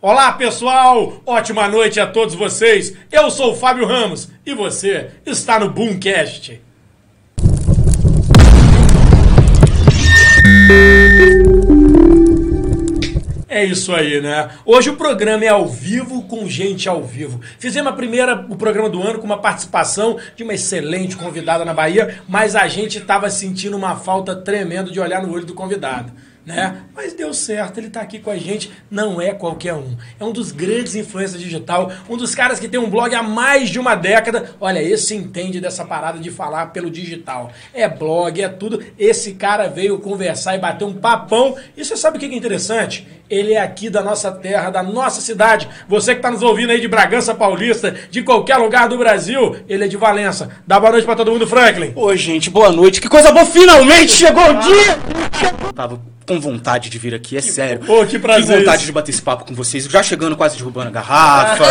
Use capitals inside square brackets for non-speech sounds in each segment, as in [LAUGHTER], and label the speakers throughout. Speaker 1: Olá pessoal, ótima noite a todos vocês. Eu sou o Fábio Ramos e você está no Boomcast. É isso aí, né? Hoje o programa é ao vivo com gente ao vivo. Fizemos a primeira, o programa do ano com uma participação de uma excelente convidada na Bahia, mas a gente estava sentindo uma falta tremenda de olhar no olho do convidado. Né? Mas deu certo, ele tá aqui com a gente, não é qualquer um. É um dos grandes influencers digital, um dos caras que tem um blog há mais de uma década. Olha, esse entende dessa parada de falar pelo digital. É blog, é tudo. Esse cara veio conversar e bater um papão. E você sabe o que é interessante? Ele é aqui da nossa terra, da nossa cidade. Você que está nos ouvindo aí de Bragança Paulista, de qualquer lugar do Brasil, ele é de Valença. Dá boa noite para todo mundo, Franklin.
Speaker 2: Ô, gente, boa noite. Que coisa boa, finalmente chegou o dia! Eu tava com vontade de vir aqui, é sério.
Speaker 1: pô, que prazer
Speaker 2: Que vontade
Speaker 1: isso.
Speaker 2: de bater esse papo com vocês. Já chegando quase derrubando
Speaker 1: [LAUGHS]
Speaker 2: a garrafa,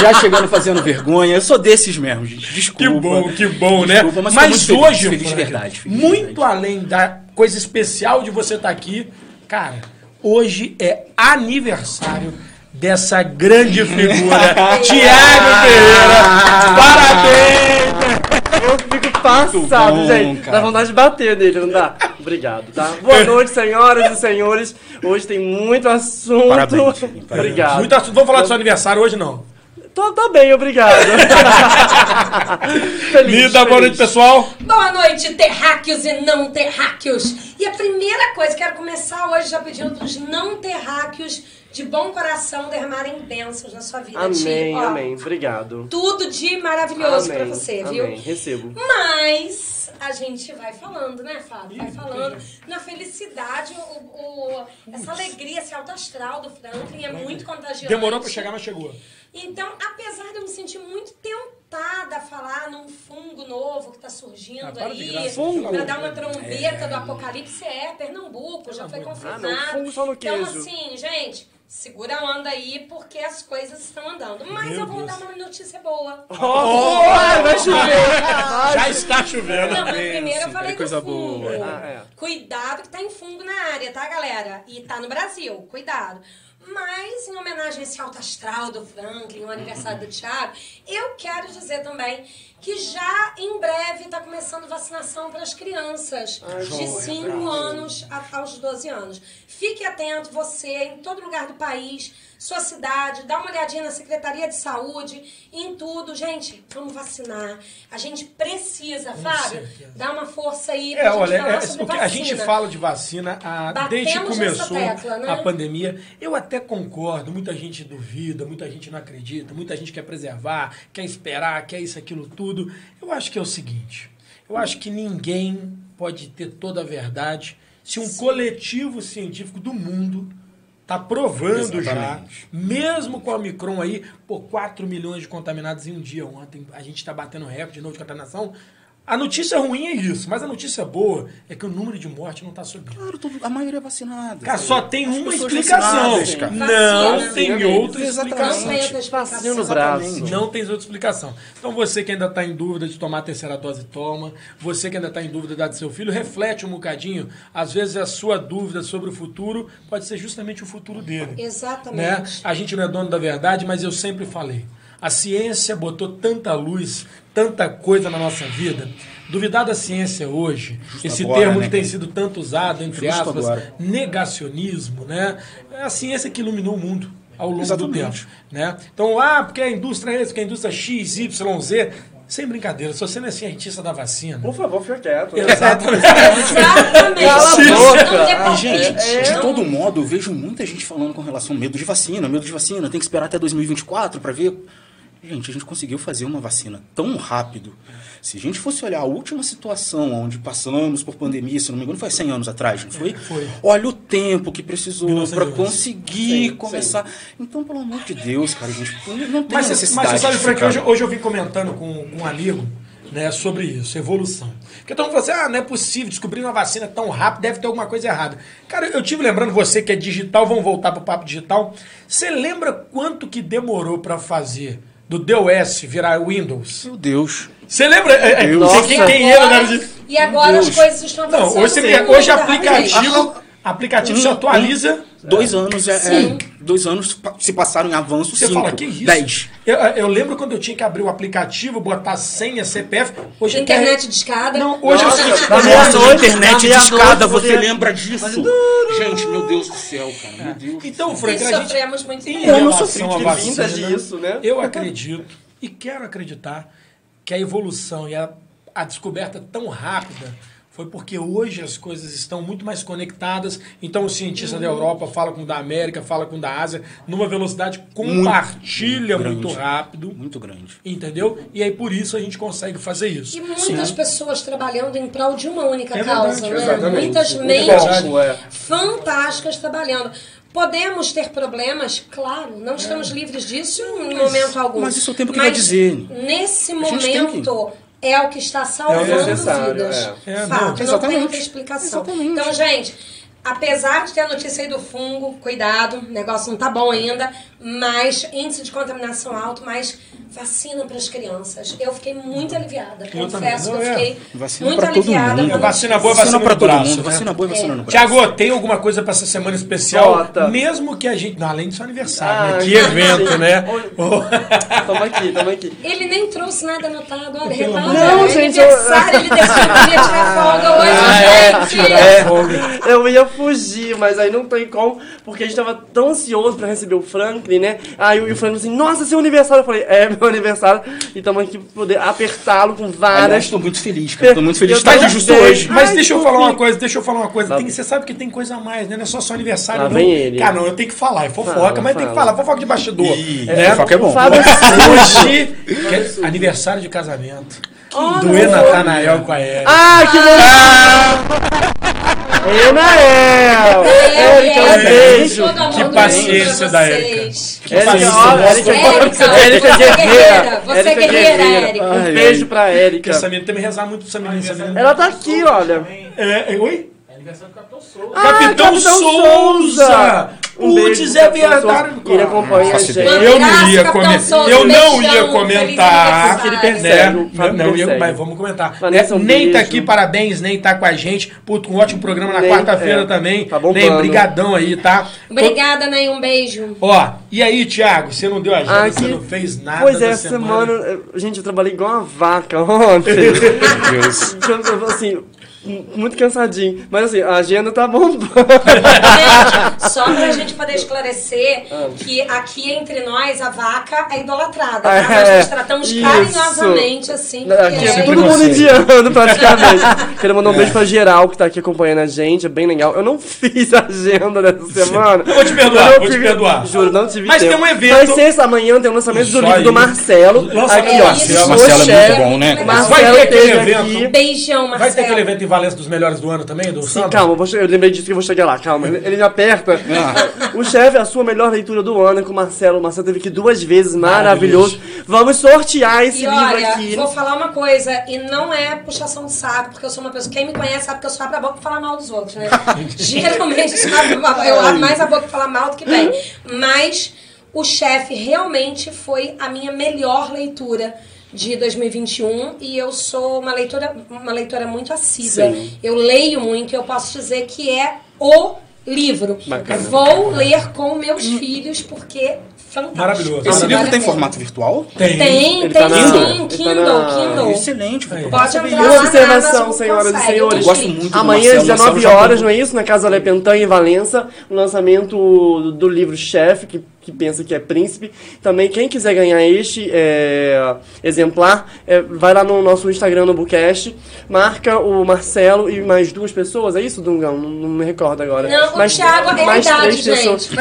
Speaker 2: já chegando fazendo vergonha. Eu sou desses mesmo, gente.
Speaker 1: Que
Speaker 2: Desculpa.
Speaker 1: bom, que bom, né?
Speaker 2: Desculpa, mas, tô muito
Speaker 1: hoje,
Speaker 2: feliz, feliz de
Speaker 1: Frank,
Speaker 2: verdade. feliz de
Speaker 1: muito
Speaker 2: verdade.
Speaker 1: além da coisa especial de você estar aqui, cara, hoje é aniversário dessa
Speaker 2: [LAUGHS]
Speaker 1: grande figura, Tiago Pereira. Parabéns!
Speaker 3: Eu fico
Speaker 2: Muito
Speaker 3: passado,
Speaker 2: bom,
Speaker 3: gente.
Speaker 2: cara.
Speaker 3: Dá vontade de bater nele, não dá? Obrigado, tá? Boa noite, senhoras e senhores. Hoje tem muito assunto.
Speaker 2: Parabéns, parabéns.
Speaker 3: Obrigado.
Speaker 1: Muito assunto. Vamos falar do seu aniversário hoje, não.
Speaker 3: Tô, tô bem, obrigado. feliz,
Speaker 1: Lida, boa noite,
Speaker 3: feliz.
Speaker 1: pessoal.
Speaker 4: Boa noite, terráqueos e não terráqueos. E a primeira coisa, quero começar hoje já pedindo para os não terráqueos de bom coração derramarem bênçãos na sua vida.
Speaker 3: Amém,
Speaker 4: Ti. Ó,
Speaker 3: amém. Obrigado.
Speaker 4: Tudo de maravilhoso
Speaker 3: Amém,
Speaker 4: para você, viu?
Speaker 3: amém. Recebo.
Speaker 4: Mas a gente vai falando, né, Fábio? Vai falando. Na felicidade, o, o- essa alegria, esse alto astral do Franklin é muito contagiante.
Speaker 1: Demorou pra chegar, mas chegou.
Speaker 4: Então, apesar de eu me sentir muito tentada a falar num fungo novo que tá surgindo
Speaker 1: Ah, para de
Speaker 4: aí,
Speaker 1: graça,
Speaker 3: fungo?
Speaker 4: pra dar uma trombeta do apocalipse, é Pernambuco, já foi confirmado.
Speaker 3: Ah, não, fungo só no
Speaker 4: Então,
Speaker 3: queijo.
Speaker 4: assim, gente, segura a onda aí, porque as coisas estão andando. Mas eu vou dar uma notícia boa.
Speaker 3: Ai, vai chover.
Speaker 1: Já está chovendo.
Speaker 4: Não, mas primeiro eu
Speaker 2: benção,
Speaker 4: falei
Speaker 2: que assim, coisa
Speaker 4: do fungo.
Speaker 2: boa.
Speaker 3: Ah, é.
Speaker 4: Cuidado que tá em fungo na área, tá, galera? E tá no Brasil, cuidado. Mas, em homenagem a esse alto astral do Franklin, o aniversário do Thiago, eu quero dizer também que já em breve tá começando vacinação para as crianças de 5 anos a- aos 12 anos. Fique atento, você, em todo lugar do país, sua cidade, dá uma olhadinha na Secretaria de Saúde, em tudo. Gente, vamos vacinar. A gente precisa, Fábio, dá uma força aí
Speaker 1: É, olha,
Speaker 4: falar
Speaker 1: é,
Speaker 4: sobre
Speaker 1: o que a gente
Speaker 4: vacina.
Speaker 1: fala de vacina ah,
Speaker 4: Batemos
Speaker 1: desde que
Speaker 4: nessa
Speaker 1: começou
Speaker 4: tecla, né?
Speaker 1: a pandemia. Eu até concordo, muita gente duvida, muita gente não acredita, muita gente quer preservar, quer esperar, quer isso, aquilo tudo. Eu acho que é o seguinte: eu acho que ninguém pode ter toda a verdade se um coletivo científico do mundo está provando já
Speaker 2: Exatamente.
Speaker 1: mesmo com a Omicron aí, pô, 4 milhões de contaminados em um dia ontem, a gente tá batendo recorde de novo de contaminação. A notícia ruim é isso, mas a notícia boa é que o número de mortes não tá subindo.
Speaker 2: Claro, todo- a maioria é vacinada.
Speaker 1: Cara, só tem uma
Speaker 2: pessoas
Speaker 1: explicação.
Speaker 2: vacinadas, cara.
Speaker 1: Não
Speaker 4: Vacina,
Speaker 1: tem
Speaker 3: né?
Speaker 1: outra
Speaker 2: Exatamente.
Speaker 1: explicação.
Speaker 4: Não tem outra
Speaker 3: Passinho no
Speaker 4: explicação.
Speaker 3: braço.
Speaker 1: Não tem outra explicação. Então você que ainda está em dúvida de tomar a terceira dose, toma. Você que ainda está em dúvida da do seu filho, reflete um bocadinho. Às vezes a sua dúvida sobre o futuro pode ser justamente o futuro dele.
Speaker 4: Tá
Speaker 1: Né?
Speaker 4: Exatamente.
Speaker 1: A gente não é dono da verdade, mas eu sempre falei. A ciência botou tanta luz, tanta coisa na nossa vida. Duvidar da ciência hoje, esse
Speaker 2: agora,
Speaker 1: termo
Speaker 2: né,
Speaker 1: que tem
Speaker 2: cara?
Speaker 1: sido tanto usado, entre
Speaker 2: Justo
Speaker 1: aspas,
Speaker 2: agora.
Speaker 1: negacionismo, né? É a ciência que iluminou o mundo ao longo do
Speaker 2: Exatamente.
Speaker 1: tempo. Né? Então, ah, porque a indústria é isso, porque a indústria X, Y, Z. Sem brincadeira, se você não é cientista da vacina. [LAUGHS]
Speaker 3: Por favor, fica quieto. Cala a boca.
Speaker 4: Exatamente. Não Então, é tem
Speaker 2: Ah,
Speaker 4: como-
Speaker 2: gente,
Speaker 1: É,
Speaker 4: Não
Speaker 2: de todo
Speaker 1: um
Speaker 2: modo, eu vejo muita gente falando com relação ao medo de vacina, medo de vacina, tem que esperar até 2024 pra ver. Gente, a gente conseguiu fazer uma vacina tão rápido. Se a gente fosse olhar a última situação onde passamos por pandemia, se não me engano, foi 100 anos atrás, não foi?
Speaker 1: É, foi.
Speaker 2: Olha o tempo que precisou pra
Speaker 1: 1911.
Speaker 2: conseguir
Speaker 3: Sim,
Speaker 2: começar. Então, pelo amor de Deus, cara, a gente não tem
Speaker 1: Mas, você-
Speaker 2: necessidade.
Speaker 1: mas você sabe,
Speaker 2: de
Speaker 1: Frank,
Speaker 2: ficar-
Speaker 1: hoje, hoje eu vim comentando com, com um amigo né, sobre isso, evolução. Porque todo mundo fala assim, ah, não é possível descobrir uma vacina tão rápido, deve ter alguma coisa errada. Cara, eu tive lembrando, você que é digital, vamos voltar pro papo digital. Você lembra quanto que demorou para fazer do DOS virar Windows?
Speaker 2: Meu Deus.
Speaker 1: Você lembra? É, é,
Speaker 2: Nossa.
Speaker 1: quem- quem era na era de-
Speaker 4: E agora
Speaker 2: Meu
Speaker 4: as
Speaker 2: Deus.
Speaker 4: coisas estão
Speaker 1: Não,
Speaker 4: acontecendo.
Speaker 1: hoje, você,
Speaker 4: muito
Speaker 1: hoje
Speaker 4: rápido.
Speaker 2: Hum,
Speaker 1: aplicativo, aplicativo se atualiza
Speaker 2: Dois anos é,
Speaker 4: Sim.
Speaker 2: é- dois anos pa- se passaram em avanço,
Speaker 1: Você
Speaker 2: cinco,
Speaker 1: fala, que isso?
Speaker 2: dez.
Speaker 1: Eu, eu lembro quando eu tinha que abrir o aplicativo, botar senha, CPF. Hoje
Speaker 4: Internet de escada.
Speaker 1: Não, hoje
Speaker 3: Nossa,
Speaker 1: eu sei.
Speaker 3: tá
Speaker 1: Nossa,
Speaker 3: meia-noite,
Speaker 2: Nossa, internet de
Speaker 3: tá
Speaker 2: escada,
Speaker 3: meia-noite,
Speaker 2: você
Speaker 3: você-
Speaker 2: lembra disso? Gente, meu Deus do céu, cara, meu Deus.
Speaker 1: Então,
Speaker 4: E
Speaker 1: Frank, a gente,
Speaker 4: sofremos muito
Speaker 1: em
Speaker 4: bem.
Speaker 2: Eu não
Speaker 1: relação
Speaker 2: sofri
Speaker 1: à
Speaker 2: de
Speaker 1: vacina,
Speaker 3: vindas disso, né?
Speaker 1: assim, Eu acredito e quero acreditar que a evolução e a, a descoberta tão rápida foi porque hoje as coisas estão muito mais conectadas. Então, o cientista da Europa fala com o da América, fala com o da Ásia, numa velocidade compartilha
Speaker 2: grande.
Speaker 1: muito rápido.
Speaker 2: Muito grande.
Speaker 1: Entendeu? E aí por isso a gente consegue fazer isso.
Speaker 4: E muitas pessoas trabalhando em prol de uma única
Speaker 1: É
Speaker 4: causa,
Speaker 1: verdade,
Speaker 4: né?
Speaker 3: exatamente.
Speaker 4: Muitas
Speaker 3: Muito
Speaker 4: mentes
Speaker 1: bom,
Speaker 3: é.
Speaker 4: fantásticas trabalhando. Podemos ter problemas, claro, não estamos livres disso em momento algum.
Speaker 2: mas isso é o tempo que vai dizer.
Speaker 4: Nesse
Speaker 2: gente tem
Speaker 4: momento. É o que está salvando
Speaker 1: É
Speaker 3: necessário,
Speaker 4: vidas.
Speaker 1: é. É, não,
Speaker 4: Fato, não, tem
Speaker 2: exatamente.
Speaker 4: outra explicação.
Speaker 2: Exatamente.
Speaker 4: Então, gente, apesar de ter a notícia aí do fungo, cuidado, o negócio não tá bom ainda, mas índice de contaminação alto, mas vacina para as crianças. Eu fiquei muito aliviada.
Speaker 1: Eu
Speaker 4: Confesso
Speaker 1: também.
Speaker 4: que eu
Speaker 1: Não, é.
Speaker 4: fiquei
Speaker 2: Vacina
Speaker 4: muito
Speaker 2: pra todo
Speaker 4: aliviada.
Speaker 2: mundo.
Speaker 4: pela
Speaker 1: Vacina boa,
Speaker 4: notícia.
Speaker 1: vacina
Speaker 2: pra
Speaker 1: no
Speaker 2: todo
Speaker 1: braço,
Speaker 2: mundo,
Speaker 1: né?
Speaker 2: vacina boa e vacina no braço.
Speaker 1: Tiago, tem alguma coisa pra essa semana especial?
Speaker 3: Nota.
Speaker 1: Mesmo que a gente. Não, além do seu aniversário,
Speaker 3: Ah,
Speaker 1: né? Que
Speaker 3: sim.
Speaker 1: evento, né?
Speaker 3: Tamo aqui, tamo aqui.
Speaker 4: Ele nem trouxe nada anotado, olha,
Speaker 1: Pelo
Speaker 4: repara.
Speaker 1: amor
Speaker 3: de
Speaker 4: Não,
Speaker 3: Deus.
Speaker 4: gente, aniversário, ele decidiu que ia tirar folga hoje, gente.
Speaker 2: [LAUGHS]
Speaker 3: É. Eu ia fugir, mas aí não tem como, porque a gente tava tão ansioso pra receber o Franklin, né? Aí o o Franklin assim, nossa, seu aniversário. Eu falei, é meu aniversário. E tamo aqui pra poder apertá-lo com
Speaker 2: Aliás,
Speaker 3: várias.
Speaker 2: estou muito feliz, cara. Estou muito feliz
Speaker 3: Eu
Speaker 2: de estar aqui
Speaker 3: também.
Speaker 2: justo hoje.
Speaker 1: Mas
Speaker 3: Ai,
Speaker 1: deixa eu
Speaker 3: que
Speaker 1: falar uma
Speaker 3: fofinho.
Speaker 1: coisa, deixa eu falar uma coisa.
Speaker 3: Tá
Speaker 1: Tem-
Speaker 3: bom.
Speaker 1: você sabe que tem coisa a mais, né? Não é só só aniversário,
Speaker 3: Lá
Speaker 1: não.
Speaker 3: vem ele.
Speaker 1: Cara, não, eu tenho que falar, é fofoca,
Speaker 3: Fala,
Speaker 1: mas tem que
Speaker 3: fala.
Speaker 1: falar, fofoca de bastidor.
Speaker 2: Ih,
Speaker 1: né?
Speaker 2: fofoca é bom.
Speaker 3: Fábio,
Speaker 1: Hoje, que é aniversário de casamento. do E Natanael com a Érica.
Speaker 3: Ah, que
Speaker 2: Ah!
Speaker 3: legal! Eu Nael! é.
Speaker 4: é.
Speaker 3: Érica, um beijo!
Speaker 4: Todo amor
Speaker 1: Que
Speaker 4: do mundo pra
Speaker 1: paciência da
Speaker 4: vocês.
Speaker 3: Érica, ó,
Speaker 1: Nossa,
Speaker 3: Érica,
Speaker 4: Érica,
Speaker 3: Érica
Speaker 4: você é guerreira,
Speaker 3: guerreira!
Speaker 4: você é guerreira, Érica.
Speaker 2: Ai,
Speaker 3: Um beijo
Speaker 2: ai.
Speaker 3: pra
Speaker 1: Que essa
Speaker 3: Érica.
Speaker 1: menina tem que rezar muito pra essa menina. Essa menina.
Speaker 3: Ela tá aqui, olha.
Speaker 1: É, é, oi?
Speaker 3: Ah,
Speaker 1: Capitão Souza!
Speaker 3: Um
Speaker 1: Putz,
Speaker 3: beijo,
Speaker 1: é
Speaker 3: Capitão
Speaker 1: verdade,
Speaker 3: Souza.
Speaker 1: cara.
Speaker 3: Ele acompanha a
Speaker 2: Faço
Speaker 3: gente.
Speaker 2: ideia.
Speaker 1: Eu não
Speaker 4: Abraço,
Speaker 1: ia
Speaker 4: Capitão
Speaker 1: comentar.
Speaker 4: Souza,
Speaker 1: Eu não
Speaker 4: beijão,
Speaker 1: ia
Speaker 4: feliz
Speaker 1: comentar.
Speaker 4: aniversário.
Speaker 1: né?
Speaker 3: Segue,
Speaker 1: Não,
Speaker 3: Fábio,
Speaker 1: não ia,
Speaker 3: segue.
Speaker 1: mas vamos comentar.
Speaker 3: Vanessa, um
Speaker 1: nem tá
Speaker 3: beijo.
Speaker 1: aqui, parabéns, nem tá com a gente. Puto, um ótimo programa na
Speaker 3: Nem,
Speaker 1: quarta-feira
Speaker 3: é,
Speaker 1: também.
Speaker 3: tá bombando.
Speaker 1: nem, brigadão aí, tá?
Speaker 4: Obrigada, Ney, um beijo.
Speaker 1: Ó, e aí, Thiago, você não deu agenda,
Speaker 3: Ah,
Speaker 1: você
Speaker 3: que-
Speaker 1: não fez nada
Speaker 3: Pois é,
Speaker 1: da
Speaker 3: essa semana, eu- gente, eu trabalhei igual uma vaca ontem. Eu- assim, m- muito cansadinho. Mas assim, a agenda tá bombando.
Speaker 4: Gente, só pra gente poder esclarecer que aqui entre nós a vaca é idolatrada, tá? Nós
Speaker 3: É,
Speaker 4: nos tratamos
Speaker 3: isso.
Speaker 4: carinhosamente, assim.
Speaker 3: Aqui
Speaker 4: porque-
Speaker 3: é
Speaker 1: Sempre
Speaker 3: todo mundo
Speaker 1: gostei. [LAUGHS]
Speaker 3: indiano, praticamente. Quero
Speaker 1: É.
Speaker 3: mandar um beijo pra geral que tá aqui acompanhando a gente, é bem legal. Eu não [LAUGHS] fiz a agenda dessa semana.
Speaker 1: Eu vou te perdoar,
Speaker 3: Eu não
Speaker 1: vou te
Speaker 3: tive-
Speaker 1: perdoar.
Speaker 3: Juro, não tive
Speaker 1: Mas
Speaker 3: tempo.
Speaker 1: tem um evento-
Speaker 3: Mas sexta, amanhã tem o lançamento do
Speaker 1: Só
Speaker 3: livro
Speaker 1: aí.
Speaker 3: do Marcelo.
Speaker 1: Lançamento
Speaker 3: aqui,
Speaker 1: do
Speaker 3: ó.
Speaker 4: Marcelo.
Speaker 3: o
Speaker 2: Marcelo é
Speaker 3: chefe.
Speaker 2: muito bom, né? cara?
Speaker 1: Mas vai
Speaker 3: Marcelo
Speaker 1: ter aquele
Speaker 3: esteve
Speaker 1: evento?
Speaker 3: aqui.
Speaker 4: um Beijão, Marcelo.
Speaker 1: Vai ter aquele evento em Valença dos melhores do ano também, do
Speaker 3: Sim,
Speaker 1: samba?
Speaker 3: calma, vou che- eu lembrei disso que eu vou chegar lá, calma. Ele, ele me aperta.
Speaker 1: Ah.
Speaker 3: O chefe, a sua melhor leitura do ano com o Marcelo. O Marcelo teve aqui duas vezes, maravilhoso. Vamos sortear esse
Speaker 4: E
Speaker 3: livro
Speaker 4: olha,
Speaker 3: aqui. né?
Speaker 4: vou falar uma coisa, e não é puxação de saco, porque eu sou uma pessoa. Quem me conhece sabe que eu sou abro a boca pra falar mal dos
Speaker 3: [LAUGHS]
Speaker 4: outros, né? Geralmente eu abro, a- eu abro mais a boca pra falar mal do que bem.
Speaker 3: Uhum.
Speaker 4: Mas o chefe realmente foi a minha melhor leitura de 2021 e eu sou uma leitora, uma leitora muito assídua.
Speaker 3: Sim.
Speaker 4: Eu leio muito e eu posso dizer que é o livro.
Speaker 3: Bacana.
Speaker 4: Vou ler com meus filhos porque é fantástico.
Speaker 1: Maravilhoso.
Speaker 2: Esse
Speaker 1: Vale
Speaker 2: livro
Speaker 4: a
Speaker 2: tem
Speaker 4: pena.
Speaker 2: formato virtual? É
Speaker 1: Tem.
Speaker 4: Tem,
Speaker 3: Ele
Speaker 4: tem
Speaker 3: tá na-
Speaker 4: sim,
Speaker 3: ele tá
Speaker 4: Kindle,
Speaker 3: na-
Speaker 4: Kindle.
Speaker 2: Excelente. vou
Speaker 1: Aí.
Speaker 2: comprar.
Speaker 4: Pode entrar
Speaker 3: Uma
Speaker 4: lá na
Speaker 3: observação,
Speaker 4: Amazon,
Speaker 3: senhoras e
Speaker 4: consegue.
Speaker 3: senhores.
Speaker 2: Eu gosto muito do
Speaker 3: Amanhã,
Speaker 2: Marcelo,
Speaker 3: às 19
Speaker 2: Marcelo já
Speaker 3: horas,
Speaker 2: tá-
Speaker 3: não é isso? Na Casa Le Pentan, em Valença, o lançamento do, do livro Chefe, que, que pensa que é príncipe. Também, quem quiser ganhar este é, exemplar, é, vai lá no nosso Instagram, no Bookcast, marca o Marcelo e mais duas pessoas, é isso, Dungão? Não, não me recordo agora.
Speaker 4: Não,
Speaker 3: mais,
Speaker 4: o Thiago é a
Speaker 3: mais
Speaker 4: idade,
Speaker 3: três pessoas. É
Speaker 4: gente.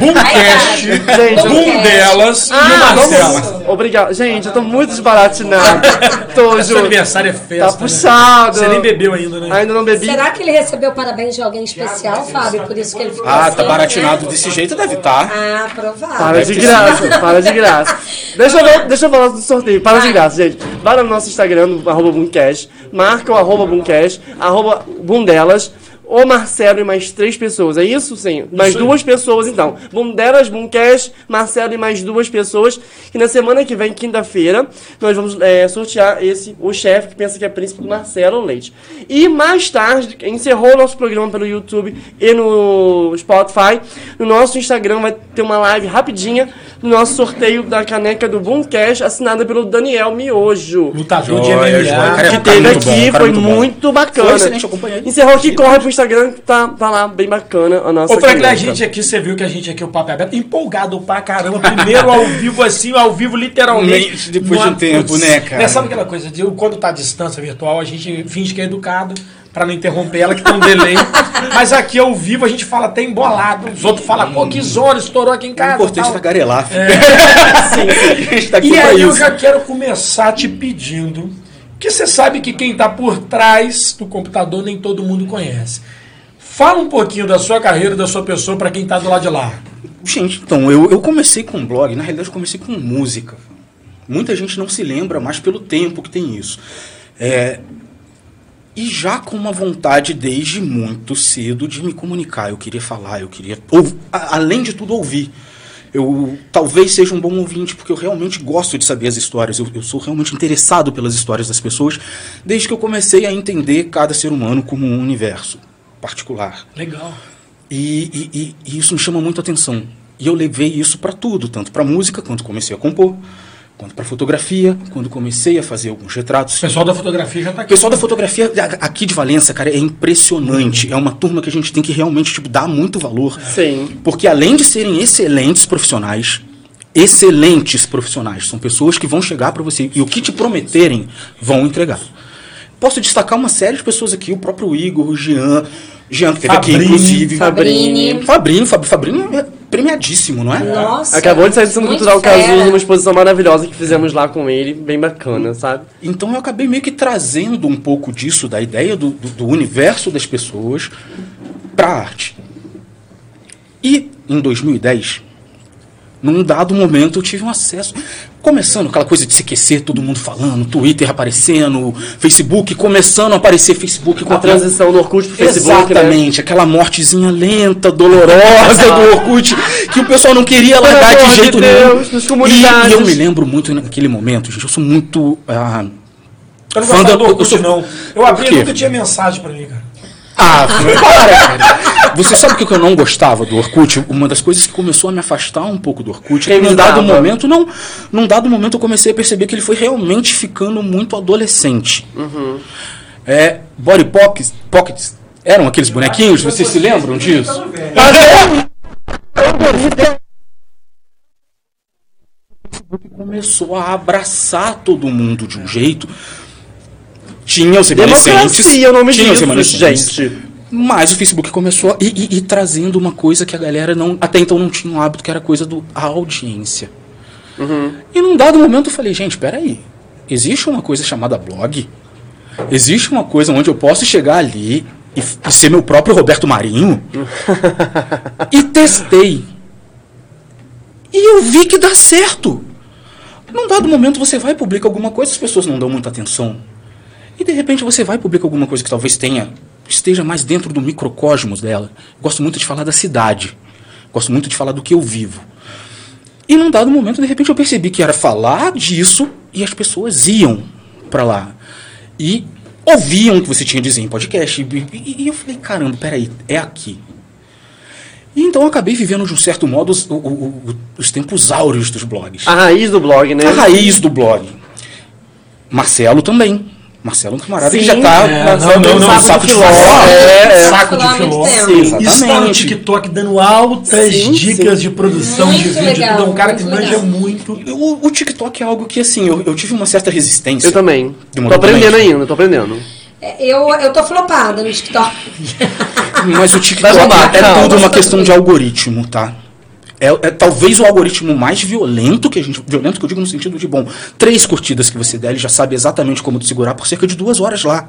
Speaker 4: Boomcast.
Speaker 3: Gente, eu-
Speaker 1: Um delas e o
Speaker 3: Ah,
Speaker 1: Marcelo.
Speaker 3: vamos... Obrigado. Gente, eu tô muito desbaratinado.
Speaker 4: [LAUGHS]
Speaker 3: tô,
Speaker 1: Seu
Speaker 3: juro.
Speaker 1: aniversário é festa.
Speaker 3: Tá
Speaker 1: né?
Speaker 3: puxado.
Speaker 1: Você nem bebeu ainda, né?
Speaker 3: Ainda não bebi.
Speaker 4: Será que ele recebeu parabéns de alguém especial, Fábio? Por isso que ele ficou
Speaker 2: Ah,
Speaker 4: assim,
Speaker 2: tá baratinado
Speaker 4: né?
Speaker 2: desse jeito, deve tá. estar.
Speaker 4: Ah,
Speaker 3: Para
Speaker 4: provável.
Speaker 3: de
Speaker 2: Deve ter
Speaker 3: graça, para de graça. Deixa eu, ver- deixa eu falar do sorteio, para de graça, gente. Vai lá no nosso Instagram, no arroba Boomcast, marca o arroba Boomcast, arroba Boom delas, o Marcelo e mais três pessoas, é isso, sim? Mais
Speaker 1: Isso aí.
Speaker 3: duas pessoas, então. Bunderas, Buncash, Marcelo e mais duas pessoas. Que na semana que vem, quinta-feira, nós vamos é, sortear esse, o chefe que pensa que é príncipe do Marcelo Leite. E mais tarde, encerrou o nosso programa pelo YouTube e no Spotify. No nosso Instagram vai ter uma live rapidinha do nosso sorteio da caneca do Boomcast, assinada pelo Daniel Miojo.
Speaker 1: Lutador de
Speaker 5: Joia, joia.
Speaker 1: MMA.
Speaker 5: Cara,
Speaker 3: Que
Speaker 5: cara,
Speaker 3: teve
Speaker 5: É, tá muito bom, um
Speaker 3: aqui,
Speaker 5: cara,
Speaker 3: foi
Speaker 5: muito bom.
Speaker 3: muito bacana.
Speaker 2: Foi excelente, eu acompanhei.
Speaker 3: Encerrou aqui, corre pro Instagram, que tá, tá lá, bem bacana a nossa
Speaker 1: Ô, Franklin, a
Speaker 3: caneca.
Speaker 1: gente aqui, você viu que a gente aqui, o papo é aberto, empolgado pra caramba. Primeiro ao vivo, assim, ao vivo, literalmente.
Speaker 2: Meio depois de um
Speaker 1: Numa-
Speaker 2: tempo, né, cara?
Speaker 1: Sabe aquela coisa de quando tá a distância virtual, a gente finge que é educado pra não interromper ela, que tem um
Speaker 2: [LAUGHS]
Speaker 1: delay. Mas aqui ao vivo a gente fala até embolado. Os outros falam, pô, que zona, estourou aqui em
Speaker 2: É
Speaker 1: casa.
Speaker 2: importante
Speaker 1: tal.
Speaker 2: tagarelar. filho. [LAUGHS] A gente tá
Speaker 1: Ah,
Speaker 2: aqui
Speaker 1: tá. E
Speaker 2: pra
Speaker 1: aí eu
Speaker 2: isso.
Speaker 1: já quero começar te pedindo, que você sabe que quem está por trás do computador nem todo mundo conhece. Fala um pouquinho da sua carreira, da sua pessoa para quem está do lado de lá.
Speaker 2: Gente, então, eu, eu comecei com blog, na realidade eu comecei com música. Muita gente não se lembra mais pelo tempo que tem isso. É, e já com uma vontade desde muito cedo de me comunicar, eu queria falar, eu queria. ou- a- além de tudo, ouvir. Eu talvez seja um bom ouvinte, porque eu realmente gosto de saber as histórias. Eu, eu sou realmente interessado pelas histórias das pessoas, desde que eu comecei a entender cada ser humano como um universo particular.
Speaker 1: Legal.
Speaker 2: E, e- e- e isso me chama muito a atenção. E eu levei isso para tudo, tanto para música, quanto comecei a compor, quanto para fotografia, quando comecei a fazer alguns
Speaker 1: O
Speaker 2: retratos.
Speaker 1: pessoal da fotografia já está
Speaker 2: Tá, O
Speaker 1: aqui.
Speaker 2: pessoal da fotografia a- aqui de Valença, cara, é impressionante. É uma turma que a gente tem que realmente tipo, dar muito valor.
Speaker 3: Sim.
Speaker 2: Porque além de serem excelentes profissionais, excelentes profissionais, são pessoas que vão chegar para você e o que te prometerem vão entregar. Posso destacar uma série de pessoas aqui, o próprio Igor, o Jean, Jean que teve aqui,
Speaker 1: Fabrini.
Speaker 2: inclusive.
Speaker 3: Fabrini.
Speaker 2: Fabrini, Fab- Fabrini é premiadíssimo, não é?
Speaker 4: Nossa.
Speaker 3: Acabou de sair do Centro
Speaker 4: muito
Speaker 3: Cultural
Speaker 4: fera.
Speaker 3: Cazuza, uma exposição maravilhosa que fizemos lá com ele, bem bacana, sabe?
Speaker 2: Então eu acabei meio que trazendo um pouco disso, da ideia do, do- do universo das pessoas, para a arte. E em 2010, num dado momento, eu tive um acesso. Começando aquela coisa de se aquecer, todo mundo falando, Twitter aparecendo, Facebook, começando a aparecer Facebook com
Speaker 3: A transição do Orkut pro Facebook, né?
Speaker 2: Exatamente, aquela mortezinha lenta, dolorosa do Orkut, que o pessoal não queria largar
Speaker 3: Ah. Pelo
Speaker 2: de
Speaker 3: amor de
Speaker 2: jeito
Speaker 3: Deus, nas
Speaker 2: nenhum.
Speaker 3: comunidades.
Speaker 2: E, e eu me lembro muito naquele momento, gente, eu sou muito. ah,
Speaker 1: Eu não
Speaker 2: fã
Speaker 1: gostava
Speaker 2: da-
Speaker 1: do Orkut,
Speaker 2: eu sou-
Speaker 1: não. Eu abri
Speaker 2: Por
Speaker 1: e
Speaker 2: quê?
Speaker 1: nunca tinha mensagem para mim, cara.
Speaker 2: Ah, para, cara. Você sabe o que que eu não gostava do Orkut? Uma das coisas que começou a me afastar um pouco do Orkut é que
Speaker 3: Quem
Speaker 2: num dado
Speaker 3: usava?
Speaker 2: momento, não, num dado momento eu comecei a perceber que ele foi realmente ficando muito adolescente.
Speaker 3: Uhum.
Speaker 2: É, body pockets, pockets eram aqueles bonequinhos,
Speaker 3: Ah,
Speaker 2: vocês se lembram disso?
Speaker 3: é um
Speaker 2: um Começou a abraçar todo mundo de um jeito. Tinha os remanescentes.
Speaker 3: Democracia é o nome
Speaker 2: tinha os
Speaker 3: disso,
Speaker 2: remanescentes.
Speaker 3: gente.
Speaker 2: Mas o Facebook começou e, e- e trazendo uma coisa que a galera não até então não tinha um hábito, que era a coisa do a audiência. E num dado momento eu falei, gente, peraí, existe uma coisa chamada blog? Existe uma coisa onde eu posso chegar ali e, f- e ser meu próprio Roberto Marinho? e testei. E eu vi que dá certo. Num dado momento você vai e publica alguma coisa, as pessoas não dão muita atenção. E de repente você vai e publica alguma coisa que talvez tenha, esteja mais dentro do microcosmos dela. Gosto muito de falar da cidade. Gosto muito de falar do que eu vivo. E num dado momento, de repente, eu percebi que era falar disso e as pessoas iam pra lá. E ouviam o que você tinha a dizer em podcast. E, e- e eu falei, caramba, peraí, é aqui. E então eu acabei vivendo, de um certo modo, os, o- o- o- os tempos áureos dos blogs.
Speaker 3: A raiz do blog, né?
Speaker 2: A raiz do blog. Marcelo também. Marcelo é um camarada que já tá
Speaker 1: É,
Speaker 2: na-
Speaker 1: não, não,
Speaker 2: no
Speaker 1: não,
Speaker 2: saco de
Speaker 1: filó.
Speaker 2: filó.
Speaker 1: É, saco de
Speaker 4: Filó há muito
Speaker 1: filó.
Speaker 4: tempo.
Speaker 2: Sim,
Speaker 1: Isso tá no
Speaker 2: exatamente.
Speaker 1: TikTok dando altas
Speaker 3: Sim,
Speaker 1: dicas de produção
Speaker 4: Muito
Speaker 1: de vídeo.
Speaker 4: legal,
Speaker 1: tudo. é um cara que
Speaker 4: muito
Speaker 1: manja
Speaker 4: legal.
Speaker 1: muito.
Speaker 2: O, o TikTok é algo que, assim, eu, eu tive uma certa resistência.
Speaker 3: Eu também.
Speaker 2: Demorou
Speaker 3: Tô aprendendo
Speaker 2: também.
Speaker 3: ainda, tô aprendendo.
Speaker 4: É, Eu, eu tô flopada no TikTok.
Speaker 2: Mas o TikTok
Speaker 3: Vai bombar,
Speaker 2: é
Speaker 3: calma.
Speaker 2: tudo uma questão de algoritmo, tá? É, é talvez o algoritmo mais violento que a gente. Violento que eu digo no sentido de, bom, três curtidas que você der, ele já sabe exatamente como te segurar por cerca de duas horas lá.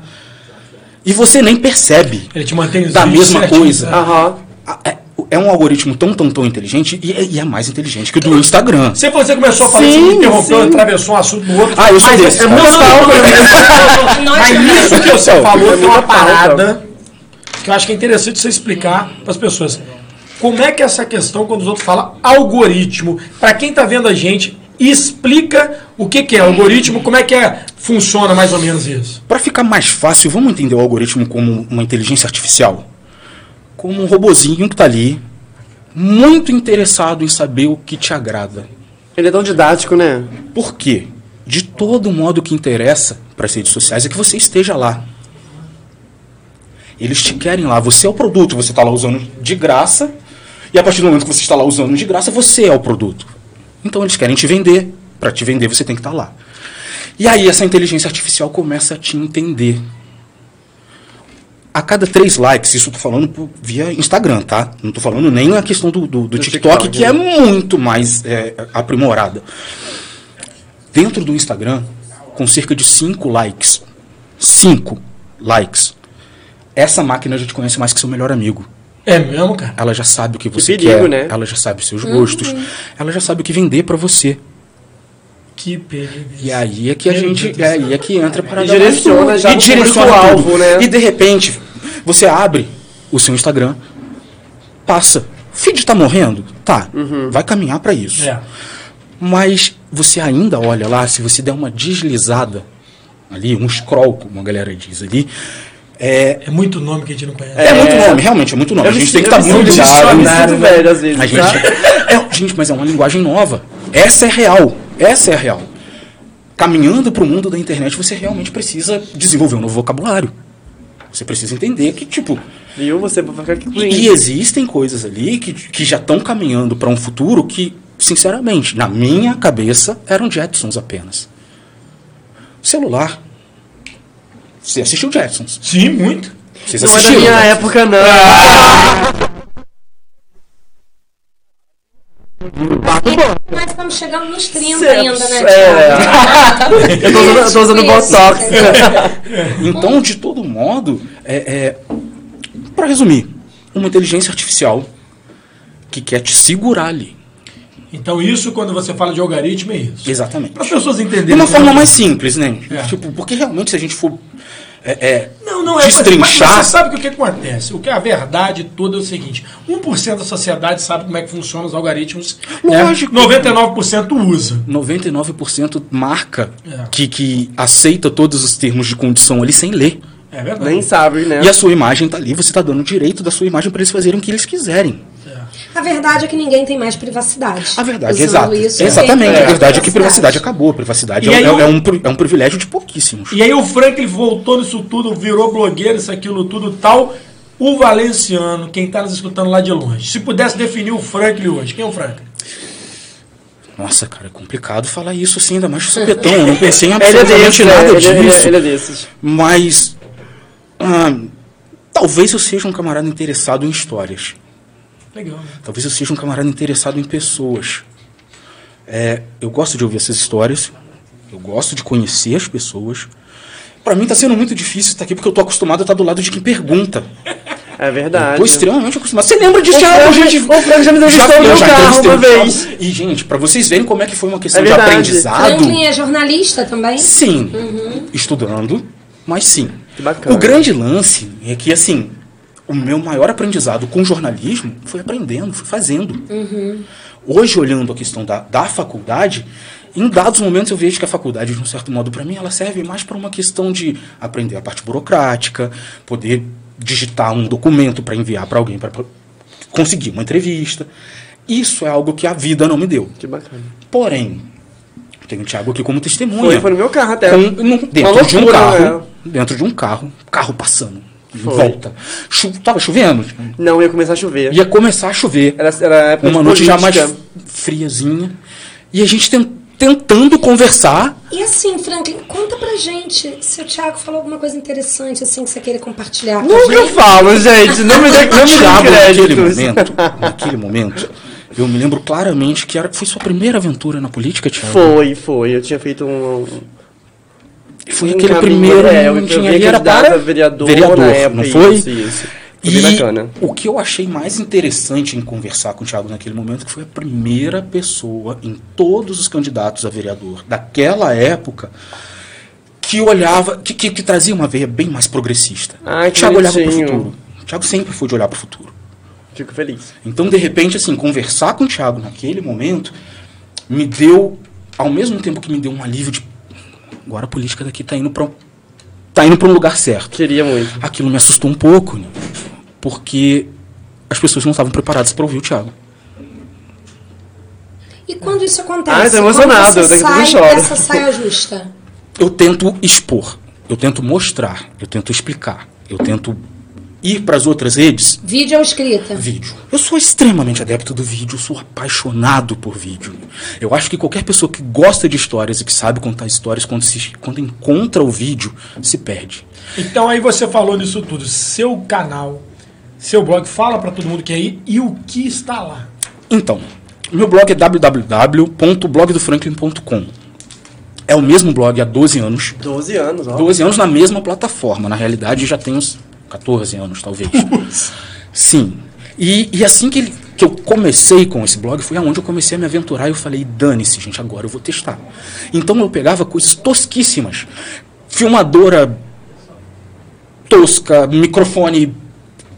Speaker 2: E você nem percebe.
Speaker 1: Ele te mantém os
Speaker 2: Da
Speaker 1: vídeos
Speaker 2: mesma
Speaker 1: certinho.
Speaker 2: coisa.
Speaker 3: Aham.
Speaker 2: Ah, É, é um algoritmo tão, tão, tão inteligente e é, e é mais inteligente que o do Instagram.
Speaker 1: Sempre você começou a falar,
Speaker 3: Sim,
Speaker 1: você me interrompeu,
Speaker 3: sim.
Speaker 1: atravessou um assunto no outro.
Speaker 2: Ah, eu sou
Speaker 1: Mas
Speaker 2: desse,
Speaker 1: É
Speaker 2: cara.
Speaker 1: muito
Speaker 3: Não,
Speaker 1: Mas nisso que você
Speaker 2: Então,
Speaker 1: falou, tem uma
Speaker 2: então,
Speaker 1: parada que eu acho que é interessante você explicar para as pessoas. Como é que é essa questão, quando os outros falam algoritmo, para quem está vendo a gente, explica o que, que é algoritmo, como é que é, funciona mais ou menos isso.
Speaker 2: Para ficar mais fácil, vamos entender o algoritmo como uma inteligência artificial? Como um robozinho que está ali, muito interessado em saber o que te agrada.
Speaker 3: Ele é tão didático, né?
Speaker 2: Por quê? De todo modo, o que interessa para as redes sociais é que você esteja lá. Eles te querem lá, você é o produto, você está lá usando de graça, e a partir do momento que você está lá usando de graça, você é o produto. Então eles querem te vender. Para te vender, você tem que estar lá. E aí essa inteligência artificial começa a te entender. A cada três likes, isso eu tô falando por- via Instagram, tá? Não tô falando nem a questão do, do- do TikTok,
Speaker 5: TikTok,
Speaker 2: que é muito mais é, aprimorada. Dentro do Instagram, com cerca de cinco likes, cinco likes, essa máquina já te conhece mais que seu melhor amigo.
Speaker 1: É mesmo, cara?
Speaker 2: Ela já sabe o que você
Speaker 3: perigo,
Speaker 2: quer,
Speaker 3: né?
Speaker 2: ela já sabe os seus gostos, ela já sabe o que vender pra você.
Speaker 1: Que perigo.
Speaker 2: E aí é que a
Speaker 1: Meu
Speaker 2: gente,
Speaker 1: Deus do
Speaker 2: é aí é que entra para
Speaker 3: E direciona já
Speaker 2: e
Speaker 3: pro
Speaker 2: direciona
Speaker 3: público-alvo,
Speaker 2: tudo.
Speaker 3: né?
Speaker 2: E de repente, você abre o seu Instagram, passa, feed tá morrendo, tá?
Speaker 3: Uhum.
Speaker 2: Vai caminhar para isso.
Speaker 1: É.
Speaker 2: Mas você ainda olha lá, se você der uma deslizada ali, um scroll, como a galera diz ali, é,
Speaker 1: É muito nome que a gente não conhece.
Speaker 2: é, muito nome, realmente é muito nome.
Speaker 3: Eu
Speaker 2: a
Speaker 3: me
Speaker 2: gente tem que
Speaker 3: sinto-
Speaker 2: estar
Speaker 3: eu me
Speaker 2: muito
Speaker 3: sinto
Speaker 2: ligado.
Speaker 3: dicionário, né? velho, às vezes,
Speaker 2: A gente,
Speaker 3: tá?
Speaker 2: é, gente, mas é uma linguagem nova. Essa é real. Essa é real. Caminhando para o mundo da internet, você realmente precisa desenvolver um novo vocabulário. Você precisa entender que, tipo,
Speaker 3: Viu? Você vai ficar aqui com
Speaker 2: e, e existem coisas ali que, que já estão caminhando para um futuro que, sinceramente, na minha cabeça, eram Jetsons apenas. Celular. Você assistiu Jetsons.
Speaker 1: Sim, muito.
Speaker 2: Vocês
Speaker 3: Não é da
Speaker 2: assistiram. né?
Speaker 3: minha
Speaker 2: Jetsons.
Speaker 3: época, não.
Speaker 2: Ah,
Speaker 4: Nós estamos chegando nos 30
Speaker 3: Cê-
Speaker 4: ainda, né,
Speaker 3: é.
Speaker 4: Thiago?
Speaker 3: eu, tô usando, eu tô usando
Speaker 4: Conheço,
Speaker 3: Botox.
Speaker 2: né? Então, de todo modo, é, para resumir, uma inteligência artificial que quer te segurar ali.
Speaker 1: Então, isso, quando você fala de algoritmo, é isso.
Speaker 2: Exatamente.
Speaker 1: Para as pessoas
Speaker 2: De
Speaker 1: entenderem.
Speaker 2: uma forma mais simples, né?
Speaker 1: É.
Speaker 2: Tipo, porque realmente se a gente for. é, é,
Speaker 1: Não, não é
Speaker 2: Destrinchar.
Speaker 1: Mas, mas você sabe que o que acontece? O que é a verdade toda é o seguinte: 1% da sociedade sabe como é que funcionam os algoritmos. né?
Speaker 2: Lógico.
Speaker 1: 99% usa.
Speaker 2: 99% marca
Speaker 1: É.
Speaker 2: que, que aceita todos os termos de condição ali sem ler.
Speaker 1: É verdade.
Speaker 3: Nem sabe, né?
Speaker 2: E a sua imagem tá ali, você tá dando o direito da sua imagem para eles fazerem o que eles quiserem.
Speaker 4: A verdade é que ninguém tem mais privacidade.
Speaker 2: A verdade,
Speaker 4: Usando
Speaker 2: exato.
Speaker 4: isso, né?
Speaker 2: Exatamente.
Speaker 4: ninguém
Speaker 2: A
Speaker 4: tem
Speaker 2: verdade é que privacidade acabou. Privacidade
Speaker 1: E
Speaker 2: é,
Speaker 1: aí
Speaker 2: é-
Speaker 1: o-
Speaker 2: é um, pri- é um privilégio de pouquíssimos.
Speaker 1: E aí o Franklin voltou nisso tudo, virou blogueiro, isso, aquilo, tudo tal. O Valenciano, quem está nos escutando lá de longe, se pudesse definir o Franklin hoje, quem é o Franklin?
Speaker 2: Nossa, cara, é complicado falar isso assim, ainda mais de supetão. Eu não pensei em
Speaker 3: Ele [LAUGHS] é
Speaker 2: absolutamente
Speaker 3: desses, né?
Speaker 2: nada
Speaker 3: Ele,
Speaker 2: disso.
Speaker 3: ele- ele é desses.
Speaker 2: Mas. ah, talvez eu seja um camarada interessado em histórias.
Speaker 1: Legal. né?
Speaker 2: Talvez eu seja um camarada interessado em pessoas. É, eu gosto de ouvir essas histórias. Eu gosto de conhecer as pessoas. Pra mim tá sendo muito difícil estar aqui porque eu tô acostumado a estar do lado de quem pergunta.
Speaker 3: É verdade.
Speaker 2: Tô extremamente acostumado. Você lembra de
Speaker 3: O
Speaker 2: Thiago,
Speaker 3: Frank-
Speaker 2: gente?
Speaker 3: o Frank já me entrevistou
Speaker 2: eu
Speaker 3: no meu carro
Speaker 2: entrevistei
Speaker 3: uma
Speaker 2: o Thiago.
Speaker 3: vez.
Speaker 2: E, um gente, pra vocês verem como é que foi uma questão
Speaker 3: É
Speaker 2: de
Speaker 3: verdade.
Speaker 2: aprendizado.
Speaker 4: Franklin é jornalista também?
Speaker 2: Sim, estudando, mas sim.
Speaker 3: Uhum. Que bacana.
Speaker 2: O grande lance é que, assim, o meu maior aprendizado com jornalismo foi aprendendo, foi fazendo.
Speaker 3: Uhum.
Speaker 2: Hoje, olhando a questão da, da faculdade, em dados momentos eu vejo que a faculdade, de um certo modo, para mim, ela serve mais para uma questão de aprender a parte burocrática, poder digitar um documento para enviar para alguém para conseguir uma entrevista. Isso é algo que a vida não me deu.
Speaker 3: Que bacana.
Speaker 2: Porém, tem o Thiago aqui como testemunha
Speaker 3: Foi, foi no meu carro até.
Speaker 2: com- num- dentro de um
Speaker 3: loucura, né?
Speaker 2: carro. Dentro de um carro. Carro passando. em
Speaker 3: Foi.
Speaker 2: Volta. Chu- tava chovendo.
Speaker 3: Não, ia começar a chover.
Speaker 2: Ia começar a chover.
Speaker 3: Era, era época
Speaker 2: uma
Speaker 3: de
Speaker 2: noite já mais
Speaker 3: política.
Speaker 2: friazinha. E a gente ten- tentando
Speaker 3: [LAUGHS]
Speaker 2: conversar.
Speaker 4: E assim, Franklin, conta pra gente se o Thiago falou alguma coisa interessante assim que você queira compartilhar com a
Speaker 3: Nunca
Speaker 4: gente.
Speaker 3: falo, gente. Não me dê, [LAUGHS] não me dê
Speaker 2: Thiago, naquele
Speaker 3: créditos.
Speaker 2: momento. Naquele momento. Eu me lembro claramente que era, foi sua primeira aventura na política, Thiago.
Speaker 3: Foi, foi. Eu tinha feito um. um-
Speaker 2: Foi
Speaker 3: um
Speaker 2: aquele
Speaker 3: caminho,
Speaker 2: primeiro.
Speaker 3: É, eu,
Speaker 2: tinha-
Speaker 3: eu
Speaker 2: ele era para
Speaker 3: vereador,
Speaker 2: vereador,
Speaker 3: na época.
Speaker 2: não foi?
Speaker 3: Isso, isso. Foi bem bacana.
Speaker 2: O que eu achei mais interessante em conversar com o Thiago naquele momento que foi a primeira pessoa em todos os candidatos a vereador daquela época que olhava, que, que- que trazia uma veia bem mais progressista.
Speaker 3: Ai,
Speaker 2: o
Speaker 3: que
Speaker 2: Thiago olhava para o
Speaker 3: bonitinho.
Speaker 2: futuro. O Tiago sempre foi de olhar para o futuro.
Speaker 3: Fico feliz.
Speaker 2: Então, de repente, assim, conversar com o Thiago naquele momento me deu, ao mesmo tempo que me deu um alívio de. Agora a política daqui tá indo para um, tá indo pra um lugar certo.
Speaker 3: Queria muito.
Speaker 2: Aquilo me assustou um pouco, né? porque as pessoas não estavam preparadas para ouvir o Thiago.
Speaker 4: E quando isso acontece?
Speaker 3: Ai, tô
Speaker 4: quando
Speaker 3: emocionado,
Speaker 4: você
Speaker 3: daqui a pouco eu
Speaker 4: sai
Speaker 3: choro.
Speaker 4: dessa saia justa.
Speaker 2: Eu tento expor, eu tento mostrar, eu tento explicar, eu tento ir para as outras redes
Speaker 4: Vídeo ou escrita?
Speaker 2: Vídeo. Eu sou extremamente adepto do vídeo, eu sou apaixonado por vídeo. Eu acho que qualquer pessoa que gosta de histórias e que sabe contar histórias, quando, se, quando encontra o vídeo, se perde.
Speaker 1: Então aí você falou disso tudo. Seu canal, seu blog, fala pra todo mundo que é aí e o que está lá.
Speaker 2: Então, meu blog é www.blogdofranklin.com. É o mesmo blog há 12 anos.
Speaker 3: 12 anos, ó.
Speaker 2: 12 anos na mesma plataforma. Na realidade, já tem uns 14 anos, talvez. Sim. E, e assim que, ele- que eu comecei com esse blog, foi aonde eu comecei a me aventurar e eu falei, dane-se, gente, agora eu vou testar. Então eu pegava coisas tosquíssimas. Filmadora tosca, microfone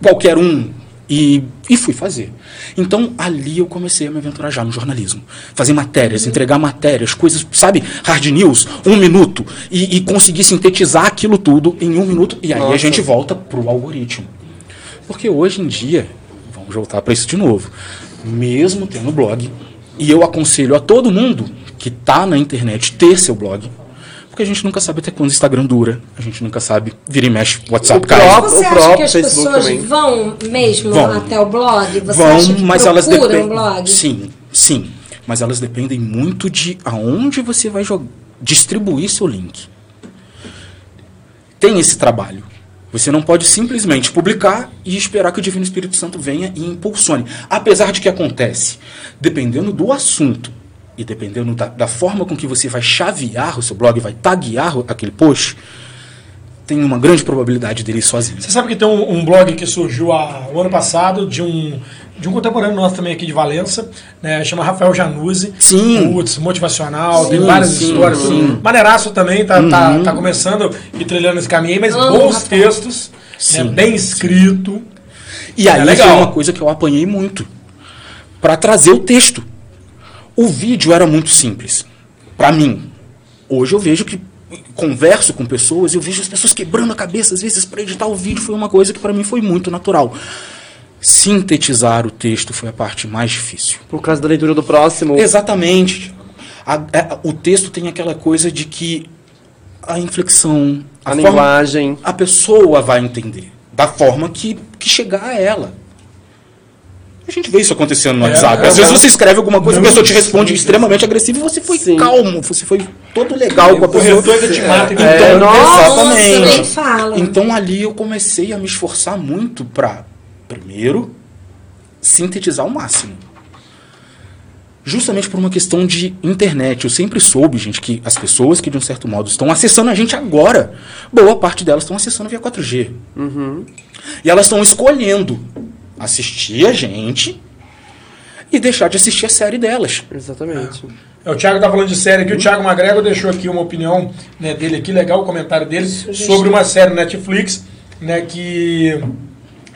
Speaker 2: qualquer um. E, e fui fazer. Então ali eu comecei a me aventurar já no jornalismo. Fazer matérias, entregar matérias, coisas, sabe? Hard news, um minuto. E, e conseguir sintetizar aquilo tudo em um minuto. E aí a
Speaker 3: Nossa.
Speaker 2: gente volta pro algoritmo. Porque hoje em dia, vamos voltar para isso de novo. Mesmo tendo blog, e eu aconselho a todo mundo que tá na internet ter seu blog. Porque a gente nunca sabe até quando o Instagram dura. A gente nunca sabe. Vira e mexe, WhatsApp
Speaker 3: O
Speaker 2: cai.
Speaker 3: próprio-
Speaker 4: Você
Speaker 3: o
Speaker 4: acha que
Speaker 3: próprio
Speaker 4: as
Speaker 3: Facebook
Speaker 4: pessoas
Speaker 3: também.
Speaker 4: vão mesmo
Speaker 2: Vão.
Speaker 4: até o blog? Você acha
Speaker 2: vão,
Speaker 4: que
Speaker 2: mas elas
Speaker 4: procuram
Speaker 2: dependem.
Speaker 4: o blog?
Speaker 2: Sim, sim. Mas elas dependem muito de aonde você vai jo- distribuir seu link. Tem esse trabalho. Você não pode simplesmente publicar e esperar que o Divino Espírito Santo venha e impulsione. Apesar de que acontece, dependendo do assunto e dependendo da, da forma com que você vai chavear o seu blog, vai taguear o- aquele post, tem uma grande probabilidade dele ir sozinho.
Speaker 1: Você sabe que tem um, um blog que surgiu há, o ano passado de um, de um contemporâneo nosso também aqui de Valença, né, chama Rafael Januzzi.
Speaker 2: Sim.
Speaker 1: Putz, motivacional, tem
Speaker 2: Sim,
Speaker 1: várias
Speaker 2: sim,
Speaker 1: histórias.
Speaker 2: sim. Uhum.
Speaker 1: Maneiraço também, tá, tá, tá começando e trilhando esse caminho aí, mas
Speaker 4: Amo,
Speaker 1: bons
Speaker 4: Rafael.
Speaker 1: textos, né,
Speaker 2: Sim.
Speaker 1: bem escrito.
Speaker 2: E aí
Speaker 1: É legal.
Speaker 2: foi uma coisa que eu apanhei muito para trazer o texto. O vídeo era muito simples para mim. Hoje eu vejo que converso com pessoas e eu vejo as pessoas quebrando a cabeça às vezes para editar o vídeo foi uma coisa que para mim foi muito natural. Sintetizar o texto foi a parte mais difícil.
Speaker 3: Por causa da leitura do próximo.
Speaker 2: Exatamente. A- a- o texto tem aquela coisa de que a inflexão,
Speaker 3: A,
Speaker 2: a, forma,
Speaker 3: linguagem.
Speaker 2: a pessoa vai entender da forma que, que chegar a ela. A gente vê isso acontecendo no WhatsApp. Às vezes você escreve alguma coisa, a pessoa te responde extremamente agressiva e você foi
Speaker 3: Sim.
Speaker 2: calmo, você foi todo legal com a pessoa.
Speaker 1: Corretor que te mata e
Speaker 2: Então,
Speaker 1: tem
Speaker 3: É, nossa,
Speaker 2: exatamente.
Speaker 4: nem fala.
Speaker 2: Então ali eu comecei a me esforçar muito pra, primeiro, sintetizar ao máximo. Justamente por uma questão de internet. Eu sempre soube, gente, que as pessoas que de um certo modo estão acessando a gente agora, boa parte delas estão acessando via 4G.
Speaker 4: Uhum.
Speaker 2: E elas estão escolhendo assistir a gente e deixar de assistir a série delas.
Speaker 3: Exatamente.
Speaker 1: É, O Thiago tá falando de série aqui, o Thiago Magrego deixou aqui uma opinião né, dele aqui, legal o comentário dele, sobre uma série Netflix, né, que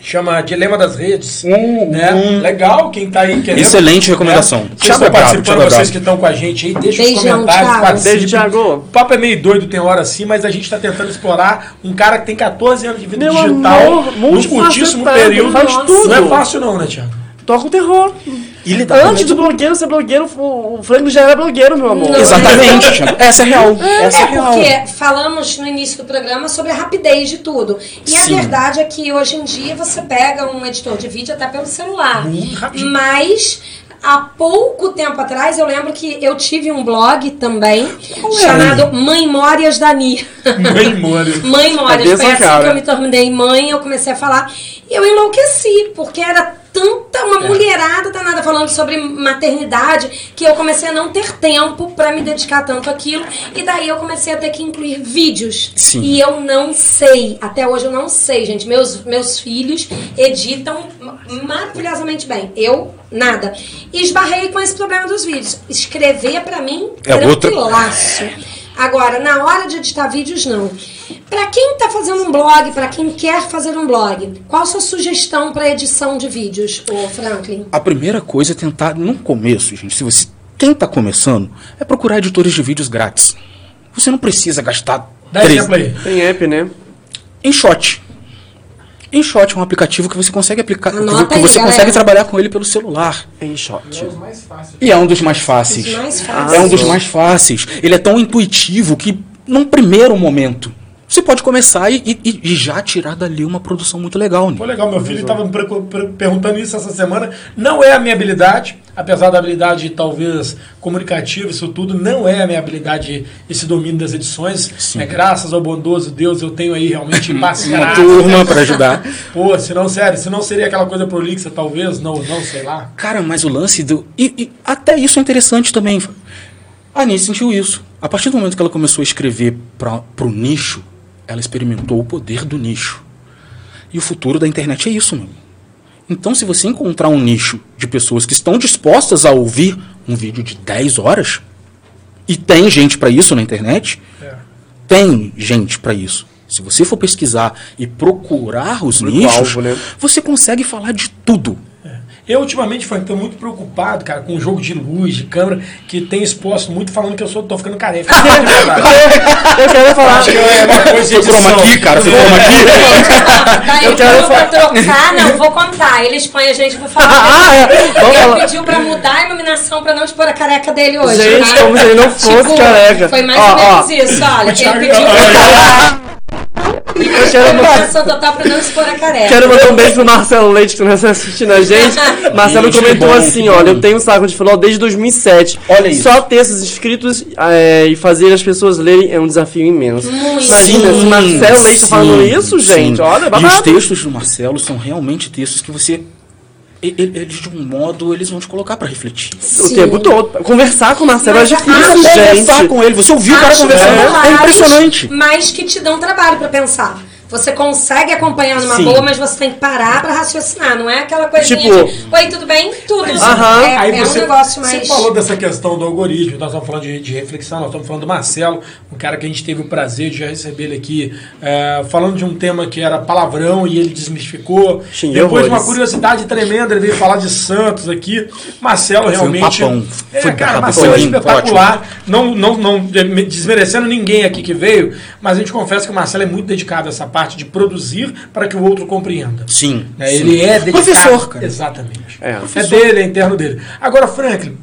Speaker 1: chama Dilema das Redes. né? Legal, quem tá aí querendo.
Speaker 2: Um, Excelente recomendação.
Speaker 1: Né? Vocês
Speaker 2: Thiago
Speaker 1: estão
Speaker 2: é brabo,
Speaker 1: participando,
Speaker 2: Thiago é
Speaker 1: vocês
Speaker 2: brabo.
Speaker 1: que estão com a gente aí, deixa os
Speaker 4: Beijão,
Speaker 1: comentários,
Speaker 4: Thiago.
Speaker 1: participe.
Speaker 3: Beijo, Thiago.
Speaker 1: O papo é meio doido, tem hora sim, mas a gente tá tentando explorar um cara que tem 14 anos de vida
Speaker 3: Meu
Speaker 1: digital,
Speaker 3: amor,
Speaker 1: num curtíssimo
Speaker 3: multifacetado,
Speaker 1: período.
Speaker 3: faz tudo.
Speaker 1: Não é fácil não, né, Thiago?
Speaker 3: Toca o terror.
Speaker 2: E lidar com
Speaker 3: Antes do blogueiro ser blogueiro, o o Franklin já era blogueiro, meu amor.
Speaker 4: Não.
Speaker 2: Exatamente. Thiago. Essa é real. Essa
Speaker 4: [LAUGHS] É
Speaker 2: é real.
Speaker 4: porque falamos no início do programa sobre a rapidez de tudo. E
Speaker 2: Sim.
Speaker 4: a verdade é que hoje em dia você pega um editor de vídeo até pelo celular.
Speaker 1: Muito rapidinho.
Speaker 4: Mas há pouco tempo atrás eu lembro que eu tive um blog também
Speaker 2: é?
Speaker 4: chamado Mãe Mórias Dani.
Speaker 1: Bem, mano.
Speaker 4: Mãe
Speaker 3: É bem
Speaker 4: Mórias, foi assim
Speaker 3: essa cara.
Speaker 4: que eu me tornei mãe, eu comecei a falar. E eu enlouqueci, porque era tanta uma mulherada danada falando sobre maternidade que eu comecei a não ter tempo pra me dedicar tanto àquilo. E daí eu comecei a ter que incluir vídeos.
Speaker 2: Sim.
Speaker 4: E eu não sei, até hoje eu não sei, gente. Meus, meus filhos editam ma- maravilhosamente bem. Eu, nada. E esbarrei com esse problema dos vídeos. Escrever pra mim,
Speaker 2: É outra-
Speaker 4: tranquilaço. Agora, na hora de editar vídeos, não. Para quem está fazendo um blog, para quem quer fazer um blog, qual a sua sugestão para edição de vídeos, ô Franklin?
Speaker 2: A primeira coisa é tentar, no começo, gente, se você. Quem está começando, é procurar editores de vídeos grátis. Você não precisa gastar.
Speaker 1: Dá
Speaker 2: três-
Speaker 1: exemplo aí.
Speaker 3: Tem app, né?
Speaker 2: InShot. InShot é um aplicativo que você consegue aplicar, que
Speaker 4: Anota
Speaker 2: que
Speaker 4: aí,
Speaker 2: você
Speaker 4: galera.
Speaker 2: consegue trabalhar com ele pelo celular.
Speaker 3: É em shot.
Speaker 2: E é um dos mais
Speaker 4: Os
Speaker 2: fáceis.
Speaker 4: mais
Speaker 3: Ah.
Speaker 2: É
Speaker 4: fáceis.
Speaker 2: um dos mais fáceis. Ele é tão intuitivo que, num primeiro momento, você pode começar e, e- e já tirar dali uma produção muito legal. Né?
Speaker 1: Foi legal, meu filho estava me precu- per- perguntando isso essa semana. Não é a minha habilidade, apesar da habilidade talvez comunicativa, isso tudo, não é a minha habilidade esse domínio das edições.
Speaker 2: Sim.
Speaker 1: É graças ao bondoso Deus eu tenho aí realmente
Speaker 2: Uma
Speaker 1: mascarado.
Speaker 2: turma para ajudar.
Speaker 1: Pô, senão, sério, senão seria aquela coisa prolixa, talvez, não, não, sei lá.
Speaker 2: Cara, mas o lance do. E, e até isso é interessante também. A Anis sentiu isso. A partir do momento que ela começou a escrever pra, pro nicho, ela experimentou o poder do nicho. E o futuro da internet é isso, meu. Então, se você encontrar um nicho de pessoas que estão dispostas a ouvir um vídeo de 10 horas, e tem gente pra isso na internet,
Speaker 1: É.
Speaker 2: tem gente pra isso. Se você for pesquisar e procurar os nichos,
Speaker 3: Público-alvo, né?
Speaker 2: você consegue falar de tudo.
Speaker 1: Eu ultimamente Frank, tô muito preocupado, cara, com o jogo de luz, de câmera, que tem exposto muito falando que eu sou, tô ficando careca.
Speaker 3: Eu quero falar.
Speaker 1: Acho que é
Speaker 2: [LAUGHS]
Speaker 1: uma coisa de
Speaker 2: Foi croma
Speaker 1: edição. É.
Speaker 2: aqui, cara, foi croma aqui.
Speaker 4: Tá, ele
Speaker 3: É um quero
Speaker 4: pediu
Speaker 3: falar-
Speaker 4: pra trocar, não, vou contar. Ele expõe a gente, vou falar.
Speaker 3: [LAUGHS] Ah, é. Vamos
Speaker 4: Ele
Speaker 3: falar.
Speaker 4: pediu pra mudar a iluminação pra não expor a careca dele hoje.
Speaker 3: Gente,
Speaker 4: tá?
Speaker 3: como se ele não fosse careca.
Speaker 4: Foi mais
Speaker 3: Ó,
Speaker 4: ou menos
Speaker 3: ó.
Speaker 4: isso, olha.
Speaker 1: Thiago-
Speaker 4: Ele pediu
Speaker 3: Eu
Speaker 4: pra
Speaker 3: quero,
Speaker 4: mudar a
Speaker 3: ma-
Speaker 4: iluminação total pra não expor a careca.
Speaker 3: quero mandar um beijo pro Marcelo Leite que não está assistindo a
Speaker 4: [LAUGHS]
Speaker 3: gente. Marcelo
Speaker 2: Gente,
Speaker 3: comentou
Speaker 2: que bom,
Speaker 3: assim:
Speaker 2: que
Speaker 3: olha,
Speaker 2: bom.
Speaker 3: eu tenho um saco de futebol desde 2007.
Speaker 2: Olha isso.
Speaker 3: Só ter esses inscritos é, e fazer as pessoas lerem é um desafio imenso.
Speaker 4: Muito.
Speaker 3: Imagina, se
Speaker 2: Sim,
Speaker 3: Marcelo Leite tá falando
Speaker 2: sim,
Speaker 3: isso, gente.
Speaker 2: sim.
Speaker 3: Olha,
Speaker 2: E
Speaker 3: é
Speaker 2: os
Speaker 3: babado.
Speaker 2: textos do Marcelo são realmente textos que você. e- e- Eles, de um modo, eles vão te colocar pra refletir.
Speaker 3: O
Speaker 4: Sim.
Speaker 3: tempo todo. Conversar com o Marcelo
Speaker 4: Mas
Speaker 3: é
Speaker 4: acho-
Speaker 3: difícil,
Speaker 2: Conversar
Speaker 3: gente.
Speaker 2: com ele, você ouviu o cara
Speaker 4: Acho
Speaker 2: conversando.
Speaker 4: populares,
Speaker 2: É impressionante.
Speaker 4: Mas que te dão trabalho pra pensar. Você consegue acompanhar numa
Speaker 2: Sim.
Speaker 4: boa, mas você tem que parar pra raciocinar. Não é aquela coisinha
Speaker 3: Tipo-
Speaker 4: de... Oi, tudo bem? Tudo.
Speaker 3: Aham.
Speaker 4: É,
Speaker 1: Aí
Speaker 4: é
Speaker 1: você,
Speaker 4: um negócio
Speaker 1: você
Speaker 4: mais...
Speaker 1: falou dessa questão do algoritmo, nós estamos falando de, de reflexão, nós estamos falando do Marcelo, um cara que a gente teve o prazer de já receber ele aqui, é, falando de um tema que era palavrão e ele desmistificou.
Speaker 3: Xinguei
Speaker 1: Depois de uma
Speaker 3: horrores.
Speaker 1: curiosidade tremenda, ele veio falar de Santos aqui. Marcelo realmente.
Speaker 2: papão.
Speaker 1: É,
Speaker 2: Foi um
Speaker 1: cara,
Speaker 2: papão,
Speaker 1: Marcelo é
Speaker 2: foi lindo,
Speaker 1: espetacular. Não, não, não é, desmerecendo ninguém aqui que veio, mas a gente confessa que o Marcelo é muito dedicado a essa parte de produzir para que o outro compreenda.
Speaker 2: Sim.
Speaker 1: É, ele é dedicado.
Speaker 2: Professor, cara.
Speaker 1: Exatamente.
Speaker 3: É.
Speaker 1: É, dele, é interno dele. Agora, Franklin,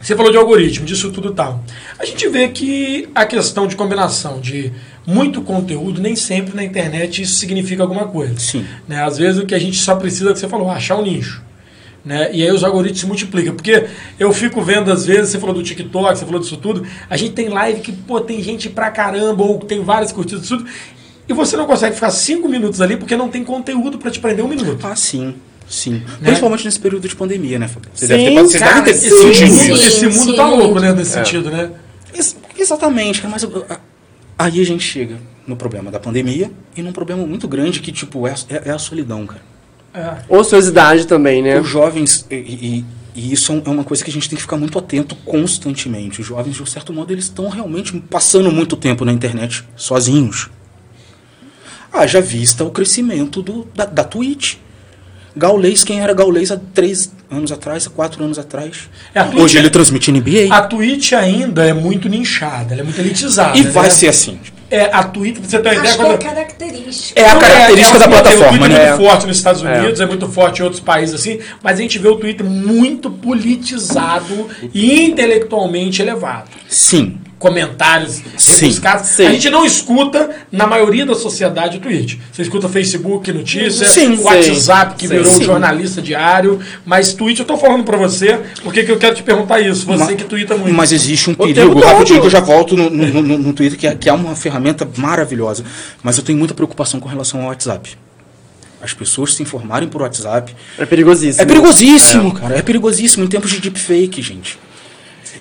Speaker 1: você falou de algoritmo, disso tudo e tal. A gente vê que a questão de combinação de muito conteúdo, nem sempre na internet isso significa alguma coisa.
Speaker 2: Sim.
Speaker 1: Né? Às vezes o que a gente só precisa, que você falou, achar um nicho. Né? E aí os algoritmos se multiplicam. Porque eu fico vendo, às vezes, você falou do TikTok, você falou disso tudo, a gente tem live que, pô, tem gente pra caramba, ou tem várias curtidas, tudo. E você não consegue ficar cinco minutos ali porque não tem conteúdo pra te prender um minuto.
Speaker 2: Ah, sim. Sim. Principalmente nesse período de pandemia, né, Fábio? Você deve
Speaker 3: Né? Sim,
Speaker 2: ter, você
Speaker 1: Cara,
Speaker 2: deve ter
Speaker 1: esse,
Speaker 2: sentido
Speaker 1: mundo,
Speaker 2: isso.
Speaker 1: esse mundo
Speaker 4: sim.
Speaker 1: tá louco, né? Nesse
Speaker 2: É.
Speaker 1: sentido, né?
Speaker 2: Ex- Exatamente, cara, mas eu- a- aí a gente chega no problema da pandemia e num problema muito grande que, tipo, é, a- é- é a solidão, cara.
Speaker 1: É.
Speaker 3: Ociosidade também, né?
Speaker 2: Os jovens, e, e- e isso é uma coisa que a gente tem que ficar muito atento constantemente. Os jovens, de um certo modo, eles estão realmente passando muito tempo na internet sozinhos. Haja vista o crescimento do, da, da Twitch. Gaulês, quem era Gaulês há três anos atrás, há quatro anos atrás.
Speaker 1: É, a Twitch-
Speaker 2: Hoje ele transmite NBA.
Speaker 1: A Twitch ainda é muito ninchada, ela é muito elitizada.
Speaker 2: E vai
Speaker 1: né?
Speaker 2: ser assim.
Speaker 1: É, a Twitch, pra você ter uma ideia,
Speaker 4: Acho que é
Speaker 1: quando.
Speaker 4: característica.
Speaker 2: É a
Speaker 1: Não,
Speaker 2: característica
Speaker 1: é
Speaker 2: da
Speaker 1: um modelo.
Speaker 2: plataforma,
Speaker 1: O Twitter é
Speaker 2: né?
Speaker 1: muito forte nos Estados Unidos, é. muito forte em outros países assim, mas a gente vê o Twitter muito politizado e intelectualmente elevado.
Speaker 2: Sim.
Speaker 1: Comentários
Speaker 2: Sim,
Speaker 1: rebuscados.
Speaker 3: sim.
Speaker 1: A gente não escuta, na maioria da sociedade, o tweet. Você escuta Facebook, notícia,
Speaker 2: Sim,
Speaker 1: o WhatsApp,
Speaker 3: sim,
Speaker 1: que
Speaker 3: sim,
Speaker 1: virou um
Speaker 2: sim.
Speaker 1: jornalista diário, mas tweet eu tô falando pra você, porque que eu quero te perguntar isso. Você
Speaker 2: Ma-
Speaker 1: que twitta muito.
Speaker 2: Mas existe um
Speaker 3: tempo
Speaker 2: perigo,
Speaker 3: todo.
Speaker 2: rapidinho que eu já volto no, no, no- no Twitter, que é, que é uma ferramenta maravilhosa. Mas eu tenho muita preocupação com relação ao WhatsApp. As pessoas se informarem por WhatsApp.
Speaker 3: É perigosíssimo.
Speaker 2: É perigosíssimo, cara. É perigosíssimo em tempos de deepfake, gente.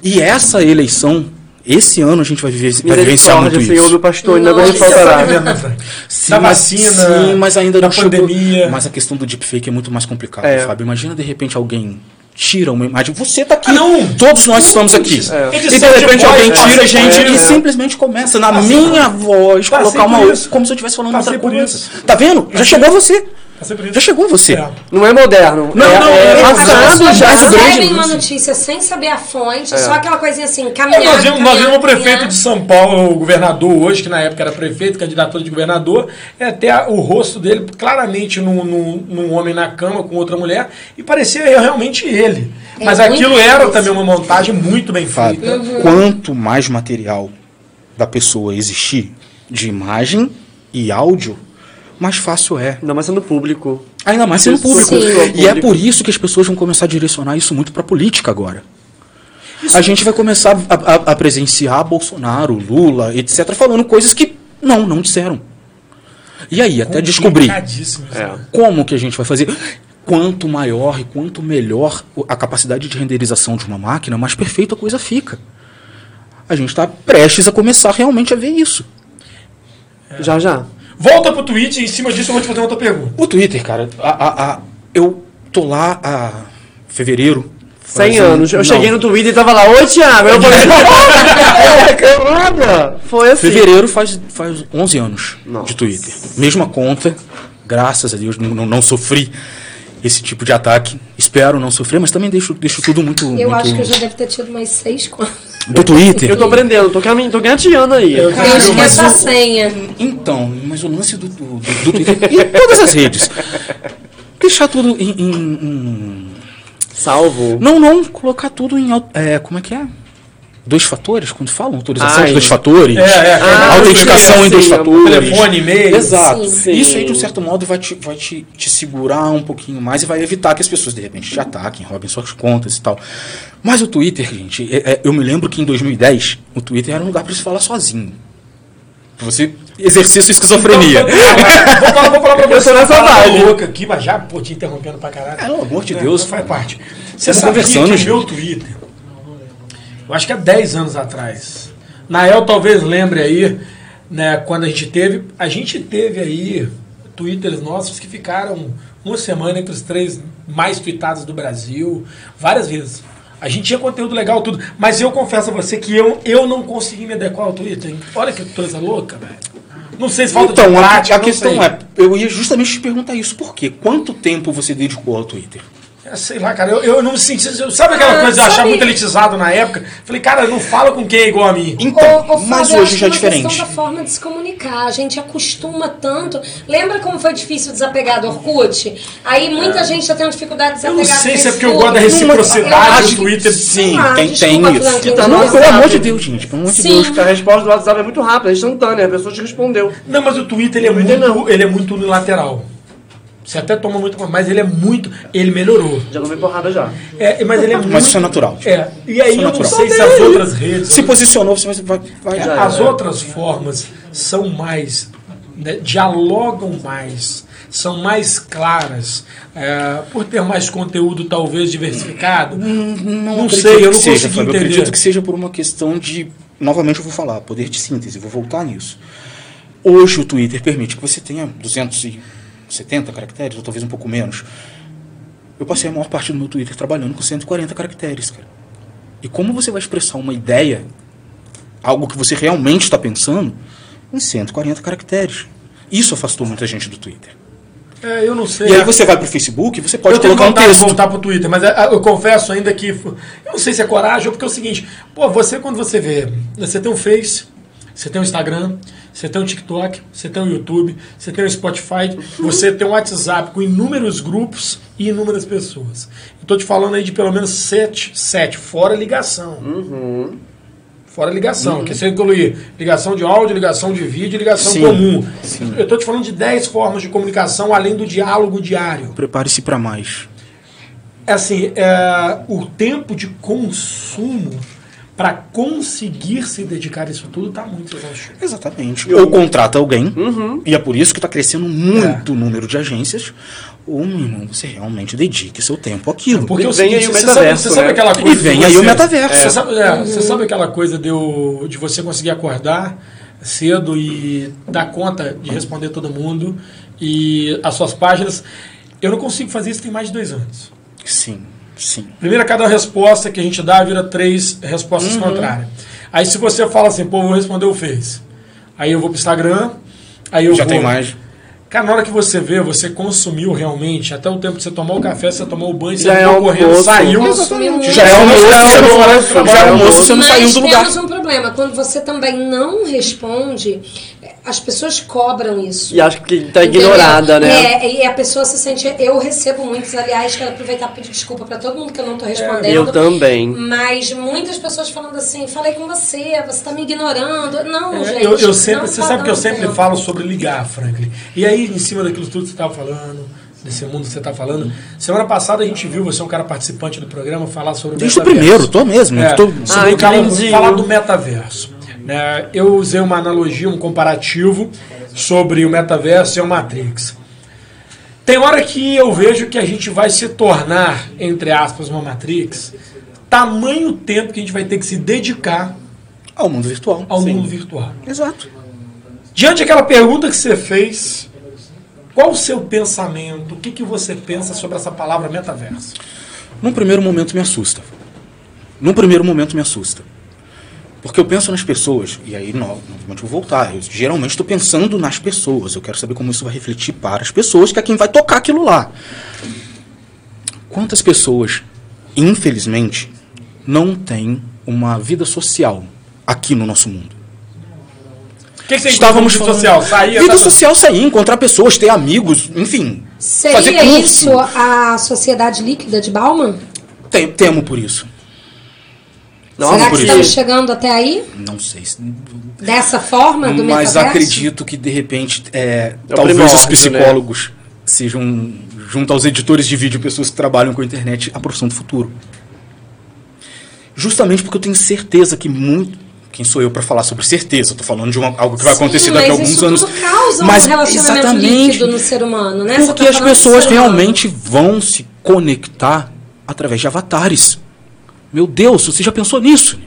Speaker 2: E essa eleição, esse ano a gente vai, vive, vai vivenciar muito
Speaker 3: Misericórdia,
Speaker 2: isso.
Speaker 3: Senhor do Pastor, ainda
Speaker 4: Nossa.
Speaker 3: bem
Speaker 1: Você tá
Speaker 3: faltará.
Speaker 1: vivendo, né, Frank?
Speaker 2: Sim,
Speaker 1: da
Speaker 2: mas-
Speaker 1: vacina,
Speaker 2: sim, mas ainda
Speaker 1: da
Speaker 2: não chegou-
Speaker 1: pandemia.
Speaker 2: Mas a questão do deepfake é muito mais complicada,
Speaker 3: É.
Speaker 2: Fábio. Imagina de repente alguém tira uma imagem. Você tá aqui,
Speaker 1: Ah, não!
Speaker 2: todos nós estamos aqui.
Speaker 1: É.
Speaker 2: E de
Speaker 1: Edição de
Speaker 2: repente
Speaker 1: voz,
Speaker 2: alguém
Speaker 1: né? Ah,
Speaker 2: tira a
Speaker 1: Passei por
Speaker 2: gente
Speaker 1: isso,
Speaker 2: e
Speaker 1: né?
Speaker 2: simplesmente começa na minha voz
Speaker 1: Passei
Speaker 2: colocar uma
Speaker 1: Ah, por
Speaker 2: outra,
Speaker 1: isso.
Speaker 2: como se eu estivesse falando
Speaker 1: Passei
Speaker 2: outra
Speaker 1: por
Speaker 2: coisa.
Speaker 1: isso.
Speaker 2: Tá vendo? Já chegou você.
Speaker 1: Passei por isso.
Speaker 2: Já chegou você.
Speaker 1: Tá É.
Speaker 3: Não é moderno.
Speaker 2: Não,
Speaker 3: é,
Speaker 2: não,
Speaker 3: é
Speaker 2: não,
Speaker 3: passado
Speaker 2: não,
Speaker 3: já
Speaker 2: não,
Speaker 3: de
Speaker 2: não,
Speaker 3: grande.
Speaker 4: recebem uma notícia sem saber a fonte, só aquela coisinha assim,
Speaker 1: É,
Speaker 4: caminhar.
Speaker 1: Nós vimos, nós vimos o prefeito de
Speaker 4: de
Speaker 1: São Paulo, o governador hoje, que na época era prefeito, candidatura de governador, é até a- o rosto dele claramente num, num- num homem na cama com outra mulher, e parecia realmente ele.
Speaker 4: É
Speaker 1: Mas
Speaker 4: muito
Speaker 1: aquilo era
Speaker 4: difícil.
Speaker 1: também uma montagem muito bem
Speaker 2: Fábio,
Speaker 1: feita.
Speaker 2: quanto mais material da pessoa existir, de imagem e áudio, mais fácil é.
Speaker 3: Não, mas sendo público.
Speaker 2: Ainda mais sendo público.
Speaker 4: Sim.
Speaker 2: E é por isso que as pessoas vão começar a direcionar isso muito para política agora.
Speaker 4: é
Speaker 2: A gente vai começar a, a- a presenciar Bolsonaro, Lula, etc., falando coisas que não, não disseram. E aí, até descobrir
Speaker 1: Complicadíssimo isso, né?
Speaker 2: como que a gente vai fazer. Quanto maior e quanto melhor a capacidade de renderização de uma máquina, mais perfeita a coisa fica. A gente está prestes a começar realmente a ver isso.
Speaker 4: É.
Speaker 3: Já, já.
Speaker 1: Volta pro tweet e em cima disso eu vou te fazer outra pergunta.
Speaker 2: O Twitter, cara, a- a- a- eu tô lá a fevereiro.
Speaker 3: 100
Speaker 2: fazendo-
Speaker 3: anos. Eu
Speaker 2: não.
Speaker 3: cheguei no Twitter e tava lá, ô Thiago! Eu falei, [LAUGHS] É, caramba! Foi assim.
Speaker 2: Fevereiro faz, faz 11 anos
Speaker 3: Nossa.
Speaker 2: de Twitter. Mesma conta, graças a Deus, não, não- não sofri esse tipo de ataque. Espero não sofrer, mas também deixo, deixo tudo muito.
Speaker 4: Eu
Speaker 2: muito-
Speaker 4: acho que eu já deve ter tido umas seis contas.
Speaker 2: Do Twitter.
Speaker 3: Eu tô aprendendo, tô, caminho, tô gateando aí.
Speaker 4: Eu
Speaker 2: mas
Speaker 4: esqueço a
Speaker 2: o-
Speaker 4: senha.
Speaker 2: Então, mas o lance do, do, do- do Twitter e todas as redes. Deixar tudo em, em- em-
Speaker 3: Salvo.
Speaker 2: Não, não, colocar tudo em. au- É, como é que é? Dois fatores? Quando falam autorização
Speaker 3: Ai.
Speaker 2: de dois fatores.
Speaker 1: É, é, é.
Speaker 3: Ah,
Speaker 2: autenticação
Speaker 3: sim,
Speaker 2: em dois
Speaker 3: sim,
Speaker 2: fatores.
Speaker 1: Telefone, e-mail.
Speaker 2: Exato.
Speaker 4: Sim.
Speaker 3: Sim.
Speaker 2: Isso aí, de um certo modo, vai, te, vai te, te segurar um pouquinho mais e vai evitar que as pessoas, de repente, te ataquem, roubem suas contas e tal. Mas o Twitter, gente, é- é- eu me lembro que em 2010, o Twitter era um lugar pra se falar sozinho. Você exercia sua esquizofrenia.
Speaker 1: Então, Vou falar, vou falar pra
Speaker 3: Eu
Speaker 1: você.
Speaker 3: tô nessa
Speaker 1: uma parada
Speaker 3: vibe.
Speaker 1: louca aqui, mas já, pô, te interrompendo pra caralho.
Speaker 2: Ah, pelo amor de
Speaker 1: Né,
Speaker 2: Deus.
Speaker 1: Faz parte. Você
Speaker 2: Tamo
Speaker 1: sabia
Speaker 2: conversando,
Speaker 1: que o
Speaker 2: gente.
Speaker 1: meu Twitter, eu acho que há 10 anos atrás, Nael talvez lembre aí, né, quando a gente teve, a gente teve aí Twitters nossos que ficaram uma semana entre os três mais tweetados do Brasil, várias vezes. A gente tinha conteúdo legal, tudo. Mas eu confesso a você que eu, eu não consegui me adequar ao Twitter. hein? Olha que coisa louca, velho. Não sei se falta de
Speaker 2: então, a,
Speaker 1: prática.
Speaker 2: a
Speaker 1: não
Speaker 2: questão
Speaker 1: sei.
Speaker 2: é, eu ia justamente te perguntar isso. Por quê? Quanto tempo você dedicou ao Twitter?
Speaker 1: É, Sei lá, cara, eu, eu não me senti. eu- sabe aquela
Speaker 4: Ah,
Speaker 1: coisa de eu achar
Speaker 4: sabe-
Speaker 1: muito elitizado na época? Falei, cara, não fala com quem é igual a mim.
Speaker 2: Então,
Speaker 4: Ô, ô, Fábio,
Speaker 2: mas
Speaker 4: eu
Speaker 2: hoje
Speaker 4: acho
Speaker 2: já é
Speaker 4: que é uma
Speaker 2: diferente.
Speaker 4: questão da forma de se comunicar. A gente acostuma tanto. Lembra como foi difícil desapegar do Orkut? Aí
Speaker 2: É.
Speaker 4: muita gente já tem uma dificuldade de
Speaker 1: Eu não
Speaker 4: desapegar do
Speaker 1: sei se é porque eu gosto
Speaker 4: Facebook.
Speaker 1: da reciprocidade
Speaker 4: acho
Speaker 1: do Twitter. Então, é
Speaker 2: Sim,
Speaker 4: Ah,
Speaker 2: tem,
Speaker 4: desculpa, tá
Speaker 2: tem isso.
Speaker 4: Franklin,
Speaker 3: não
Speaker 2: Não,
Speaker 3: sabe.
Speaker 2: pelo amor de Deus, gente. Pelo amor de
Speaker 4: Sim.
Speaker 2: Deus.
Speaker 3: A resposta do WhatsApp é muito rápida, é instantânea, a pessoa te respondeu.
Speaker 1: Não, mas o Twitter ele é,
Speaker 3: Twitter
Speaker 1: muito,
Speaker 3: não.
Speaker 1: ele é muito unilateral. Você até toma muito, mas ele é muito. Ele melhorou.
Speaker 3: Já tomei porrada já.
Speaker 1: É, mas ele é muito.
Speaker 2: [LAUGHS] Mas isso é natural.
Speaker 1: É, e aí
Speaker 2: Isso é
Speaker 1: eu não
Speaker 2: natural.
Speaker 1: sei se as outras redes.
Speaker 2: Se posicionou, você vai. vai-
Speaker 3: Já.
Speaker 1: As outras formas são mais. né, dialogam mais, são mais claras, é, por ter mais conteúdo talvez diversificado. Não,
Speaker 2: Hum, acredito
Speaker 1: sei, eu
Speaker 2: que
Speaker 1: não
Speaker 2: seja,
Speaker 1: consegui
Speaker 2: Fábio. Eu
Speaker 1: entender.
Speaker 2: acredito que seja por uma questão de. Novamente eu vou falar, poder de síntese, eu vou voltar nisso. Hoje o Twitter permite que você tenha 270 caracteres, ou talvez um pouco menos. Eu passei a maior parte do meu Twitter trabalhando com 140 caracteres, cara. E como você vai expressar uma ideia, algo que você realmente está pensando, em 140 caracteres? Isso afastou muita gente do Twitter.
Speaker 1: É, eu não sei.
Speaker 2: E aí você vai pro Facebook, você pode
Speaker 1: eu tenho
Speaker 2: colocar um
Speaker 1: vontade de
Speaker 2: texto.
Speaker 1: voltar pro Twitter, mas ah, eu confesso ainda que. f- Eu não sei se é coragem, ou porque é o seguinte, pô, você quando você vê, você tem um Face, você tem um Instagram, você tem um TikTok, você tem um YouTube, você tem um Spotify, você tem um WhatsApp com inúmeros grupos e inúmeras pessoas. Eu tô te falando aí de pelo menos sete, sete, fora ligação. Fora ligação, que você inclui ligação de áudio, ligação de vídeo, ligação
Speaker 2: Sim.
Speaker 1: comum. Eu tô te falando de 10 formas de comunicação além do diálogo diário
Speaker 2: Prepare-se para mais.
Speaker 1: assim, é, o tempo de consumo para conseguir se dedicar a isso tudo tá muito exaustivo.
Speaker 2: Exatamente. Ou contrata alguém,
Speaker 1: Uhum.
Speaker 2: e é por isso que está crescendo
Speaker 1: É.
Speaker 2: muito o número de agências, ou, meu irmão, você realmente dedique seu tempo àquilo.
Speaker 1: Porque é o
Speaker 3: vem
Speaker 1: seguinte,
Speaker 3: aí o
Speaker 1: você sabe,
Speaker 3: metaverso,
Speaker 1: você sabe
Speaker 3: né?
Speaker 1: aquela coisa.
Speaker 2: E
Speaker 1: de
Speaker 2: vem aí
Speaker 1: você-
Speaker 2: o metaverso.
Speaker 1: Você sabe, é, você sabe aquela coisa de, eu- de você conseguir acordar cedo e dar conta de responder todo mundo e as suas páginas. Eu não consigo fazer isso tem mais de dois anos.
Speaker 2: Sim. Sim.
Speaker 1: Primeiro, cada resposta que a gente dá vira três respostas contrárias. Aí se você fala assim, pô, vou responder o Face. Aí eu vou pro Instagram, aí eu
Speaker 2: Já
Speaker 1: vou...
Speaker 2: tem mais.
Speaker 1: Cara, na hora que você vê, você consumiu realmente, até o tempo que você tomou o café, você tomou o banho, você
Speaker 3: Já é
Speaker 1: ficou correndo,
Speaker 3: almoço.
Speaker 1: saiu.
Speaker 4: Exatamente.
Speaker 1: Já é almoço,
Speaker 2: Já é
Speaker 1: você não-
Speaker 2: almoço, já é almoço.
Speaker 1: já é almoço.
Speaker 2: se você não
Speaker 4: Mas
Speaker 2: saiu do lugar.
Speaker 4: temos um problema. Quando você também não responde, as pessoas cobram isso.
Speaker 3: E acho que
Speaker 2: é
Speaker 3: tá
Speaker 4: Entendeu?
Speaker 3: ignorada, né?
Speaker 4: É, e a pessoa se sente. Eu recebo muitos, aliás, quero aproveitar e pedir desculpa pra todo mundo que eu não tô
Speaker 2: É.
Speaker 4: respondendo.
Speaker 3: Eu também.
Speaker 4: Mas muitas pessoas falando assim, falei com você, você tá me ignorando. Não, gente.
Speaker 1: É, Eu, eu
Speaker 4: não
Speaker 1: sempre, você
Speaker 4: tá
Speaker 1: sabe que eu
Speaker 4: dando
Speaker 1: sempre
Speaker 4: tempo.
Speaker 1: falo sobre ligar, Franklin. E aí, em cima daquilo tudo que você estava falando, desse mundo que você está falando, semana passada a gente viu você, um cara participante do programa, falar sobre o
Speaker 2: Desde o
Speaker 1: metaverso.
Speaker 2: primeiro, tô mesmo.
Speaker 1: É,
Speaker 2: Tô...
Speaker 1: sobre
Speaker 3: Ai,
Speaker 1: o cara
Speaker 3: entendi.
Speaker 1: falar do metaverso. né? eu usei uma analogia, um comparativo sobre o metaverso e o Matrix. Tem hora que eu vejo que a gente vai se tornar, entre aspas, uma Matrix, tamanho tempo que a gente vai ter que se dedicar
Speaker 2: Ao mundo virtual.
Speaker 1: ao
Speaker 2: Sim.
Speaker 1: mundo virtual.
Speaker 2: Exato.
Speaker 1: Diante daquela pergunta que você fez, qual o seu pensamento? O que, que você pensa sobre essa palavra metaverso?
Speaker 2: Num primeiro momento me assusta. Num primeiro momento me assusta. Porque eu penso nas pessoas, e aí no- novamente eu vou voltar. Eu geralmente estou pensando nas pessoas. Eu quero saber como isso vai refletir para as pessoas, que é quem vai tocar aquilo lá. Quantas pessoas, infelizmente, não têm uma vida social aqui no nosso mundo?
Speaker 1: O que, que você
Speaker 2: Estávamos
Speaker 1: encontrou
Speaker 2: falando...
Speaker 1: no social? Saía,
Speaker 2: vida
Speaker 1: tava-
Speaker 2: social, sair, encontrar pessoas, ter amigos, enfim. fazer
Speaker 4: Seria
Speaker 2: curso.
Speaker 4: isso a sociedade líquida de Bauman?
Speaker 2: Tem- Temo por isso.
Speaker 3: Não,
Speaker 4: Será que
Speaker 2: por
Speaker 4: estamos
Speaker 2: isso.
Speaker 4: chegando até aí?
Speaker 2: Não sei. se-
Speaker 4: Dessa forma do
Speaker 2: Mas
Speaker 4: metaverso?
Speaker 2: acredito que, de repente, é,
Speaker 3: É o
Speaker 2: talvez os
Speaker 3: primórdio, né?
Speaker 2: psicólogos sejam, junto aos editores de vídeo, pessoas que trabalham com a internet, a profissão do futuro. Justamente porque eu tenho certeza que muito. Quem sou eu para falar sobre certeza? Estou falando de uma- algo que vai
Speaker 4: Sim,
Speaker 2: acontecer daqui a
Speaker 4: mas
Speaker 2: alguns
Speaker 4: isso
Speaker 2: anos.
Speaker 4: Tudo causa
Speaker 2: mas
Speaker 4: um relacionamento
Speaker 2: exatamente
Speaker 4: líquido no ser humano, né? Você
Speaker 2: porque
Speaker 4: tá
Speaker 2: as
Speaker 4: falando do
Speaker 2: pessoas
Speaker 4: ser humano.
Speaker 2: realmente vão se conectar através de avatares. Meu Deus, você já pensou nisso?